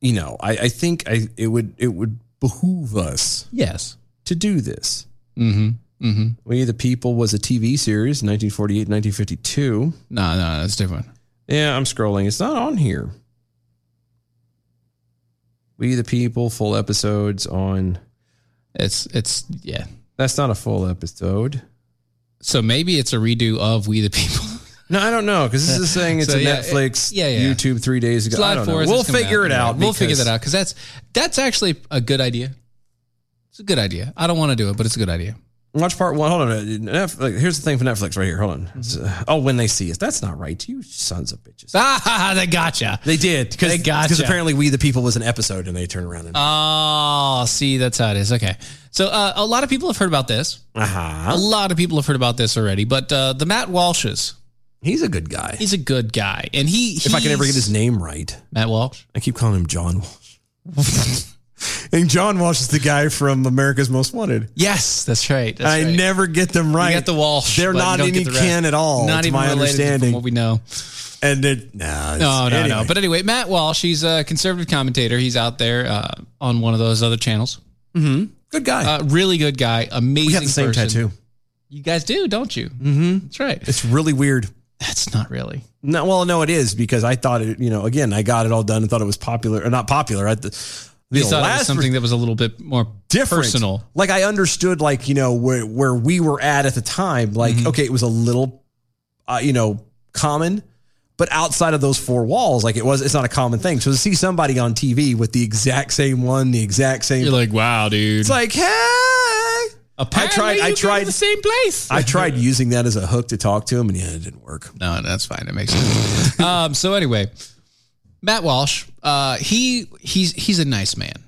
Speaker 2: you know, I, I think I it would it would behoove us
Speaker 3: yes,
Speaker 2: to do this.
Speaker 3: Mm-hmm. Mm-hmm.
Speaker 2: We the People was a TV series, 1948, 1952.
Speaker 3: No, no, Uh, that's different.
Speaker 2: Yeah, I'm scrolling. It's not on here. We the People full episodes on.
Speaker 3: It's it's yeah.
Speaker 2: That's not a full episode.
Speaker 3: So maybe it's a redo of We the [LAUGHS] People.
Speaker 2: No, I don't know because this is saying it's
Speaker 3: [LAUGHS] So,
Speaker 2: a
Speaker 3: yeah,
Speaker 2: Netflix,
Speaker 3: it- yeah, yeah.
Speaker 2: YouTube three days ago. I
Speaker 3: July
Speaker 2: don't know.
Speaker 3: fourth.
Speaker 2: We'll figure it out.
Speaker 3: We'll figure
Speaker 2: because-
Speaker 3: that out because that's that's actually a good idea. It's a good idea. I don't want to do it, but it's a good idea.
Speaker 2: Watch part one. Hold on. Netflix, here's the thing for Netflix right here. Hold
Speaker 3: Mm-hmm.
Speaker 2: on. It's, uh, oh, when they see us. That's not right. You sons of bitches.
Speaker 3: Ah, [LAUGHS] they gotcha.
Speaker 2: They did.
Speaker 3: They gotcha.
Speaker 2: Because apparently We the People was an episode and they turned around and.
Speaker 3: Oh, see, that's how it is. Okay. So uh, a lot of people have heard about this.
Speaker 2: Uh-huh.
Speaker 3: A lot of people have heard about this already, but uh, the Matt Walshes.
Speaker 2: He's a good guy.
Speaker 3: He's a good guy. And he.
Speaker 2: if I can ever get
Speaker 3: he's-
Speaker 2: his name right.
Speaker 3: Matt Walsh?
Speaker 2: I keep calling him John Walsh. [LAUGHS] and John Walsh is the guy from America's Most Wanted.
Speaker 3: Yes, that's right. That's
Speaker 2: I
Speaker 3: right.
Speaker 2: never get them right.
Speaker 3: You got the Walsh.
Speaker 2: They're
Speaker 3: but you
Speaker 2: not
Speaker 3: don't get
Speaker 2: any
Speaker 3: the rest.
Speaker 2: can at all.
Speaker 3: Not
Speaker 2: to
Speaker 3: even
Speaker 2: my
Speaker 3: related from
Speaker 2: understanding.
Speaker 3: what we know.
Speaker 2: And it, nah,
Speaker 3: No,
Speaker 2: it's-
Speaker 3: no,
Speaker 2: anyway.
Speaker 3: no. But anyway, Matt Walsh, he's a conservative commentator. He's out there uh, on one of those other channels.
Speaker 2: Mm-hmm. Good guy.
Speaker 3: Uh, really good guy. Amazing.
Speaker 2: we got the same
Speaker 3: person.
Speaker 2: tattoo.
Speaker 3: You guys do, don't you?
Speaker 2: Mm-hmm.
Speaker 3: That's right.
Speaker 2: It's really weird.
Speaker 3: That's not really.
Speaker 2: No, well, no, it is because I thought it. You know, again, I got it all done and thought it was popular or not popular. I, the the
Speaker 3: You thought it
Speaker 2: last
Speaker 3: was something that was a little bit more
Speaker 2: different.
Speaker 3: personal.
Speaker 2: Like I understood, like you know where where we were at at the time. Like
Speaker 3: Mm-hmm.
Speaker 2: okay, it was a little, uh, you know, common, but outside of those four walls, like it was, it's not a common thing. So to see somebody on TV with the exact same one, the exact same,
Speaker 3: You're like, wow, dude.
Speaker 2: it's like hey. I tried. I tried.
Speaker 3: the same place.
Speaker 2: I tried using that as a hook to talk to him, and yeah, it didn't work.
Speaker 3: No, that's fine. It makes sense. [LAUGHS] um, so anyway, Matt Walsh, uh, he he's he's a nice man.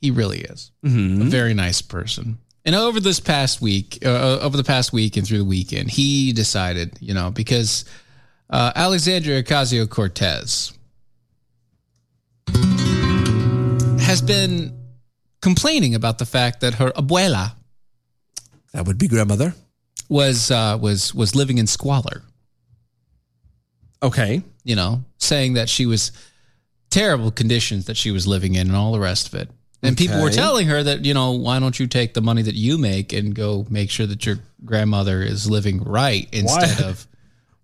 Speaker 3: He really is a very nice person. And over this past week, uh, over the past week and through the weekend, he decided, you know, because uh, Alexandria Ocasio Cortez has been complaining about the fact that her abuela
Speaker 2: That would be grandmother.
Speaker 3: was uh, was was living in squalor.
Speaker 2: Okay.
Speaker 3: you know, saying that she was terrible conditions that she was living in and all the rest of it. And people were
Speaker 2: Okay.
Speaker 3: telling her that, you know, why don't you take the money that you make and go make sure that your grandmother is living right instead of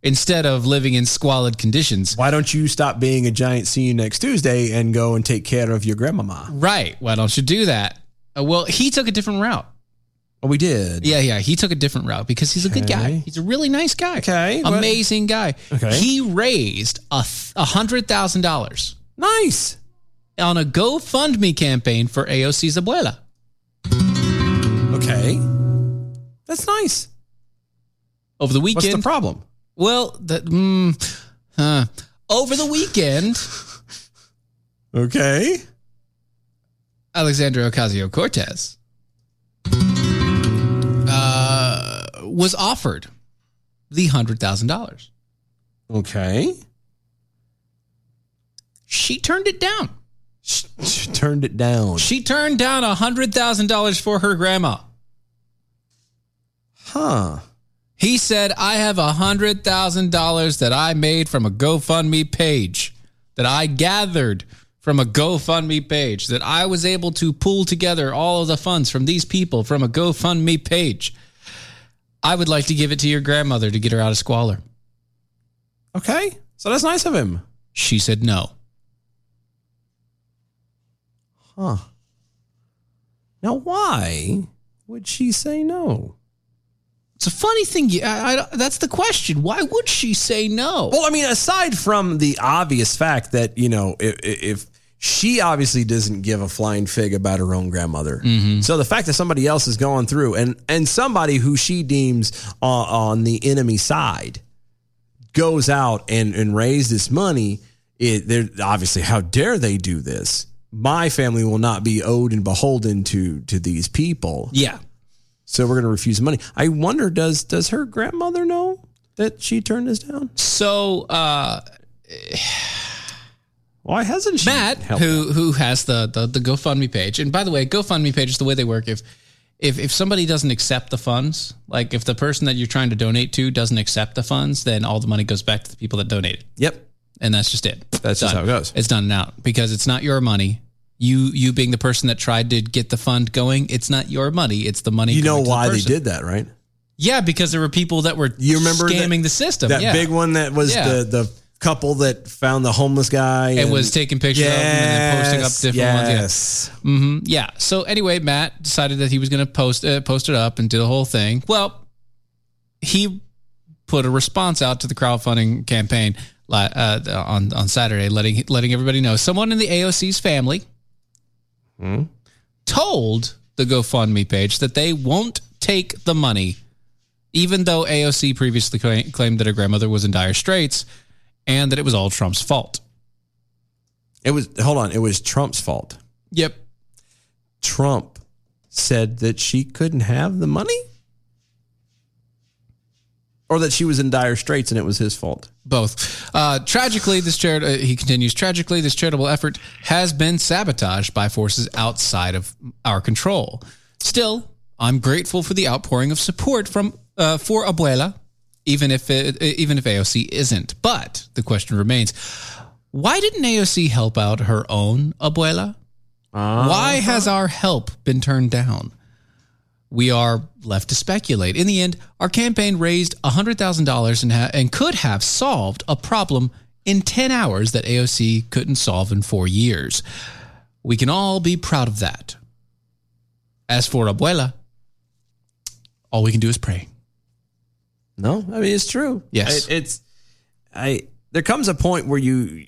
Speaker 3: instead of living in squalid conditions.
Speaker 2: Why don't you stop being a giant? See you next Tuesday, and go and take care of your grandmama.
Speaker 3: Right. Why don't you do that? Uh, well, he took a different route.
Speaker 2: Oh, we did.
Speaker 3: Yeah, yeah. He took a different route because he's a good guy.
Speaker 2: Okay.
Speaker 3: He's a really nice guy.
Speaker 2: Okay. what-
Speaker 3: Amazing guy.
Speaker 2: Okay.
Speaker 3: He raised a th- a hundred thousand dollars.
Speaker 2: Nice.
Speaker 3: On a GoFundMe campaign for AOC's abuela.
Speaker 2: Okay. That's nice.
Speaker 3: over the weekend.
Speaker 2: What's the problem?
Speaker 3: Well, the, mm, huh. over the weekend,
Speaker 2: Okay.
Speaker 3: Alexandria Ocasio Cortez uh, was offered the hundred thousand dollars.
Speaker 2: Okay.
Speaker 3: She turned it down.
Speaker 2: She, she turned it down.
Speaker 3: She turned down a hundred thousand dollars for her grandma.
Speaker 2: Huh.
Speaker 3: He said, "I have a hundred thousand dollars that I made from a GoFundMe page that I gathered." From a GoFundMe page that I was able to pull together all of the funds from these people from a GoFundMe page. I would like to give it to your grandmother to get her out of squalor.
Speaker 2: Okay. So that's nice of him.
Speaker 3: She said no.
Speaker 2: Huh. Now, why would she say no?
Speaker 3: It's a funny thing. you- I, I, that's the question. Why would she say no?
Speaker 2: Well, I mean, aside from the obvious fact that, you know, if, if she obviously doesn't give a flying fig about her own grandmother.
Speaker 3: Mm-hmm.
Speaker 2: So the fact that somebody else is going through and, and somebody who she deems on, on the enemy side goes out and, and raise this money, it, they're obviously, how dare they do this? My family will not be owed and beholden to to these people.
Speaker 3: Yeah.
Speaker 2: So we're going to refuse money. I wonder does does her grandmother know that she turned this down?
Speaker 3: So, uh,
Speaker 2: why hasn't she?
Speaker 3: Matt, who who has the, the the GoFundMe page, and by the way, GoFundMe page is the way they work. If if if somebody doesn't accept the funds, like if the person that you're trying to donate to doesn't accept the funds, then all the money goes back to the people that donated.
Speaker 2: Yep.
Speaker 3: And that's just it.
Speaker 2: That's just how it goes.
Speaker 3: It's done and out because it's not your money. You you being the person that tried to get the fund going, it's not your money. It's the money.
Speaker 2: You know
Speaker 3: going to the
Speaker 2: why they
Speaker 3: person.
Speaker 2: did that, right?
Speaker 3: Yeah, because there were people that were
Speaker 2: You remember that-
Speaker 3: scamming the system.
Speaker 2: That
Speaker 3: yeah.
Speaker 2: big one that was
Speaker 3: Yeah.
Speaker 2: the the couple that found the homeless guy
Speaker 3: and, was taking pictures of them and then posting up
Speaker 2: Yes,
Speaker 3: different
Speaker 2: yes.
Speaker 3: ones. Yeah. hmm yeah. So anyway, Matt decided that he was going to post uh, post it up and did a whole thing. Well, he put a response out to the crowdfunding campaign li- uh, on on Saturday, letting letting everybody know someone in the AOC's family
Speaker 2: Hmm?
Speaker 3: told the GoFundMe page that they won't take the money, even though AOC previously cla- claimed that her grandmother was in dire straits and that it was all Trump's fault.
Speaker 2: It was hold on, it was Trump's fault.
Speaker 3: Yep.
Speaker 2: Trump said that she couldn't have the money? Or that she was in dire straits and it was his fault.
Speaker 3: Both. Uh, tragically, this chari- uh, he continues. Tragically, this charitable effort has been sabotaged by forces outside of our control. Still, I'm grateful for the outpouring of support from uh, for Abuela, even if it, uh, even if AOC isn't. But the question remains: Why didn't AOC help out her own Abuela? Why has our help been turned down? we are left to speculate. In the end, our campaign raised $100,000 and, ha- and could have solved a problem in 10 hours that AOC couldn't solve in four years. We can all be proud of that. As for Abuela, all we can do is pray.
Speaker 2: No, I mean it's true.
Speaker 3: Yes.
Speaker 2: I- it's I there comes a point where you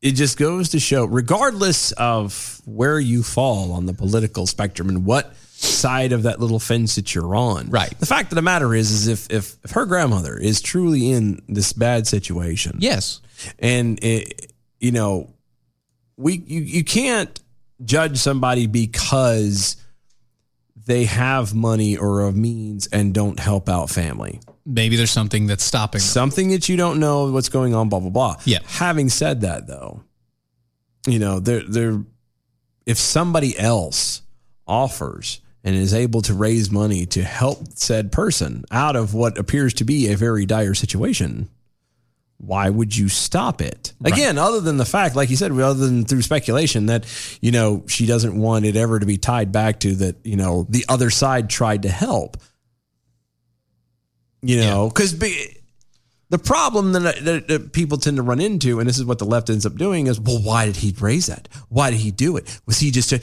Speaker 2: it just goes to show regardless of where you fall on the political spectrum and what side of that little fence that you're on. Right. The fact of the matter is is if if, if her grandmother is truly in this bad situation.
Speaker 3: Yes.
Speaker 2: And it, you know we you, you can't judge somebody because they have money or of means and don't help out family.
Speaker 3: Maybe there's something that's stopping them.
Speaker 2: Something that you don't know what's going on, blah, blah, blah.
Speaker 3: Yeah.
Speaker 2: Having said that though, you know, there there if somebody else offers and is able to raise money to help said person out of what appears to be a very dire situation, why would you stop it? Again, other than the fact, like you said, other than through speculation that, you know, she doesn't want it ever to be tied back to that, you know, the other side tried to help. You know, because the problem that, that, that people tend to run into, and this is what the left ends up doing, is well, why did he raise that? Why did he do it? Was he just? A,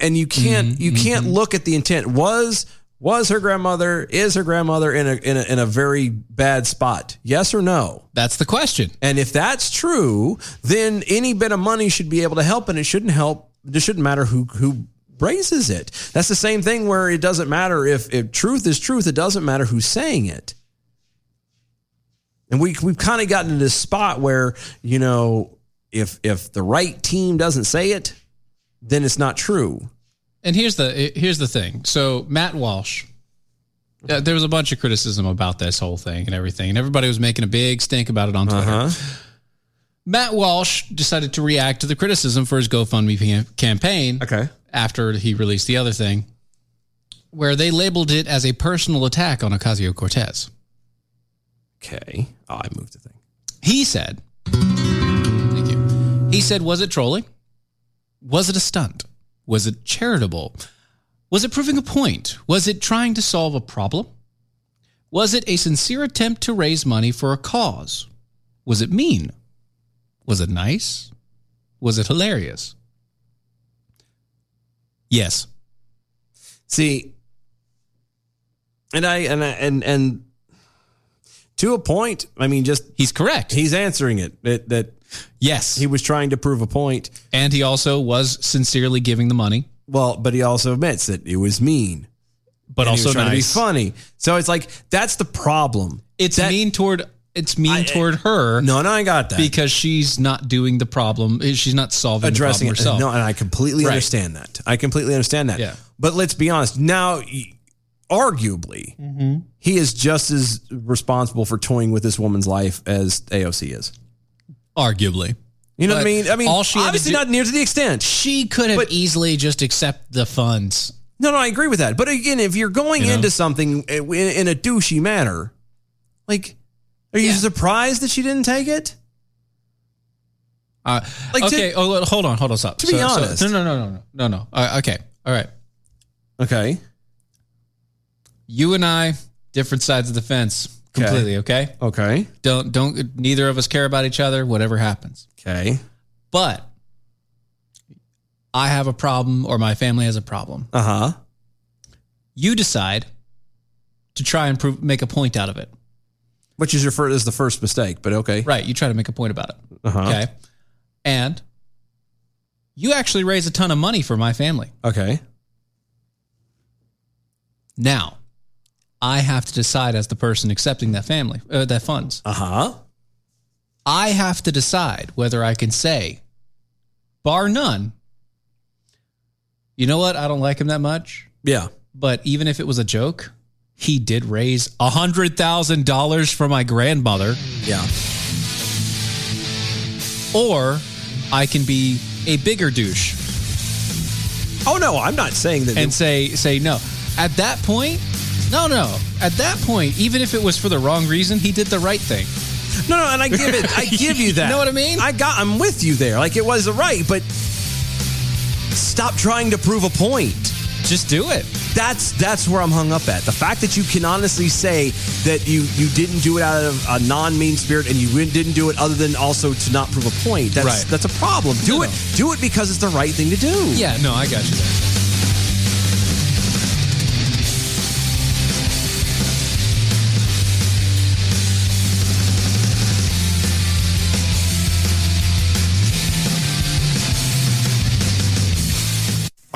Speaker 2: and you can't
Speaker 3: Mm-hmm.
Speaker 2: you can't look at the intent. Was was her grandmother? Is her grandmother in a, in a in a very bad spot? Yes or no?
Speaker 3: That's the question.
Speaker 2: And if that's true, then any bit of money should be able to help, and it shouldn't help. It shouldn't matter who who raises it. That's the same thing where it doesn't matter if if truth is truth. It doesn't matter who's saying it. And we we've kind of gotten to this spot where, you know, if if the right team doesn't say it, then it's not true.
Speaker 3: And here's the eh, here's the thing. So Matt Walsh, uh, there was a bunch of criticism about this whole thing and everything, and everybody was making a big stink about it on Twitter. Matt Walsh decided to react to the criticism for his GoFundMe pa- campaign.
Speaker 2: Okay.
Speaker 3: After he released the other thing, where they labeled it as a personal attack on Ocasio Cortez.
Speaker 2: Okay. Oh, I moved the thing.
Speaker 3: He said, Thank you. He said, Was it trolling? Was it a stunt? Was it charitable? Was it proving a point? Was it trying to solve a problem? Was it a sincere attempt to raise money for a cause? Was it mean? Was it nice? Was it hilarious? Yes.
Speaker 2: See, and I and I, and and to a point, I mean, just
Speaker 3: he's correct.
Speaker 2: He's answering it that that
Speaker 3: yes,
Speaker 2: he was trying to prove a point,
Speaker 3: and he also was sincerely giving the money.
Speaker 2: Well, but he also admits that it was mean,
Speaker 3: But
Speaker 2: And he was
Speaker 3: also
Speaker 2: trying to be
Speaker 3: nice.
Speaker 2: funny. So it's like that's the problem.
Speaker 3: It's mean toward it's mean toward her.
Speaker 2: No, no, I got that.
Speaker 3: because she's not doing the problem. eh, She's not solving
Speaker 2: addressing
Speaker 3: the
Speaker 2: it.
Speaker 3: problem herself.
Speaker 2: No, and I completely
Speaker 3: Right.
Speaker 2: understand that. I completely understand that.
Speaker 3: Yeah.
Speaker 2: But let's be honest. Now, y- arguably, he is just as responsible for toying with this woman's life as AOC is.
Speaker 3: Arguably.
Speaker 2: You know what I
Speaker 3: But
Speaker 2: mean? I mean,
Speaker 3: all she had to
Speaker 2: obviously
Speaker 3: do-
Speaker 2: not near to the extent.
Speaker 3: She could have easily just accept the funds.
Speaker 2: No, no, I agree with that. But again, if you're going
Speaker 3: You know?
Speaker 2: into something uh, in, in a douchey manner, like, are you surprised that she didn't take it?
Speaker 3: Uh,
Speaker 2: Like, to-
Speaker 3: okay, oh, hold on, hold on, stop.
Speaker 2: To be honest.
Speaker 3: no, no, no, no, no, no, no. Uh, okay, all right.
Speaker 2: Okay.
Speaker 3: You and I, different sides of the fence. completely. Okay.
Speaker 2: Okay.
Speaker 3: Don't don't. Neither of us care about each other. Whatever happens.
Speaker 2: Okay.
Speaker 3: But I have a problem, or my family has a problem.
Speaker 2: Uh huh.
Speaker 3: You decide to try and prove, make a point out of it.
Speaker 2: Which is your first is the first mistake, but okay.
Speaker 3: Right. You try to make a point about it.
Speaker 2: Uh-huh.
Speaker 3: Okay. And you actually raise a ton of money for my family.
Speaker 2: Okay.
Speaker 3: Now, I have to decide as the person accepting that family, uh, that funds.
Speaker 2: Uh huh.
Speaker 3: I have to decide whether I can say, bar none, you know what? I don't like him that much.
Speaker 2: Yeah.
Speaker 3: But even if it was a joke, he did raise a $100,000 for my grandmother.
Speaker 2: Yeah.
Speaker 3: Or I can be a bigger douche.
Speaker 2: Oh no, I'm not saying that.
Speaker 3: And say say no. At that point, no, no. At that point, even if it was for the wrong reason, he did the right thing.
Speaker 2: No, no, and I give it.
Speaker 3: [LAUGHS]
Speaker 2: I give you that.
Speaker 3: know what I mean?
Speaker 2: I got. I'm with you there. Like it was the right, but stop trying to prove a point.
Speaker 3: Just do it.
Speaker 2: That's that's where I'm hung up at. The fact that you can honestly say that you you didn't do it out of a non mean spirit and you didn't do it other than also to not prove a point. That's
Speaker 3: Right.
Speaker 2: that's a problem. Do it. Do it because it's the right thing to do.
Speaker 3: Yeah, no, I got you there.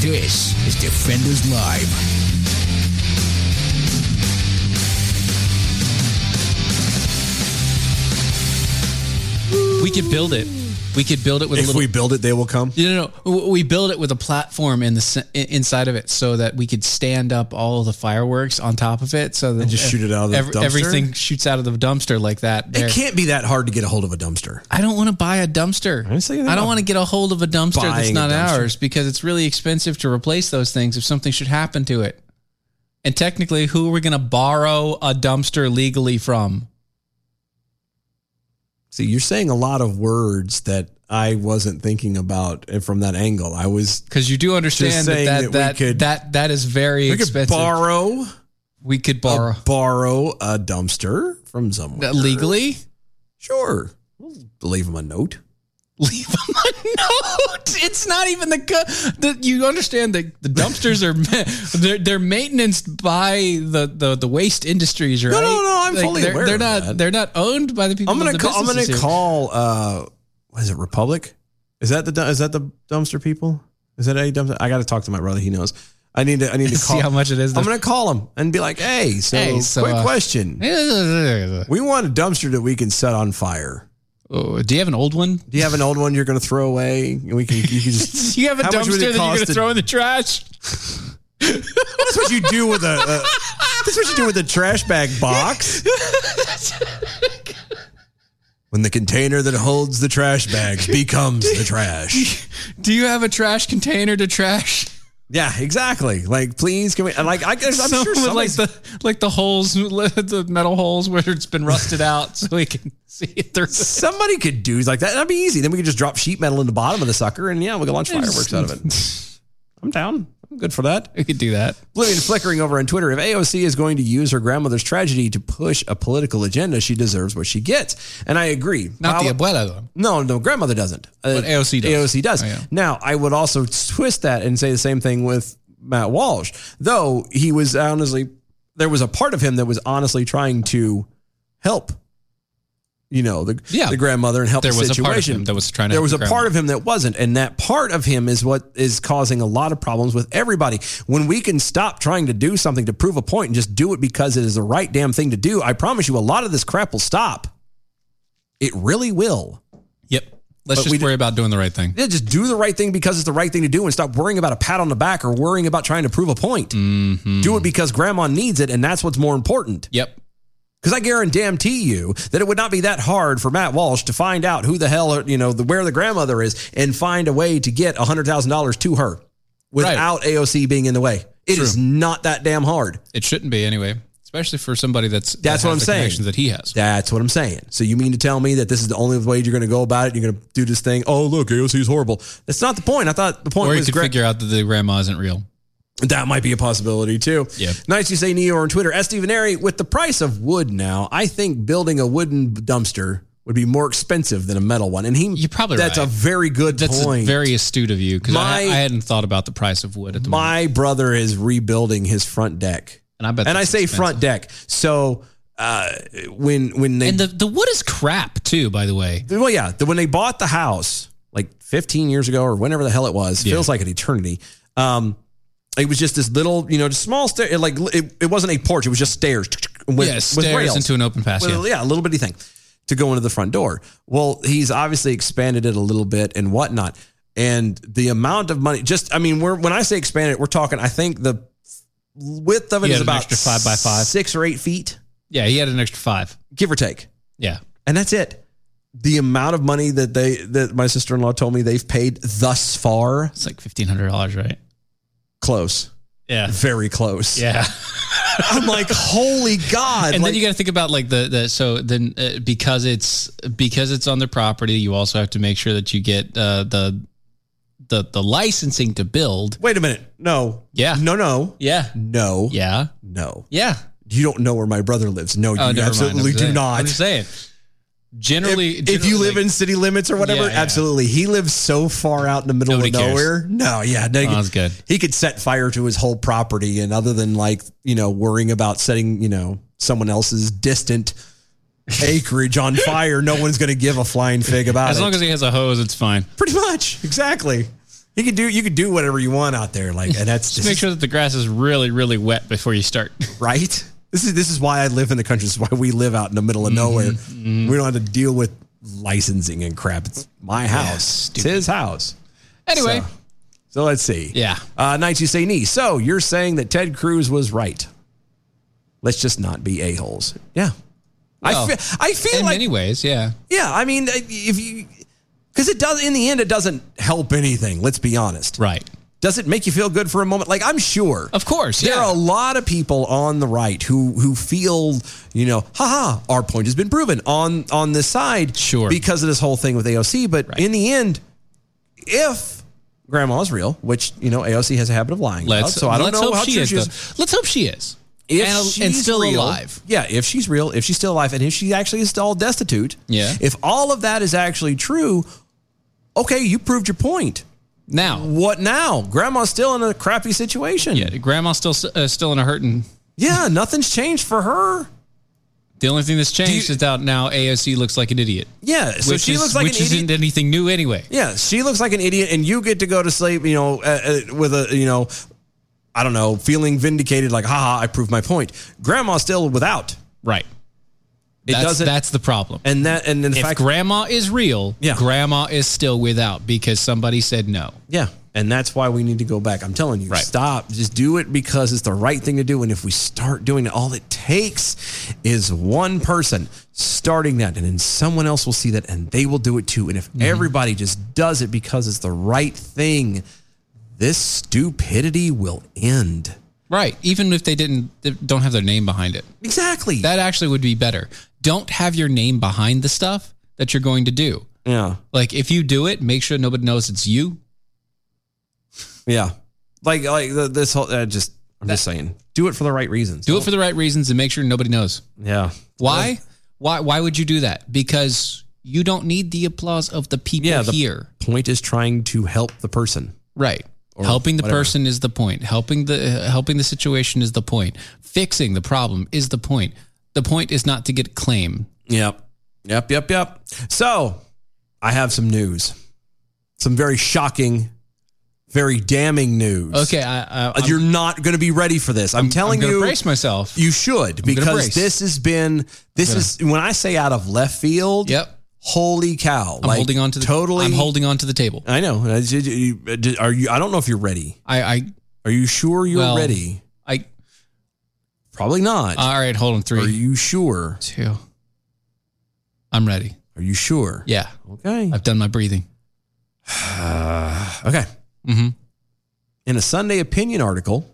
Speaker 20: This is Defenders Live.
Speaker 3: We could build it. We could build it with a
Speaker 2: If
Speaker 3: little
Speaker 2: we build it, they will come.
Speaker 3: No, no, no. W- We build it with a platform in the s- i- inside of it, so that we could stand up all the fireworks on top of it, so that
Speaker 2: And just shoot it out of the dumpster?
Speaker 3: Everything shoots out of the dumpster like that. there.
Speaker 2: It can't be that hard to get a hold of a dumpster.
Speaker 3: I don't want to buy a dumpster. I
Speaker 2: about
Speaker 3: don't want to get a hold of a dumpster that's
Speaker 2: buying a
Speaker 3: not
Speaker 2: dumpster.
Speaker 3: ours because it's really expensive to replace those things if something should happen to it. And technically, who are we going to borrow a dumpster legally from?
Speaker 2: See, you're saying a lot of words that I wasn't thinking about eh, from that angle. I was
Speaker 3: because you do understand that that that, that that is very
Speaker 2: we could
Speaker 3: expensive.
Speaker 2: borrow.
Speaker 3: We could borrow
Speaker 2: borrow a dumpster from someone
Speaker 3: Uh, legally?
Speaker 2: Sure, we'll leave them a note.
Speaker 3: leave [LAUGHS] them a note. It's not even the, co- the you understand that the dumpsters are ma- they're, they're maintenance by the, the the waste industries, right?
Speaker 2: No, no, no, I'm fully
Speaker 3: they're,
Speaker 2: aware
Speaker 3: They're
Speaker 2: of
Speaker 3: not
Speaker 2: that.
Speaker 3: they're not owned by the people.
Speaker 2: I'm gonna
Speaker 3: of the
Speaker 2: call, I'm gonna
Speaker 3: businesses here.
Speaker 2: call. Uh, what is it? Republic? Is that the du- is that the dumpster people? Is that any dumpster? I got to talk to my brother. He knows. I need to. I
Speaker 3: [LAUGHS]
Speaker 2: need to
Speaker 3: See
Speaker 2: call.
Speaker 3: how much it is
Speaker 2: I'm
Speaker 3: to-
Speaker 2: gonna call him and be like, "Hey, so,
Speaker 3: Hey, so,
Speaker 2: quick
Speaker 3: uh, [LAUGHS]
Speaker 2: question. we want a dumpster that we can set on fire.
Speaker 3: Oh, do you have an old one?
Speaker 2: Do you have an old one you're gonna throw away? And we can. You can
Speaker 3: [LAUGHS]
Speaker 2: just.
Speaker 3: [LAUGHS] You have a
Speaker 2: How much
Speaker 3: dumpster
Speaker 2: would
Speaker 3: that
Speaker 2: it
Speaker 3: you're
Speaker 2: cost
Speaker 3: gonna
Speaker 2: to-
Speaker 3: throw in the trash.
Speaker 2: That's what you do with a. a that's what you do with a trash bag box. When the container that holds the trash
Speaker 3: [LAUGHS]
Speaker 2: bags becomes the trash.
Speaker 3: Do you have a trash container to trash?
Speaker 2: Yeah, exactly. Like, please, can we? and Like, I
Speaker 3: [LAUGHS]
Speaker 2: guess I'm
Speaker 3: Some
Speaker 2: sure
Speaker 3: with,
Speaker 2: some
Speaker 3: like the like the holes, [LAUGHS] the metal holes where it's been rusted out, so we can [LAUGHS] see it through.
Speaker 2: Somebody could do like that. That'd be easy. Then we could just drop sheet metal in the bottom of the sucker, and yeah, we could launch fireworks out of
Speaker 3: [LAUGHS]
Speaker 2: it. I'm down. I'm good for that.
Speaker 3: We could do that.
Speaker 2: Oblivion flickering over on Twitter. If AOC is going to use her grandmother's tragedy to push a political agenda, she deserves what she gets. And I agree.
Speaker 3: Not
Speaker 2: Paolo-
Speaker 3: the abuela though.
Speaker 2: No, no, grandmother doesn't. Uh,
Speaker 3: But AOC does.
Speaker 2: AOC does.
Speaker 3: Oh, yeah.
Speaker 2: Now, I would also twist that and say the same thing with Matt Walsh, though he was honestly, there was a part of him that was honestly trying to help. You know the the grandmother and help
Speaker 3: There
Speaker 2: the
Speaker 3: was a
Speaker 2: situation.
Speaker 3: part of him that was trying to
Speaker 2: There
Speaker 3: help
Speaker 2: was
Speaker 3: the
Speaker 2: a part of him that wasn't, and that part of him is what is causing a lot of problems with everybody. When we can stop trying to do something to prove a point and just do it because it is the right damn thing to do, I promise you, a lot of this crap will stop. It really will.
Speaker 3: Yep. Let's
Speaker 2: But we
Speaker 3: just worry about doing the right thing.
Speaker 2: Yeah, just do the right thing because it's the right thing to do and stop worrying about a pat on the back or worrying about trying to prove a point. Do it because grandma needs it and that's what's more important.
Speaker 3: Mm-hmm. Yep.
Speaker 2: Because I guarantee you that it would not be that hard for Matt Walsh to find out who the hell, you know, the, where the grandmother is and find a way to get $100,000 to her without AOC being in the way. It is not that damn hard.
Speaker 3: It shouldn't be anyway, especially for somebody that's
Speaker 2: That's
Speaker 3: that
Speaker 2: what
Speaker 3: has
Speaker 2: I'm
Speaker 3: the
Speaker 2: saying.
Speaker 3: connections That he has.
Speaker 2: That's what I'm saying. So you mean to tell me that this is the only way you're going to go about it? You're going to do this thing? Oh, look, AOC is horrible. That's not the point. I thought the point
Speaker 3: or he
Speaker 2: was
Speaker 3: could
Speaker 2: gra-
Speaker 3: figure out that the grandma isn't real.
Speaker 2: That might be a possibility too.
Speaker 3: Yeah.
Speaker 2: Nice you say Neo on Twitter. S. Veneri, with the price of wood now, I think building a wooden dumpster would be more expensive than a metal one. And he, you
Speaker 3: probably
Speaker 2: that's
Speaker 3: right.
Speaker 2: a very good
Speaker 3: That's
Speaker 2: point.
Speaker 3: very astute of you because I,
Speaker 2: My-
Speaker 3: I hadn't thought about the price of wood at the moment.
Speaker 2: My brother is rebuilding his front deck,
Speaker 3: and I bet.
Speaker 2: And I
Speaker 3: that's
Speaker 2: say
Speaker 3: expensive.
Speaker 2: front deck. So uh, when when they
Speaker 3: And the, the wood is crap too, by the way.
Speaker 2: Well, yeah. The, when they bought the house like 15 years ago or whenever the hell it was, feels like an eternity. Um, it was just this little, you know, just small stair. it, Like it, it wasn't a porch. It was just stairs with,
Speaker 3: Yeah, stairs into an open pass,
Speaker 2: Well,
Speaker 3: yeah.
Speaker 2: a little bitty thing to go into the front door. Well, he's obviously expanded it a little bit and whatnot. And the amount of money, just I mean, we're when I say expanded, we're talking. I think the width of it
Speaker 3: He
Speaker 2: is
Speaker 3: had an
Speaker 2: about
Speaker 3: extra five by five.
Speaker 2: six or eight feet,
Speaker 3: Yeah, he had an extra five,
Speaker 2: give or take.
Speaker 3: Yeah,
Speaker 2: and that's it. The amount of money that they that my sister in law told me they've paid thus far, it's
Speaker 3: like fifteen hundred dollars, right?
Speaker 2: Close,
Speaker 3: Yeah,
Speaker 2: very close.
Speaker 3: yeah.
Speaker 2: [LAUGHS] I'm like, holy god!
Speaker 3: [LAUGHS] and
Speaker 2: like,
Speaker 3: then you got to think about like the, the so then uh, because it's because it's on their property, you also have to make sure that you get uh, the the the licensing to build.
Speaker 2: Wait a minute. No.
Speaker 3: Yeah.
Speaker 2: No. No.
Speaker 3: Yeah.
Speaker 2: No.
Speaker 3: Yeah.
Speaker 2: No.
Speaker 3: Yeah.
Speaker 2: You don't know where my brother lives. No, you
Speaker 3: Oh, never mind. I'm
Speaker 2: absolutely
Speaker 3: saying-
Speaker 2: do not.
Speaker 3: I'm just saying. Generally,
Speaker 2: if, if you live in city limits or whatever,
Speaker 3: Yeah, yeah.
Speaker 2: absolutely. He lives so far out in the middle
Speaker 3: Nobody
Speaker 2: of
Speaker 3: cares.
Speaker 2: nowhere. No, yeah, no,
Speaker 3: Oh, that's good.
Speaker 2: He could set fire to his whole property, and other than like you know worrying about setting you know someone else's distant acreage
Speaker 3: [LAUGHS]
Speaker 2: on fire, no one's going to give a flying fig about
Speaker 3: as
Speaker 2: it.
Speaker 3: long as he has a hose, it's fine.
Speaker 2: Pretty much, exactly. You could do you could do whatever you want out there, like and that's
Speaker 3: Just make sure that the grass is really, really wet before you start. [LAUGHS]
Speaker 2: right? This is this is why I live in the country. This is why we live out in the middle of nowhere. We don't have to deal with licensing and crap. It's my house. it's his house.
Speaker 3: Anyway.
Speaker 2: So, so let's see.
Speaker 3: Yeah.
Speaker 2: Uh, Knights, you say knee. So you're saying that Ted Cruz was right. Let's just not be a holes. Yeah.
Speaker 3: Well,
Speaker 2: I feel, I feel
Speaker 3: in
Speaker 2: like
Speaker 3: many ways, yeah.
Speaker 2: yeah. I mean, if you because it does in the end, it doesn't help anything. Let's be honest.
Speaker 3: Right.
Speaker 2: Does it make you feel good for a moment? Like I'm sure.
Speaker 3: Of course.
Speaker 2: There
Speaker 3: yeah.
Speaker 2: are a lot of people on the right who who feel, you know, haha, our point has been proven on on this side sure. because of this whole thing with AOC, but in the end if grandma is real, which, you know, AOC has a habit of lying about,
Speaker 3: Let's
Speaker 2: so I don't
Speaker 3: let's
Speaker 2: know
Speaker 3: hope
Speaker 2: how
Speaker 3: she
Speaker 2: true
Speaker 3: is,
Speaker 2: she is.
Speaker 3: though. Let's hope she is.
Speaker 2: If
Speaker 3: and,
Speaker 2: she's
Speaker 3: and still
Speaker 2: real-
Speaker 3: alive.
Speaker 2: Yeah, if she's real, if she's still alive, and if she actually is all destitute,
Speaker 3: Yeah.
Speaker 2: if all of that is actually true, Okay, you proved your point.
Speaker 3: Now,
Speaker 2: what now? Grandma's still in a crappy situation.
Speaker 3: Yeah, grandma's still uh, still in a hurting.
Speaker 2: Yeah, nothing's changed for her.
Speaker 3: The only thing that's changed is that now AOC looks like an idiot.
Speaker 2: Yeah, so
Speaker 3: which
Speaker 2: she
Speaker 3: is-
Speaker 2: looks like an
Speaker 3: which isn't anything new anyway.
Speaker 2: Yeah, she looks like an idiot, and you get to go to sleep, you know, uh, uh, with a, you know, I don't know, feeling vindicated, like, haha, I proved my point. Grandma's still without.
Speaker 3: Right.
Speaker 2: It
Speaker 3: that's,
Speaker 2: doesn't.
Speaker 3: That's the problem.
Speaker 2: and that, and in
Speaker 3: if
Speaker 2: fact,
Speaker 3: grandma is real,
Speaker 2: Yeah.
Speaker 3: grandma is still without because somebody said no.
Speaker 2: yeah, and that's why we need to go back. I'm telling you, stop. Just do it because it's the right thing to do. And if we start doing it, all it takes is one person starting that, and then someone else will see that, and they will do it too. And if
Speaker 3: Mm-hmm.
Speaker 2: everybody just does it because it's the right thing, this stupidity will end.
Speaker 3: Right. Even if they didn't they don't have their name behind it.
Speaker 2: Exactly.
Speaker 3: That actually would be better. Don't have your name behind the stuff that you're going to do.
Speaker 2: Yeah.
Speaker 3: Like if you do it, make sure nobody knows it's you.
Speaker 2: Yeah, like like the, this whole uh, just I'm just saying, do it for the right reasons.
Speaker 3: Do it for the right reasons and make sure nobody knows.
Speaker 2: Yeah.
Speaker 3: Why? Why why would you do that? Because you don't need the applause of the people
Speaker 2: Yeah, the
Speaker 3: here.
Speaker 2: point is trying to help the person.
Speaker 3: Right.
Speaker 2: Or
Speaker 3: helping the
Speaker 2: whatever.
Speaker 3: person is the point. Helping the uh, helping the situation is the point. Fixing the problem is the point. The point is not to get claim.
Speaker 2: Yep. Yep. Yep. Yep. So I have some news, some very shocking, very damning news.
Speaker 3: Okay, I, I,
Speaker 2: Uh, You're not going to be ready for this. I'm, telling
Speaker 3: gonna
Speaker 2: you.
Speaker 3: brace myself.
Speaker 2: You should
Speaker 3: gonna
Speaker 2: because
Speaker 3: brace.
Speaker 2: this has been this
Speaker 3: gonna-
Speaker 2: is when I say out of left field. Yep. Holy cow!
Speaker 3: I'm holding on to the
Speaker 2: totally.
Speaker 3: I'm holding on to the table.
Speaker 2: I know. I- you- you- Are you? I don't know if you're ready.
Speaker 3: I. I
Speaker 2: are you sure you're
Speaker 3: Well,
Speaker 2: ready?
Speaker 3: I.
Speaker 2: Probably not.
Speaker 3: All right, hold on. Three. Are
Speaker 2: you sure?
Speaker 3: Two. I'm ready.
Speaker 2: Are you sure?
Speaker 3: Yeah.
Speaker 2: Okay.
Speaker 3: I've done my breathing.
Speaker 2: [SIGHS] okay.
Speaker 3: Mm-hmm.
Speaker 2: In a Sunday opinion article,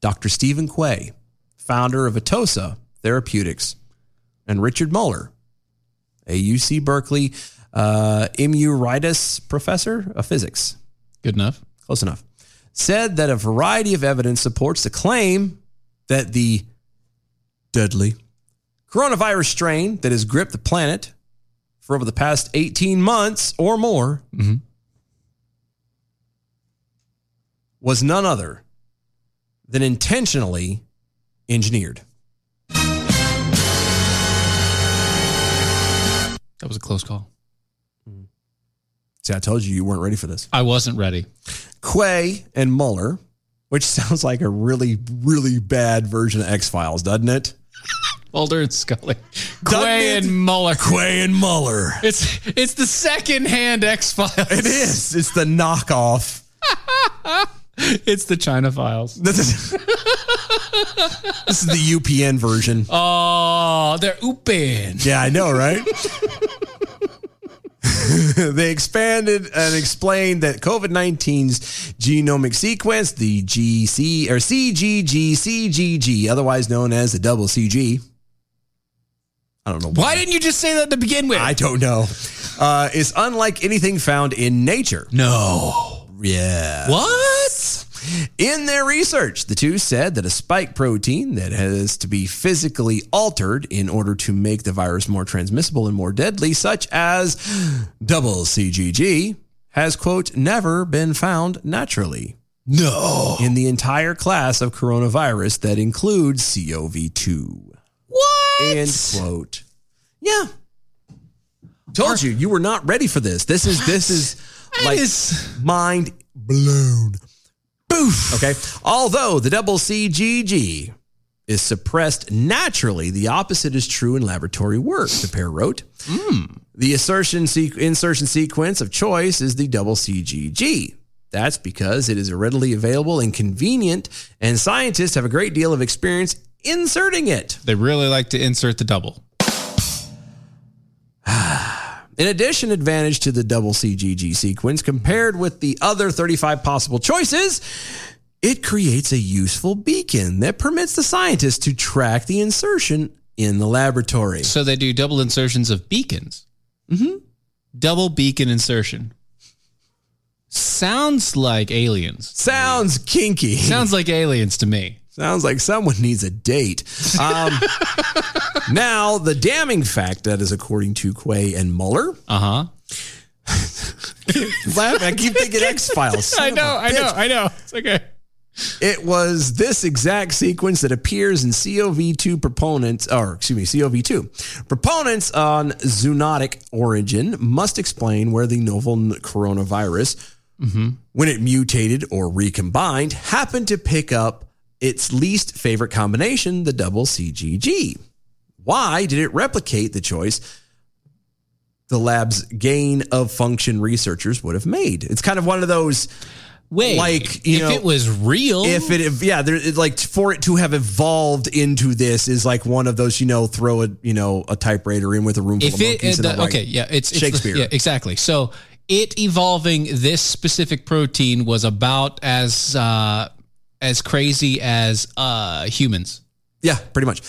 Speaker 2: Dr. Stephen Quay, founder of Atosa Therapeutics, and Richard Muller, a UC Berkeley uh, Emuritis professor of physics.
Speaker 3: Good enough.
Speaker 2: Close enough. Said that a variety of evidence supports the claim that the deadly coronavirus strain that has gripped the planet for over the past 18 months or more
Speaker 3: Mm-hmm.
Speaker 2: was none other than intentionally engineered.
Speaker 3: That was a close call.
Speaker 2: See, I told you you weren't ready for this.
Speaker 3: I wasn't ready.
Speaker 2: Quay and Mueller, which [LAUGHS] sounds like a really, really bad version of X Files, doesn't it?
Speaker 3: [LAUGHS] Mulder and Scully. Quay and Muller.
Speaker 2: Quay and Muller.
Speaker 3: It's it's the second hand X Files. It
Speaker 2: is. It's the knockoff.
Speaker 3: [LAUGHS] it's the China Files.
Speaker 2: This
Speaker 3: [LAUGHS]
Speaker 2: is, this is the UPN version.
Speaker 3: Oh, they're ooping.
Speaker 2: Yeah, I know, right? [LAUGHS] they expanded and explained that COVID 19's genomic sequence, the GC or CGGCGG, otherwise known as the double CG. I don't know why.
Speaker 3: didn't you just say that to begin with?
Speaker 2: I don't know. Uh, is unlike anything found in nature.
Speaker 3: No.
Speaker 2: Yeah. What? In their research, the two said that a spike protein that has to be physically altered in order to make the virus more transmissible and more deadly, such as double CGG, has, quote, never been found naturally.
Speaker 3: No.
Speaker 2: In the entire class of coronavirus that includes COV2.
Speaker 3: What?
Speaker 2: End quote. Yeah. Told you, you were not ready for this. This is, this is like mind blown. Boof. Okay. Although the double CGG is suppressed naturally, the opposite is true in laboratory work, the pair wrote. The assertion sequ- insertion sequence of choice is the double CGG. That's because it is readily available and convenient, and scientists have a great deal of experience inserting it.
Speaker 3: They really like to insert the double.
Speaker 2: In addition, advantage to the double CGG sequence compared with the other 35 possible choices, it creates a useful beacon that permits the scientist to track the insertion in the laboratory.
Speaker 3: So they do double insertions of beacons. Mm-hmm. Double beacon insertion. Sounds like aliens.
Speaker 2: Sounds kinky. [LAUGHS]
Speaker 3: Sounds like aliens to me.
Speaker 2: Sounds like someone needs a date. Um,
Speaker 3: [LAUGHS]
Speaker 2: [LAUGHS]
Speaker 3: Uh-huh.
Speaker 2: now, the damning fact that is according to Quay and Mueller.
Speaker 3: Uh huh.
Speaker 2: laughing. I keep thinking X Files.
Speaker 3: I know, I know, I know. It's okay.
Speaker 2: It was this exact sequence that appears in COV2 proponents, or excuse me, COV2. Proponents on zoonotic origin must explain where the novel n- coronavirus,
Speaker 3: Mm-hmm.
Speaker 2: when it mutated or recombined, happened to pick up its least favorite combination, the double CGG. Why did it replicate the choice the lab's gain of function researchers would have made. It's kind of one of those.
Speaker 3: Wait,
Speaker 2: like you
Speaker 3: if
Speaker 2: know,
Speaker 3: it was real?
Speaker 2: if it, if, yeah, there, it, like for it to have evolved into this is like one of those, you know, throw a, you know, a typewriter in with a room full
Speaker 3: If
Speaker 2: of
Speaker 3: it,
Speaker 2: monkeys. and
Speaker 3: the-
Speaker 2: they'll write
Speaker 3: okay, yeah, it's it's the-
Speaker 2: Shakespeare.
Speaker 3: yeah, exactly. So it evolving this specific protein was about as uh, as crazy as uh, humans.
Speaker 2: Yeah, pretty much.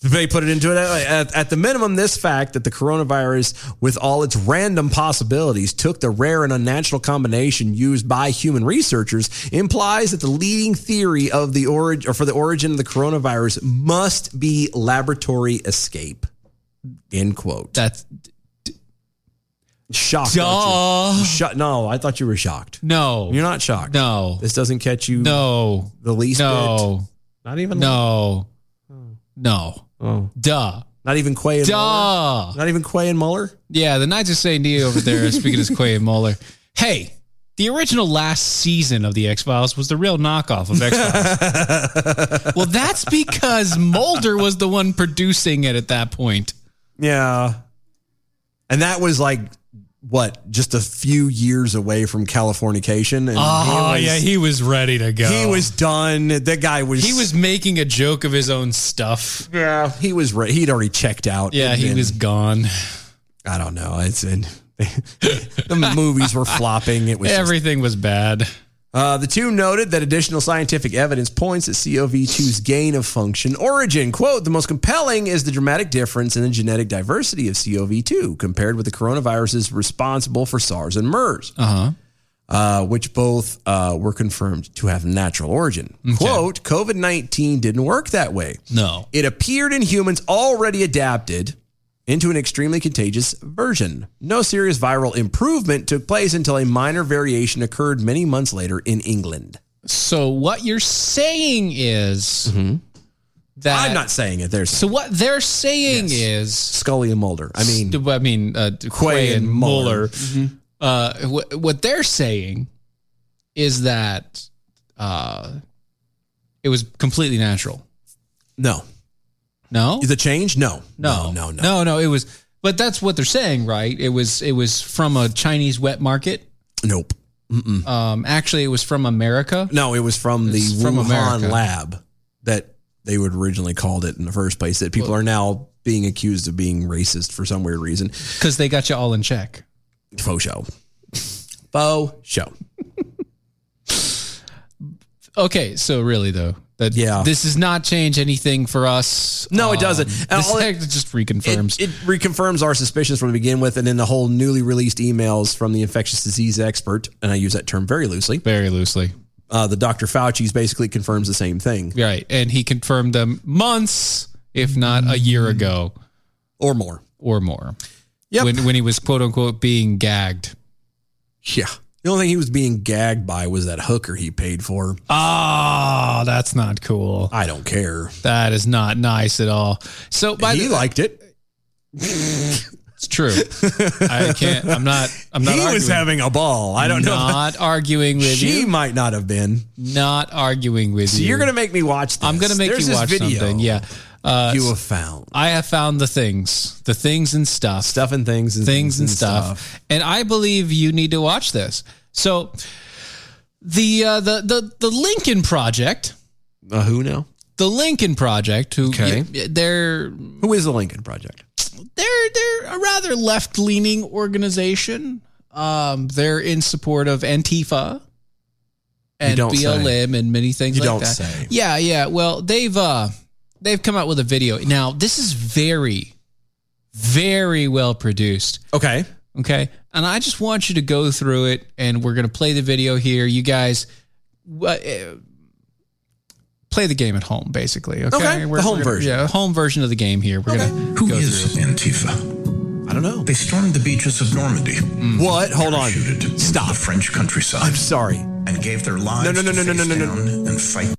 Speaker 2: They put it into it Uh, at, at the minimum. This fact that the coronavirus, with all its random possibilities, took the rare and unnatural combination used by human researchers implies that the leading theory of the origin or for the origin of the coronavirus must be laboratory escape. End quote.
Speaker 3: That's
Speaker 2: shocked. aren't you? You Shut. No, I thought you were shocked.
Speaker 3: No,
Speaker 2: you're not shocked.
Speaker 3: No,
Speaker 2: this doesn't catch you.
Speaker 3: No,
Speaker 2: the least.
Speaker 3: No,
Speaker 2: bit? not even.
Speaker 3: no, no.
Speaker 2: Oh,
Speaker 3: duh.
Speaker 2: Not even Quay and
Speaker 3: duh.
Speaker 2: Mueller? Not even Quay and Mueller.
Speaker 3: Yeah, the Knights of St. D over there, speaking as Quay and Mueller. Hey, the original last season of The X Files was the real knockoff of X
Speaker 2: [LAUGHS]
Speaker 3: Files. well, that's because Mulder was the one producing it at that point.
Speaker 2: Yeah. Uh, And that was like what, just a few years away from Californication. And
Speaker 3: Oh,
Speaker 2: he was-
Speaker 3: yeah, he was ready to go.
Speaker 2: he was done. That guy was
Speaker 3: He was making a joke of his own stuff.
Speaker 2: Yeah, he was re- he'd already checked out.
Speaker 3: Yeah,
Speaker 2: And
Speaker 3: he
Speaker 2: then-
Speaker 3: was gone.
Speaker 2: I don't know. It's in [LAUGHS] the movies were flopping. It was just-
Speaker 3: everything was bad.
Speaker 2: Uh, the two noted that additional scientific evidence points at COV2's gain of function origin. Quote, the most compelling is the dramatic difference in the genetic diversity of COV2 compared with the coronaviruses responsible for SARS and MERS.
Speaker 3: Uh-huh.
Speaker 2: uh, which both uh, were confirmed to have natural origin. Quote, COVID 19 didn't work that way.
Speaker 3: No.
Speaker 2: It appeared in humans already adapted into an extremely contagious version. No serious viral improvement took place until a minor variation occurred many months later in England.
Speaker 3: So what you're saying is
Speaker 2: Mm-hmm.
Speaker 3: that
Speaker 2: I'm not saying it. There's
Speaker 3: so what they're saying is
Speaker 2: Scully and Mulder. I mean,
Speaker 3: St- I mean uh, Quay and Mueller.
Speaker 2: Mm-hmm.
Speaker 3: Uh, wh- what they're saying is that uh, it was completely natural.
Speaker 2: No,
Speaker 3: no,
Speaker 2: the change. No,
Speaker 3: no, no, no, no, It was, but that's what they're saying, right? It was, it was from a Chinese wet market.
Speaker 2: Nope. Mm-mm.
Speaker 3: Um, actually, it was from America.
Speaker 2: No, it was from the
Speaker 3: It's from
Speaker 2: Wuhan
Speaker 3: America.
Speaker 2: lab that they would originally called it in the first place. That people are now being accused of being racist for some weird reason.
Speaker 3: because they got you all in check.
Speaker 2: Faux show. Faux show.
Speaker 3: [LAUGHS] Okay, so really though, that
Speaker 2: yeah,
Speaker 3: this does not change anything for us.
Speaker 2: No, it doesn't.
Speaker 3: Um,
Speaker 2: And
Speaker 3: this
Speaker 2: all it-
Speaker 3: act [LAUGHS] just reconfirms.
Speaker 2: It reconfirms our suspicions from the begin with, and then the whole newly released emails from the infectious disease expert, and I use that term very loosely.
Speaker 3: Very loosely.
Speaker 2: Uh, the Dr. Fauci's basically confirms the same thing.
Speaker 3: Right. And he confirmed them months, if not a year ago.
Speaker 2: Or more.
Speaker 3: Or more. Yeah. When, when he was quote unquote being gagged.
Speaker 2: Yeah. The only thing he was being gagged by was that hooker he paid for.
Speaker 3: Oh, that's not cool.
Speaker 2: I don't care.
Speaker 3: That is not nice at all. So by
Speaker 2: he liked it.
Speaker 3: It's true. I can't. I'm not. I'm not.
Speaker 2: He was
Speaker 3: arguing.
Speaker 2: having a ball. I don't know.
Speaker 3: Not arguing with
Speaker 2: She
Speaker 3: you.
Speaker 2: might not have been.
Speaker 3: Not arguing with
Speaker 2: So
Speaker 3: you.
Speaker 2: you're gonna make me watch this.
Speaker 3: I'm gonna make
Speaker 2: There's
Speaker 3: you
Speaker 2: this
Speaker 3: watch
Speaker 2: video
Speaker 3: something. Yeah. Uh,
Speaker 2: you have found.
Speaker 3: I have found the things, the things and stuff,
Speaker 2: stuff and things, and
Speaker 3: things and
Speaker 2: and
Speaker 3: stuff. And I believe you need to watch this. So, the uh, the the the Lincoln Project.
Speaker 2: Uh, who now?
Speaker 3: The Lincoln Project. Who?
Speaker 2: Okay.
Speaker 3: y- They're
Speaker 2: Who is the Lincoln Project?
Speaker 3: they're they're a rather left leaning organization. Um, they're in support of Antifa
Speaker 2: You
Speaker 3: and
Speaker 2: don't
Speaker 3: BLM and many things
Speaker 2: You
Speaker 3: like
Speaker 2: don't
Speaker 3: that.
Speaker 2: say.
Speaker 3: Yeah, yeah. Well, they've uh they've come out with a video. Now, this is very very well produced.
Speaker 2: Okay.
Speaker 3: Okay. And I just want you to go through it and we're going to play the video here. You guys wh- uh, play the game at home basically, okay?
Speaker 21: Okay, the
Speaker 3: We're-
Speaker 21: home
Speaker 3: we're gonna-
Speaker 21: version.
Speaker 3: Yeah, home version of the game here. We're going to
Speaker 21: Who is Antifa?
Speaker 2: I don't know.
Speaker 21: They stormed the beaches of Normandy.
Speaker 2: What? Hold on.
Speaker 21: Stop. The French countryside.
Speaker 2: I'm sorry.
Speaker 21: And gave their lives
Speaker 2: No, no, no,
Speaker 21: to
Speaker 2: no, no,
Speaker 21: face
Speaker 2: no, no, no.
Speaker 21: down and fight.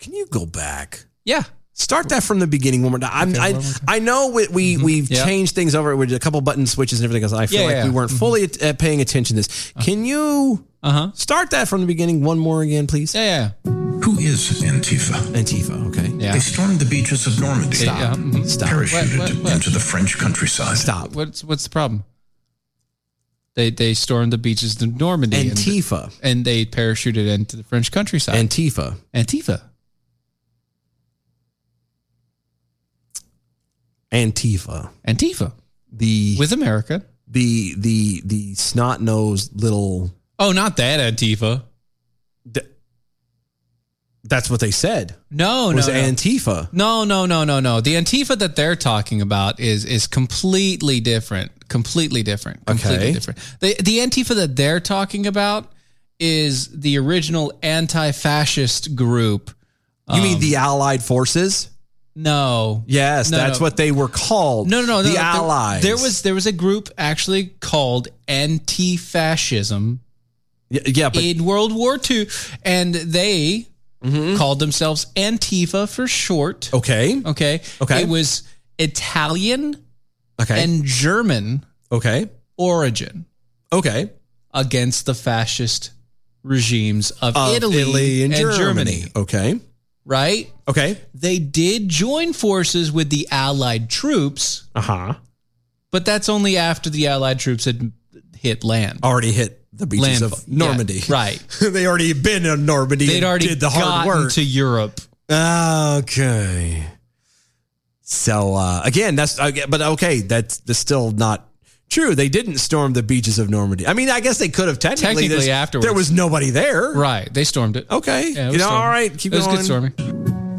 Speaker 2: Can you go back?
Speaker 3: Yeah.
Speaker 2: Start that from the beginning one more time. I'm, I, I know we, we, we've changed things over with a couple button switches and everything else. I feel
Speaker 3: Mm-hmm. Yeah,
Speaker 2: like
Speaker 3: yeah,
Speaker 2: we
Speaker 3: yeah. Mm-hmm.
Speaker 2: weren't fully at, at paying attention to this. Can you
Speaker 3: uh-huh.
Speaker 2: start that from the beginning one more again, please?
Speaker 3: Yeah,
Speaker 21: Who is Antifa?
Speaker 2: Antifa, okay.
Speaker 21: They stormed the beaches of Normandy.
Speaker 3: Stop. Yeah, mhm. Stop.
Speaker 21: Parachuted
Speaker 3: What, what, what?
Speaker 21: into the French countryside.
Speaker 2: Stop.
Speaker 3: What's what's the problem? They they stormed the beaches of Normandy.
Speaker 2: Antifa.
Speaker 3: And, and they parachuted into the French countryside.
Speaker 2: Antifa.
Speaker 3: Antifa.
Speaker 2: Antifa.
Speaker 3: Antifa.
Speaker 2: The
Speaker 3: with America.
Speaker 2: The the the snot nosed little
Speaker 3: Oh, not that Antifa.
Speaker 2: that's what they said.
Speaker 3: No,
Speaker 2: was
Speaker 3: no, no.
Speaker 2: Antifa.
Speaker 3: No, no, no, no, no. The Antifa that they're talking about is is completely different. Completely different. Completely
Speaker 2: Okay.
Speaker 3: different. The the Antifa that they're talking about is the original anti-fascist group.
Speaker 2: You mean
Speaker 3: um,
Speaker 2: the Allied forces?
Speaker 3: No.
Speaker 2: Yes,
Speaker 3: No,
Speaker 2: that's
Speaker 3: no.
Speaker 2: what they were called.
Speaker 3: No, no, no. no,
Speaker 2: The
Speaker 3: there-
Speaker 2: Allies.
Speaker 3: There, was there was a group actually called anti-fascism.
Speaker 2: Yeah, but-
Speaker 3: in World War II, and they called themselves Antifa for short.
Speaker 2: Mm-hmm. Okay,
Speaker 3: okay,
Speaker 2: Okay.
Speaker 3: It was Italian,
Speaker 2: Okay.
Speaker 3: and German,
Speaker 2: okay,
Speaker 3: origin,
Speaker 2: okay,
Speaker 3: against the fascist regimes of,
Speaker 2: Of
Speaker 3: Italy,
Speaker 2: Italy and Germany. Okay.
Speaker 3: right?
Speaker 2: Okay.
Speaker 3: They did join forces with the Allied troops.
Speaker 2: Uh huh.
Speaker 3: But that's only after the Allied troops had hit land.
Speaker 2: Already hit the beaches of Normandy.
Speaker 3: [LAUGHS] right.
Speaker 2: [LAUGHS] they already been in Normandy.
Speaker 3: They'd
Speaker 2: and
Speaker 3: already
Speaker 2: did the hard
Speaker 3: gotten
Speaker 2: work
Speaker 3: to Europe.
Speaker 2: Okay. So uh, again, that's okay, but okay, that's, that's still not true. They didn't storm the beaches of Normandy. I mean, I guess they could have technically.
Speaker 3: Technically
Speaker 2: There's-
Speaker 3: afterwards.
Speaker 2: there was nobody there.
Speaker 3: Right. They stormed it.
Speaker 2: Okay.
Speaker 3: Yeah,
Speaker 2: you
Speaker 3: it was
Speaker 2: know,
Speaker 3: storming.
Speaker 2: all right. Keep
Speaker 3: It was
Speaker 2: going.
Speaker 3: good storming.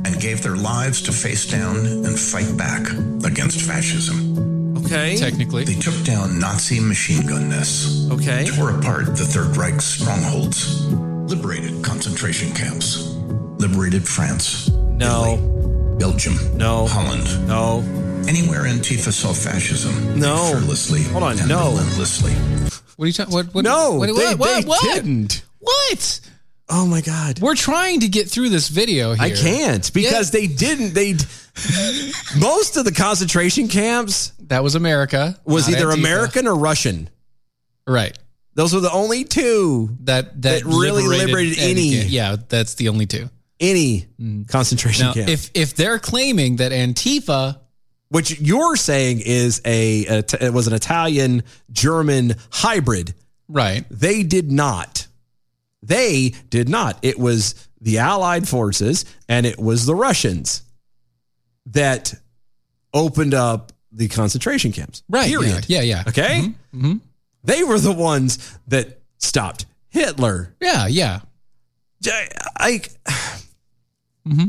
Speaker 21: and gave their lives to face down and fight back against fascism.
Speaker 2: Okay.
Speaker 3: Technically.
Speaker 21: They took down Nazi machine gun nests.
Speaker 2: Okay.
Speaker 21: Tore apart the Third Reich's strongholds. Liberated concentration camps. Liberated France.
Speaker 2: No.
Speaker 21: Italy, Belgium.
Speaker 2: No.
Speaker 21: Holland.
Speaker 2: No.
Speaker 21: Anywhere Antifa saw fascism.
Speaker 2: No.
Speaker 21: they Fearlessly. Hold
Speaker 2: on,
Speaker 21: And
Speaker 2: no.
Speaker 21: Relentlessly.
Speaker 3: What are you talking? What, what?
Speaker 2: No,
Speaker 3: What?
Speaker 2: they-
Speaker 3: What? What?
Speaker 2: they
Speaker 3: what?
Speaker 2: didn't.
Speaker 3: What?
Speaker 2: Oh my god.
Speaker 3: We're trying to get through this video here.
Speaker 2: I can't because they didn't. They
Speaker 3: [LAUGHS]
Speaker 2: most of the concentration camps
Speaker 3: that was America
Speaker 2: was
Speaker 3: not
Speaker 2: either
Speaker 3: Antifa.
Speaker 2: American or Russian.
Speaker 3: Right.
Speaker 2: Those were the only two
Speaker 3: that that,
Speaker 2: really liberated, any
Speaker 3: Antifa. Yeah, that's the only two.
Speaker 2: any concentration
Speaker 3: Now,
Speaker 2: camp.
Speaker 3: if if they're claiming that Antifa,
Speaker 2: which you're saying is a, a it was an Italian German hybrid.
Speaker 3: Right.
Speaker 2: They did not. They did not. It was the Allied forces and it was the Russians that opened up the concentration camps.
Speaker 3: Right, yeah,
Speaker 2: Period.
Speaker 3: yeah, yeah.
Speaker 2: Okay.
Speaker 3: mhm.
Speaker 2: They were the ones that stopped Hitler.
Speaker 3: yeah, yeah,
Speaker 2: I, [SIGHS]
Speaker 3: Mm-hmm.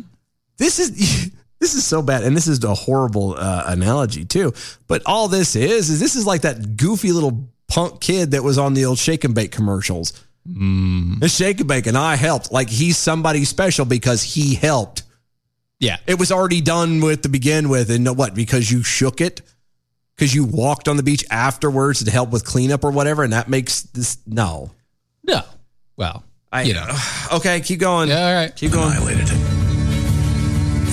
Speaker 2: this is [LAUGHS] this is so bad, and this is a horrible uh, analogy too. But all this is is this is like that goofy little punk kid that was on the old shake and bake commercials.
Speaker 3: Mm-hmm.
Speaker 2: The shake and bake, and I helped. Like he's somebody special because he helped.
Speaker 3: Yeah,
Speaker 2: it was already done with to begin with, and what because you shook it. Because you walked on the beach afterwards to help with cleanup or whatever, and that makes this no.
Speaker 3: no. Well,
Speaker 2: I, you know. [SIGHS] Okay, keep going.
Speaker 3: all right.
Speaker 2: Keep going.
Speaker 21: Annihilated.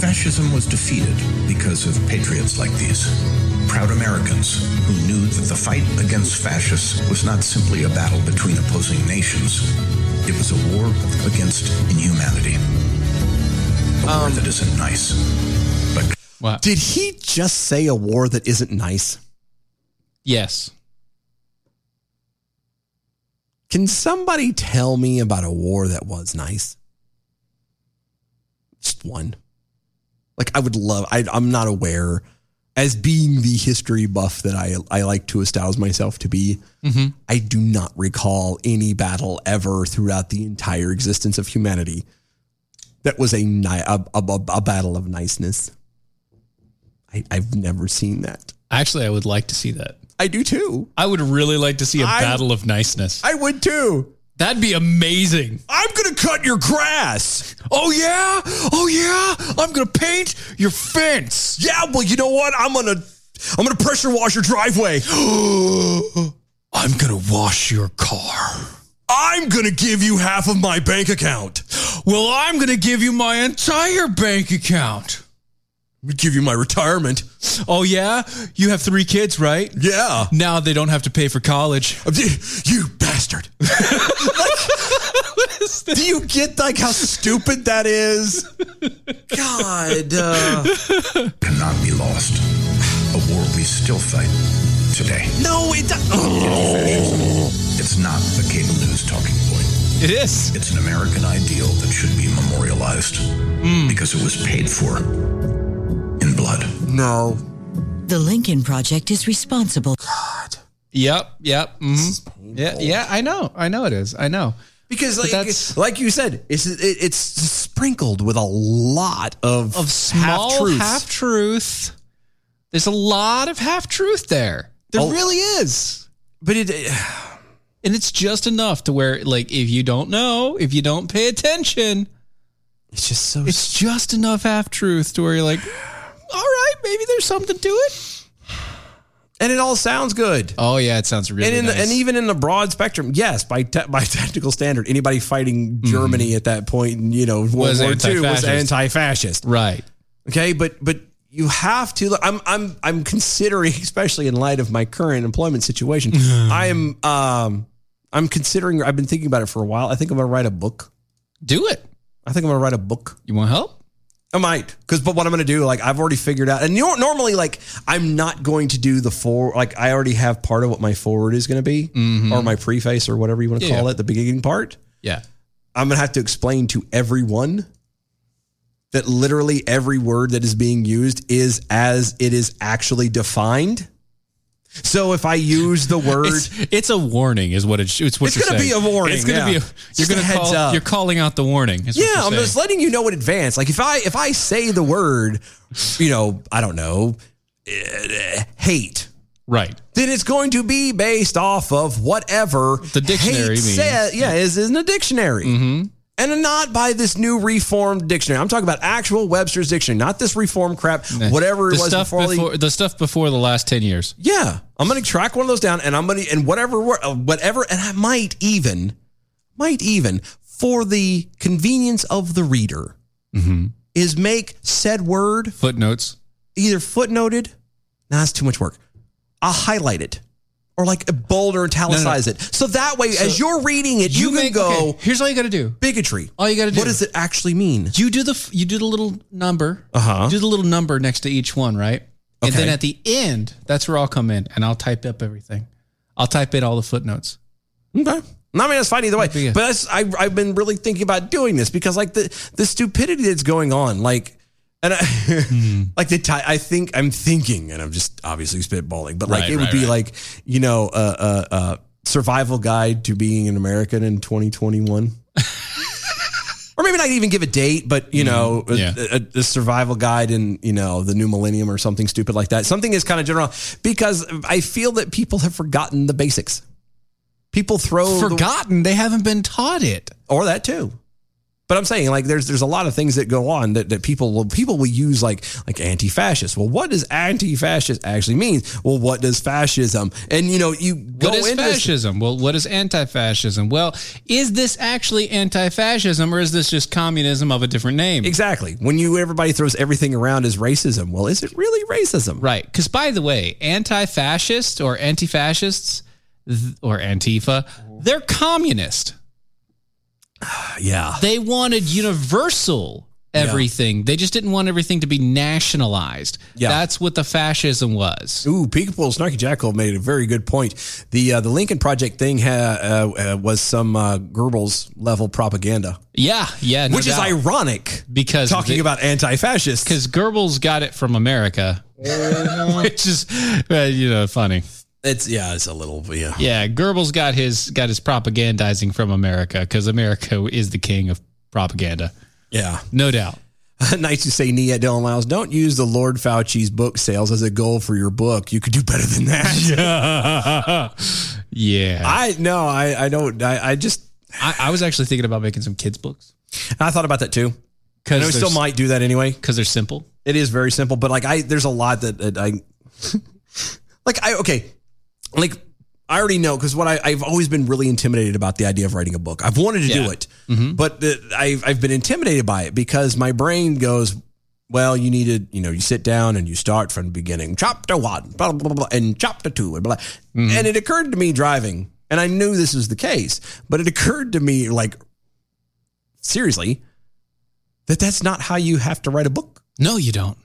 Speaker 21: Fascism was defeated because of patriots like these. Proud Americans who knew that the fight against fascists was not simply a battle between opposing nations, it was a war against inhumanity. A war
Speaker 22: Um,
Speaker 21: that isn't nice. But
Speaker 2: Did he just say a war that isn't nice?
Speaker 3: Yes.
Speaker 2: Can somebody tell me about a war that was nice? Just one. Like I would love. I, I'm not aware, as being the history buff that I I like to espouse myself to be.
Speaker 15: Mm-hmm.
Speaker 23: Mhm.
Speaker 2: I do not recall any battle ever throughout the entire existence of humanity that was a ni- a, a, a- a battle of niceness. I, I've never seen that.
Speaker 3: Actually, I would like to see that.
Speaker 2: I do too.
Speaker 3: I would really like to see a
Speaker 2: I-
Speaker 3: battle of niceness.
Speaker 2: I would too.
Speaker 3: That'd be amazing.
Speaker 2: I'm gonna cut your grass. Oh yeah, oh yeah. I'm gonna paint your fence. Yeah, well, you know what? I'm gonna
Speaker 22: I'm going to pressure wash your driveway. I'm going to wash your car. I'm going to give you half of my bank account. Well, I'm going to give you my entire bank account. We give you my retirement.
Speaker 3: Oh yeah, you have three kids, right?
Speaker 22: Yeah.
Speaker 3: Now they don't have to pay for college.
Speaker 22: You bastard! Do you get like how stupid that is? God. uh,
Speaker 21: [LAUGHS] Cannot be lost. A war we still fight today.
Speaker 22: no, it.
Speaker 2: oh.
Speaker 21: It's not a cable news talking point.
Speaker 3: It is.
Speaker 21: It's an American ideal that should be memorialized
Speaker 3: Hmm.
Speaker 21: because it was paid for in blood.
Speaker 22: No.
Speaker 23: The Lincoln Project is responsible.
Speaker 3: Yep. Yep. mhm. Yeah. Yeah. I know. I know it is. I know.
Speaker 2: Because
Speaker 3: But
Speaker 2: like,
Speaker 3: that's-
Speaker 2: like you said, it's it, it's sprinkled with a lot of
Speaker 3: of small
Speaker 2: half-truths.
Speaker 3: half truth. There's a lot of half truth there. There really is.
Speaker 2: Oh. But it, uh,
Speaker 3: and it's just enough to where, like, if you don't know, if you don't pay attention,
Speaker 2: it's just so.
Speaker 3: It's just enough half truth to where you're like, all right, maybe there's something to it.
Speaker 2: And it all sounds good.
Speaker 3: Oh yeah, it sounds really
Speaker 2: and in the,
Speaker 3: nice.
Speaker 2: and even in the broad spectrum, yes, by te- by [LAUGHS] technical standard, anybody fighting Germany at that point, in, you know, World
Speaker 3: Hmm. Was
Speaker 2: War II was
Speaker 3: anti-fascist.
Speaker 2: anti-fascist,
Speaker 3: right?
Speaker 2: Okay, but but you have to. I'm I'm I'm considering, [LAUGHS] especially in light of my current employment situation,
Speaker 3: Mm.
Speaker 2: I am um I'm considering. I've been thinking about it for a while. I think I'm gonna write a book.
Speaker 3: Do it.
Speaker 2: I think I'm gonna write a book.
Speaker 3: You want help?
Speaker 2: I might, because but what I'm gonna do, like I've already figured out, and you know, normally like I'm not going to do the forward. Like I already have part of what my forward is gonna be,
Speaker 3: Mhm.
Speaker 2: or my preface, or whatever you want to
Speaker 3: Yeah.
Speaker 2: call it, the beginning part.
Speaker 3: Yeah.
Speaker 2: I'm gonna have to explain to everyone that literally every word that is being used is as it is actually defined. So if I use the word,
Speaker 3: [LAUGHS] It's, it's a warning, is what it, sh- it's. What
Speaker 2: It's
Speaker 3: you're
Speaker 2: gonna be
Speaker 3: saying.
Speaker 2: a warning,
Speaker 3: It's gonna
Speaker 2: yeah.
Speaker 3: be. A,
Speaker 2: Just
Speaker 3: you're
Speaker 2: a
Speaker 3: gonna
Speaker 2: heads
Speaker 3: call,
Speaker 2: up.
Speaker 3: You're calling out the warning. is what
Speaker 2: yeah,
Speaker 3: you're
Speaker 2: I'm
Speaker 3: saying.
Speaker 2: just letting you know in advance. Like if I if I say the word, you know, I don't know, eh, hate.
Speaker 3: Right.
Speaker 2: Then it's going to be based off of whatever the
Speaker 3: dictionary Mm-hmm. means.
Speaker 2: yeah, is in a dictionary. And not by this new reformed dictionary. I'm talking about actual Webster's dictionary, not this reform crap, whatever it
Speaker 3: Eh, the
Speaker 2: was
Speaker 3: stuff
Speaker 2: before, they-
Speaker 3: before the stuff before the last ten years.
Speaker 2: yeah, I'm gonna track one of those down, and I'm gonna and whatever, wor- uh, whatever, and I might even, might even for the convenience of the reader, Mm-hmm. is make said word
Speaker 3: footnotes
Speaker 2: either footnoted. Nah, that's too much work. I'll highlight it or like bold or italicize it, so that way
Speaker 3: So
Speaker 2: as you're reading it, you, can
Speaker 3: make-
Speaker 2: go.
Speaker 3: okay, here's all you got to do.
Speaker 2: Bigotry.
Speaker 3: All you got to do.
Speaker 2: What does it actually mean? Uh-huh.
Speaker 3: You do the f- you do the little number. Uh
Speaker 2: huh.
Speaker 3: Do the little number next to each one, right? And then at the end, that's where I'll come in and I'll type up everything. I'll type in all the footnotes.
Speaker 2: Okay. No, I mean, that's fine either way. But that's, I, I've been really thinking about doing this because, like, the, the stupidity that's going on, like, and I,
Speaker 24: Hmm.
Speaker 2: [LAUGHS] like the ti I think I'm thinking, and I'm just obviously spitballing, but like
Speaker 24: Right,
Speaker 2: it would
Speaker 24: right,
Speaker 2: be
Speaker 24: right.
Speaker 2: like you know, uh, uh, uh, survival guide to being an American in 2021,
Speaker 24: [LAUGHS]
Speaker 2: or maybe not even give a date, but you know, a-
Speaker 24: Hmm. Yeah.
Speaker 2: a, a survival guide in you know the new millennium or something stupid like that. Something is kind of general because I feel that people have forgotten the basics. People throw the-
Speaker 3: Forgotten. they haven't been taught it,
Speaker 2: or that too. But I'm saying like there's there's a lot of things that go on that, that people will people will use like like anti-fascist. Well, what does anti-fascist actually mean? Well, what does fascism? And you know you go
Speaker 3: What is
Speaker 2: into this-
Speaker 3: fascism? Well, what is anti-fascism? Well, is this actually anti-fascism or is this just communism of a different name?
Speaker 2: exactly when you everybody throws everything around as racism. Well, is it really racism?
Speaker 3: Right. Because by the way, anti-fascist or anti-fascists th- or Antifa, they're communist.
Speaker 2: [SIGHS] Yeah.
Speaker 3: They wanted universal everything. They just didn't want everything to be nationalized. Yeah. That's what the fascism was.
Speaker 2: Ooh, Peekable Snarky Jackal made a very good point. The uh, the Lincoln Project thing ha- uh, uh, was some uh, Goebbels level propaganda.
Speaker 3: Yeah, yeah.
Speaker 2: Which is ironic
Speaker 3: because
Speaker 2: talking about anti-fascists.
Speaker 3: Because Goebbels got it from America, [LAUGHS] which is uh, you know funny.
Speaker 2: It's yeah, it's a little yeah.
Speaker 3: Yeah, Goebbels got his got his propagandizing from America because America is the king of
Speaker 2: [LAUGHS]
Speaker 3: propaganda.
Speaker 2: Yeah,
Speaker 3: no doubt.
Speaker 2: [LAUGHS] nice to say, Nia Dylan Lyles. Don't use the Lord Fauci's book sales as a goal for your book. You could do better than [LAUGHS] that.
Speaker 3: Yeah. [LAUGHS] yeah.
Speaker 2: I no, I I don't. I, I just
Speaker 3: I, I was actually thinking about making some kids books.
Speaker 2: I thought about that too.
Speaker 3: 'Cause
Speaker 2: And I
Speaker 3: they're
Speaker 2: still
Speaker 3: s-
Speaker 2: might do that anyway
Speaker 3: because they're simple.
Speaker 2: It is very simple, but like I, [LAUGHS] there's a lot that, that I like I okay, like I already know because what I, I've always been really intimidated about the idea of writing a book. I've wanted to do
Speaker 22: Yeah.
Speaker 2: it, but the, I've I've been intimidated by it because my brain goes, well, you need to you know you sit down and you start from the beginning, chapter one, blah blah blah, blah and chapter two, and blah. And it occurred to me driving, and I knew this was the case, but it occurred to me like seriously that that's not how you have to write a book.
Speaker 3: No, you don't.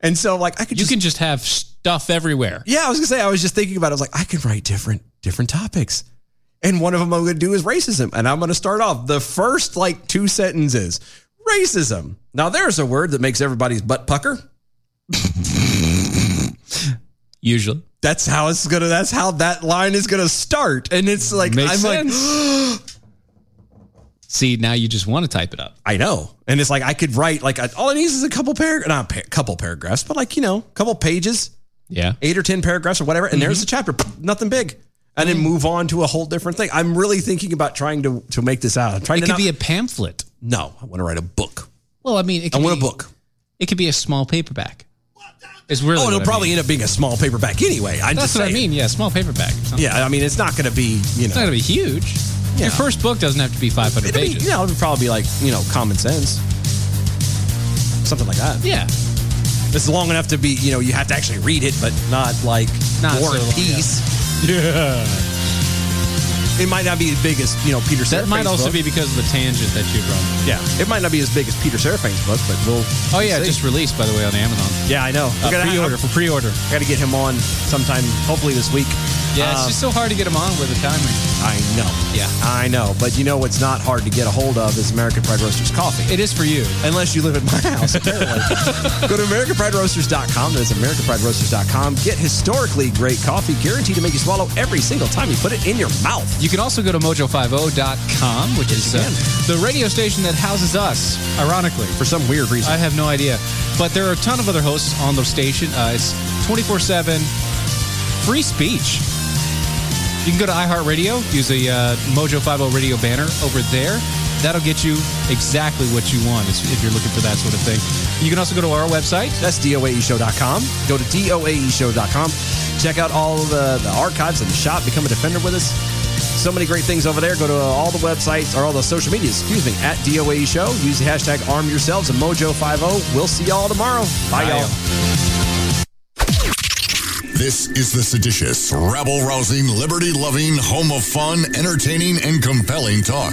Speaker 2: And so like I could
Speaker 3: you can just have stuff everywhere.
Speaker 2: yeah, I was gonna say. I was just thinking about. it. I was like, I could write different different topics, and one of them I'm gonna do is racism, and I'm gonna start off the first like two sentences racism. Now there's a word that makes everybody's butt pucker.
Speaker 3: Usually,
Speaker 2: that's how it's gonna. That's how that line is gonna start, and it's like
Speaker 3: [GASPS] Makes
Speaker 2: I'm [GASPS] like.
Speaker 3: See, now you just want to type it up.
Speaker 2: I know, and it's like I could write like a, all it needs is a couple paragraphs, not a pa- couple paragraphs, but like you know, a couple pages,
Speaker 3: yeah, Mm-hmm.
Speaker 2: eight or ten paragraphs or whatever, and there's the chapter, nothing big, and then move on to a whole different thing. I'm really thinking about trying to to make this out. I'm trying
Speaker 3: It
Speaker 2: to
Speaker 3: could
Speaker 2: not-
Speaker 3: be a pamphlet.
Speaker 2: No, I want to write a book.
Speaker 3: Well, I mean, it
Speaker 2: I
Speaker 3: could
Speaker 2: want
Speaker 3: be,
Speaker 2: a book.
Speaker 3: It could be a small paperback. It's really
Speaker 2: oh,
Speaker 3: what
Speaker 2: it'll
Speaker 3: I
Speaker 2: probably
Speaker 3: mean.
Speaker 2: end up being a small paperback anyway. i
Speaker 3: That's
Speaker 2: just
Speaker 3: what I
Speaker 2: saying.
Speaker 3: mean. Yeah, small paperback.
Speaker 2: Yeah, I mean it's not going to be you know
Speaker 3: It's not gonna be huge. Your first book doesn't have to be 500
Speaker 2: It'll be-
Speaker 3: pages.
Speaker 2: yeah, it'll probably be like you know common sense, something like that.
Speaker 3: Yeah.
Speaker 2: It's long enough to be you know you have to actually read it, but not like
Speaker 3: Not
Speaker 2: War
Speaker 3: so
Speaker 2: and
Speaker 3: long, [LAUGHS]
Speaker 2: Peace. Yeah. It might not be as big as you know Peter.
Speaker 3: That might
Speaker 2: Serafin's
Speaker 3: also
Speaker 2: book.
Speaker 3: be because of the tangent that you run.
Speaker 2: Yeah, it might not be as big as Peter Serafin's book, but we'll.
Speaker 3: Oh yeah,
Speaker 2: we'll see.
Speaker 3: just released by the way on Amazon.
Speaker 2: Yeah, I know.
Speaker 3: Uh,
Speaker 2: We're gonna-
Speaker 3: pre-order for pre-order.
Speaker 2: I got to get him on sometime, hopefully this week.
Speaker 3: Yeah, it's
Speaker 2: Um,
Speaker 3: just so hard to get them on with the timing.
Speaker 2: I know.
Speaker 3: Yeah.
Speaker 2: I know. But you know what's not hard to get a hold of is American Pride Roasters coffee.
Speaker 3: It is for you.
Speaker 2: Unless you live in my house,
Speaker 3: [LAUGHS]
Speaker 2: apparently. Go to AmericanPrideRoasters.com. That's AmericanPrideRoasters.com. Get historically great coffee guaranteed to make you swallow every single time you put it in your mouth.
Speaker 3: You can also go to mojo50.com, which is uh, the radio station that houses us, ironically.
Speaker 2: For some weird reason.
Speaker 3: I have no idea. But there are a ton of other hosts on the station. Uh, it's 24 7 free speech. You can go to iHeartRadio, use the uh, Mojo50 radio banner over there. That'll get you exactly what you want if if you're looking for that sort of thing. You can also go to our website.
Speaker 2: That's DOAEshow.com. Go to DOAEshow.com. Check out all the, the archives and the shop. Become a defender with us. So many great things over there. Go to all the websites or all the social medias, excuse me, at DOAE E Show. Use the hashtag arm yourselves and mojo50. We'll see y'all tomorrow. Bye, y'all.
Speaker 11: This is the seditious, rabble rousing, liberty loving, home of fun, entertaining, and compelling talk.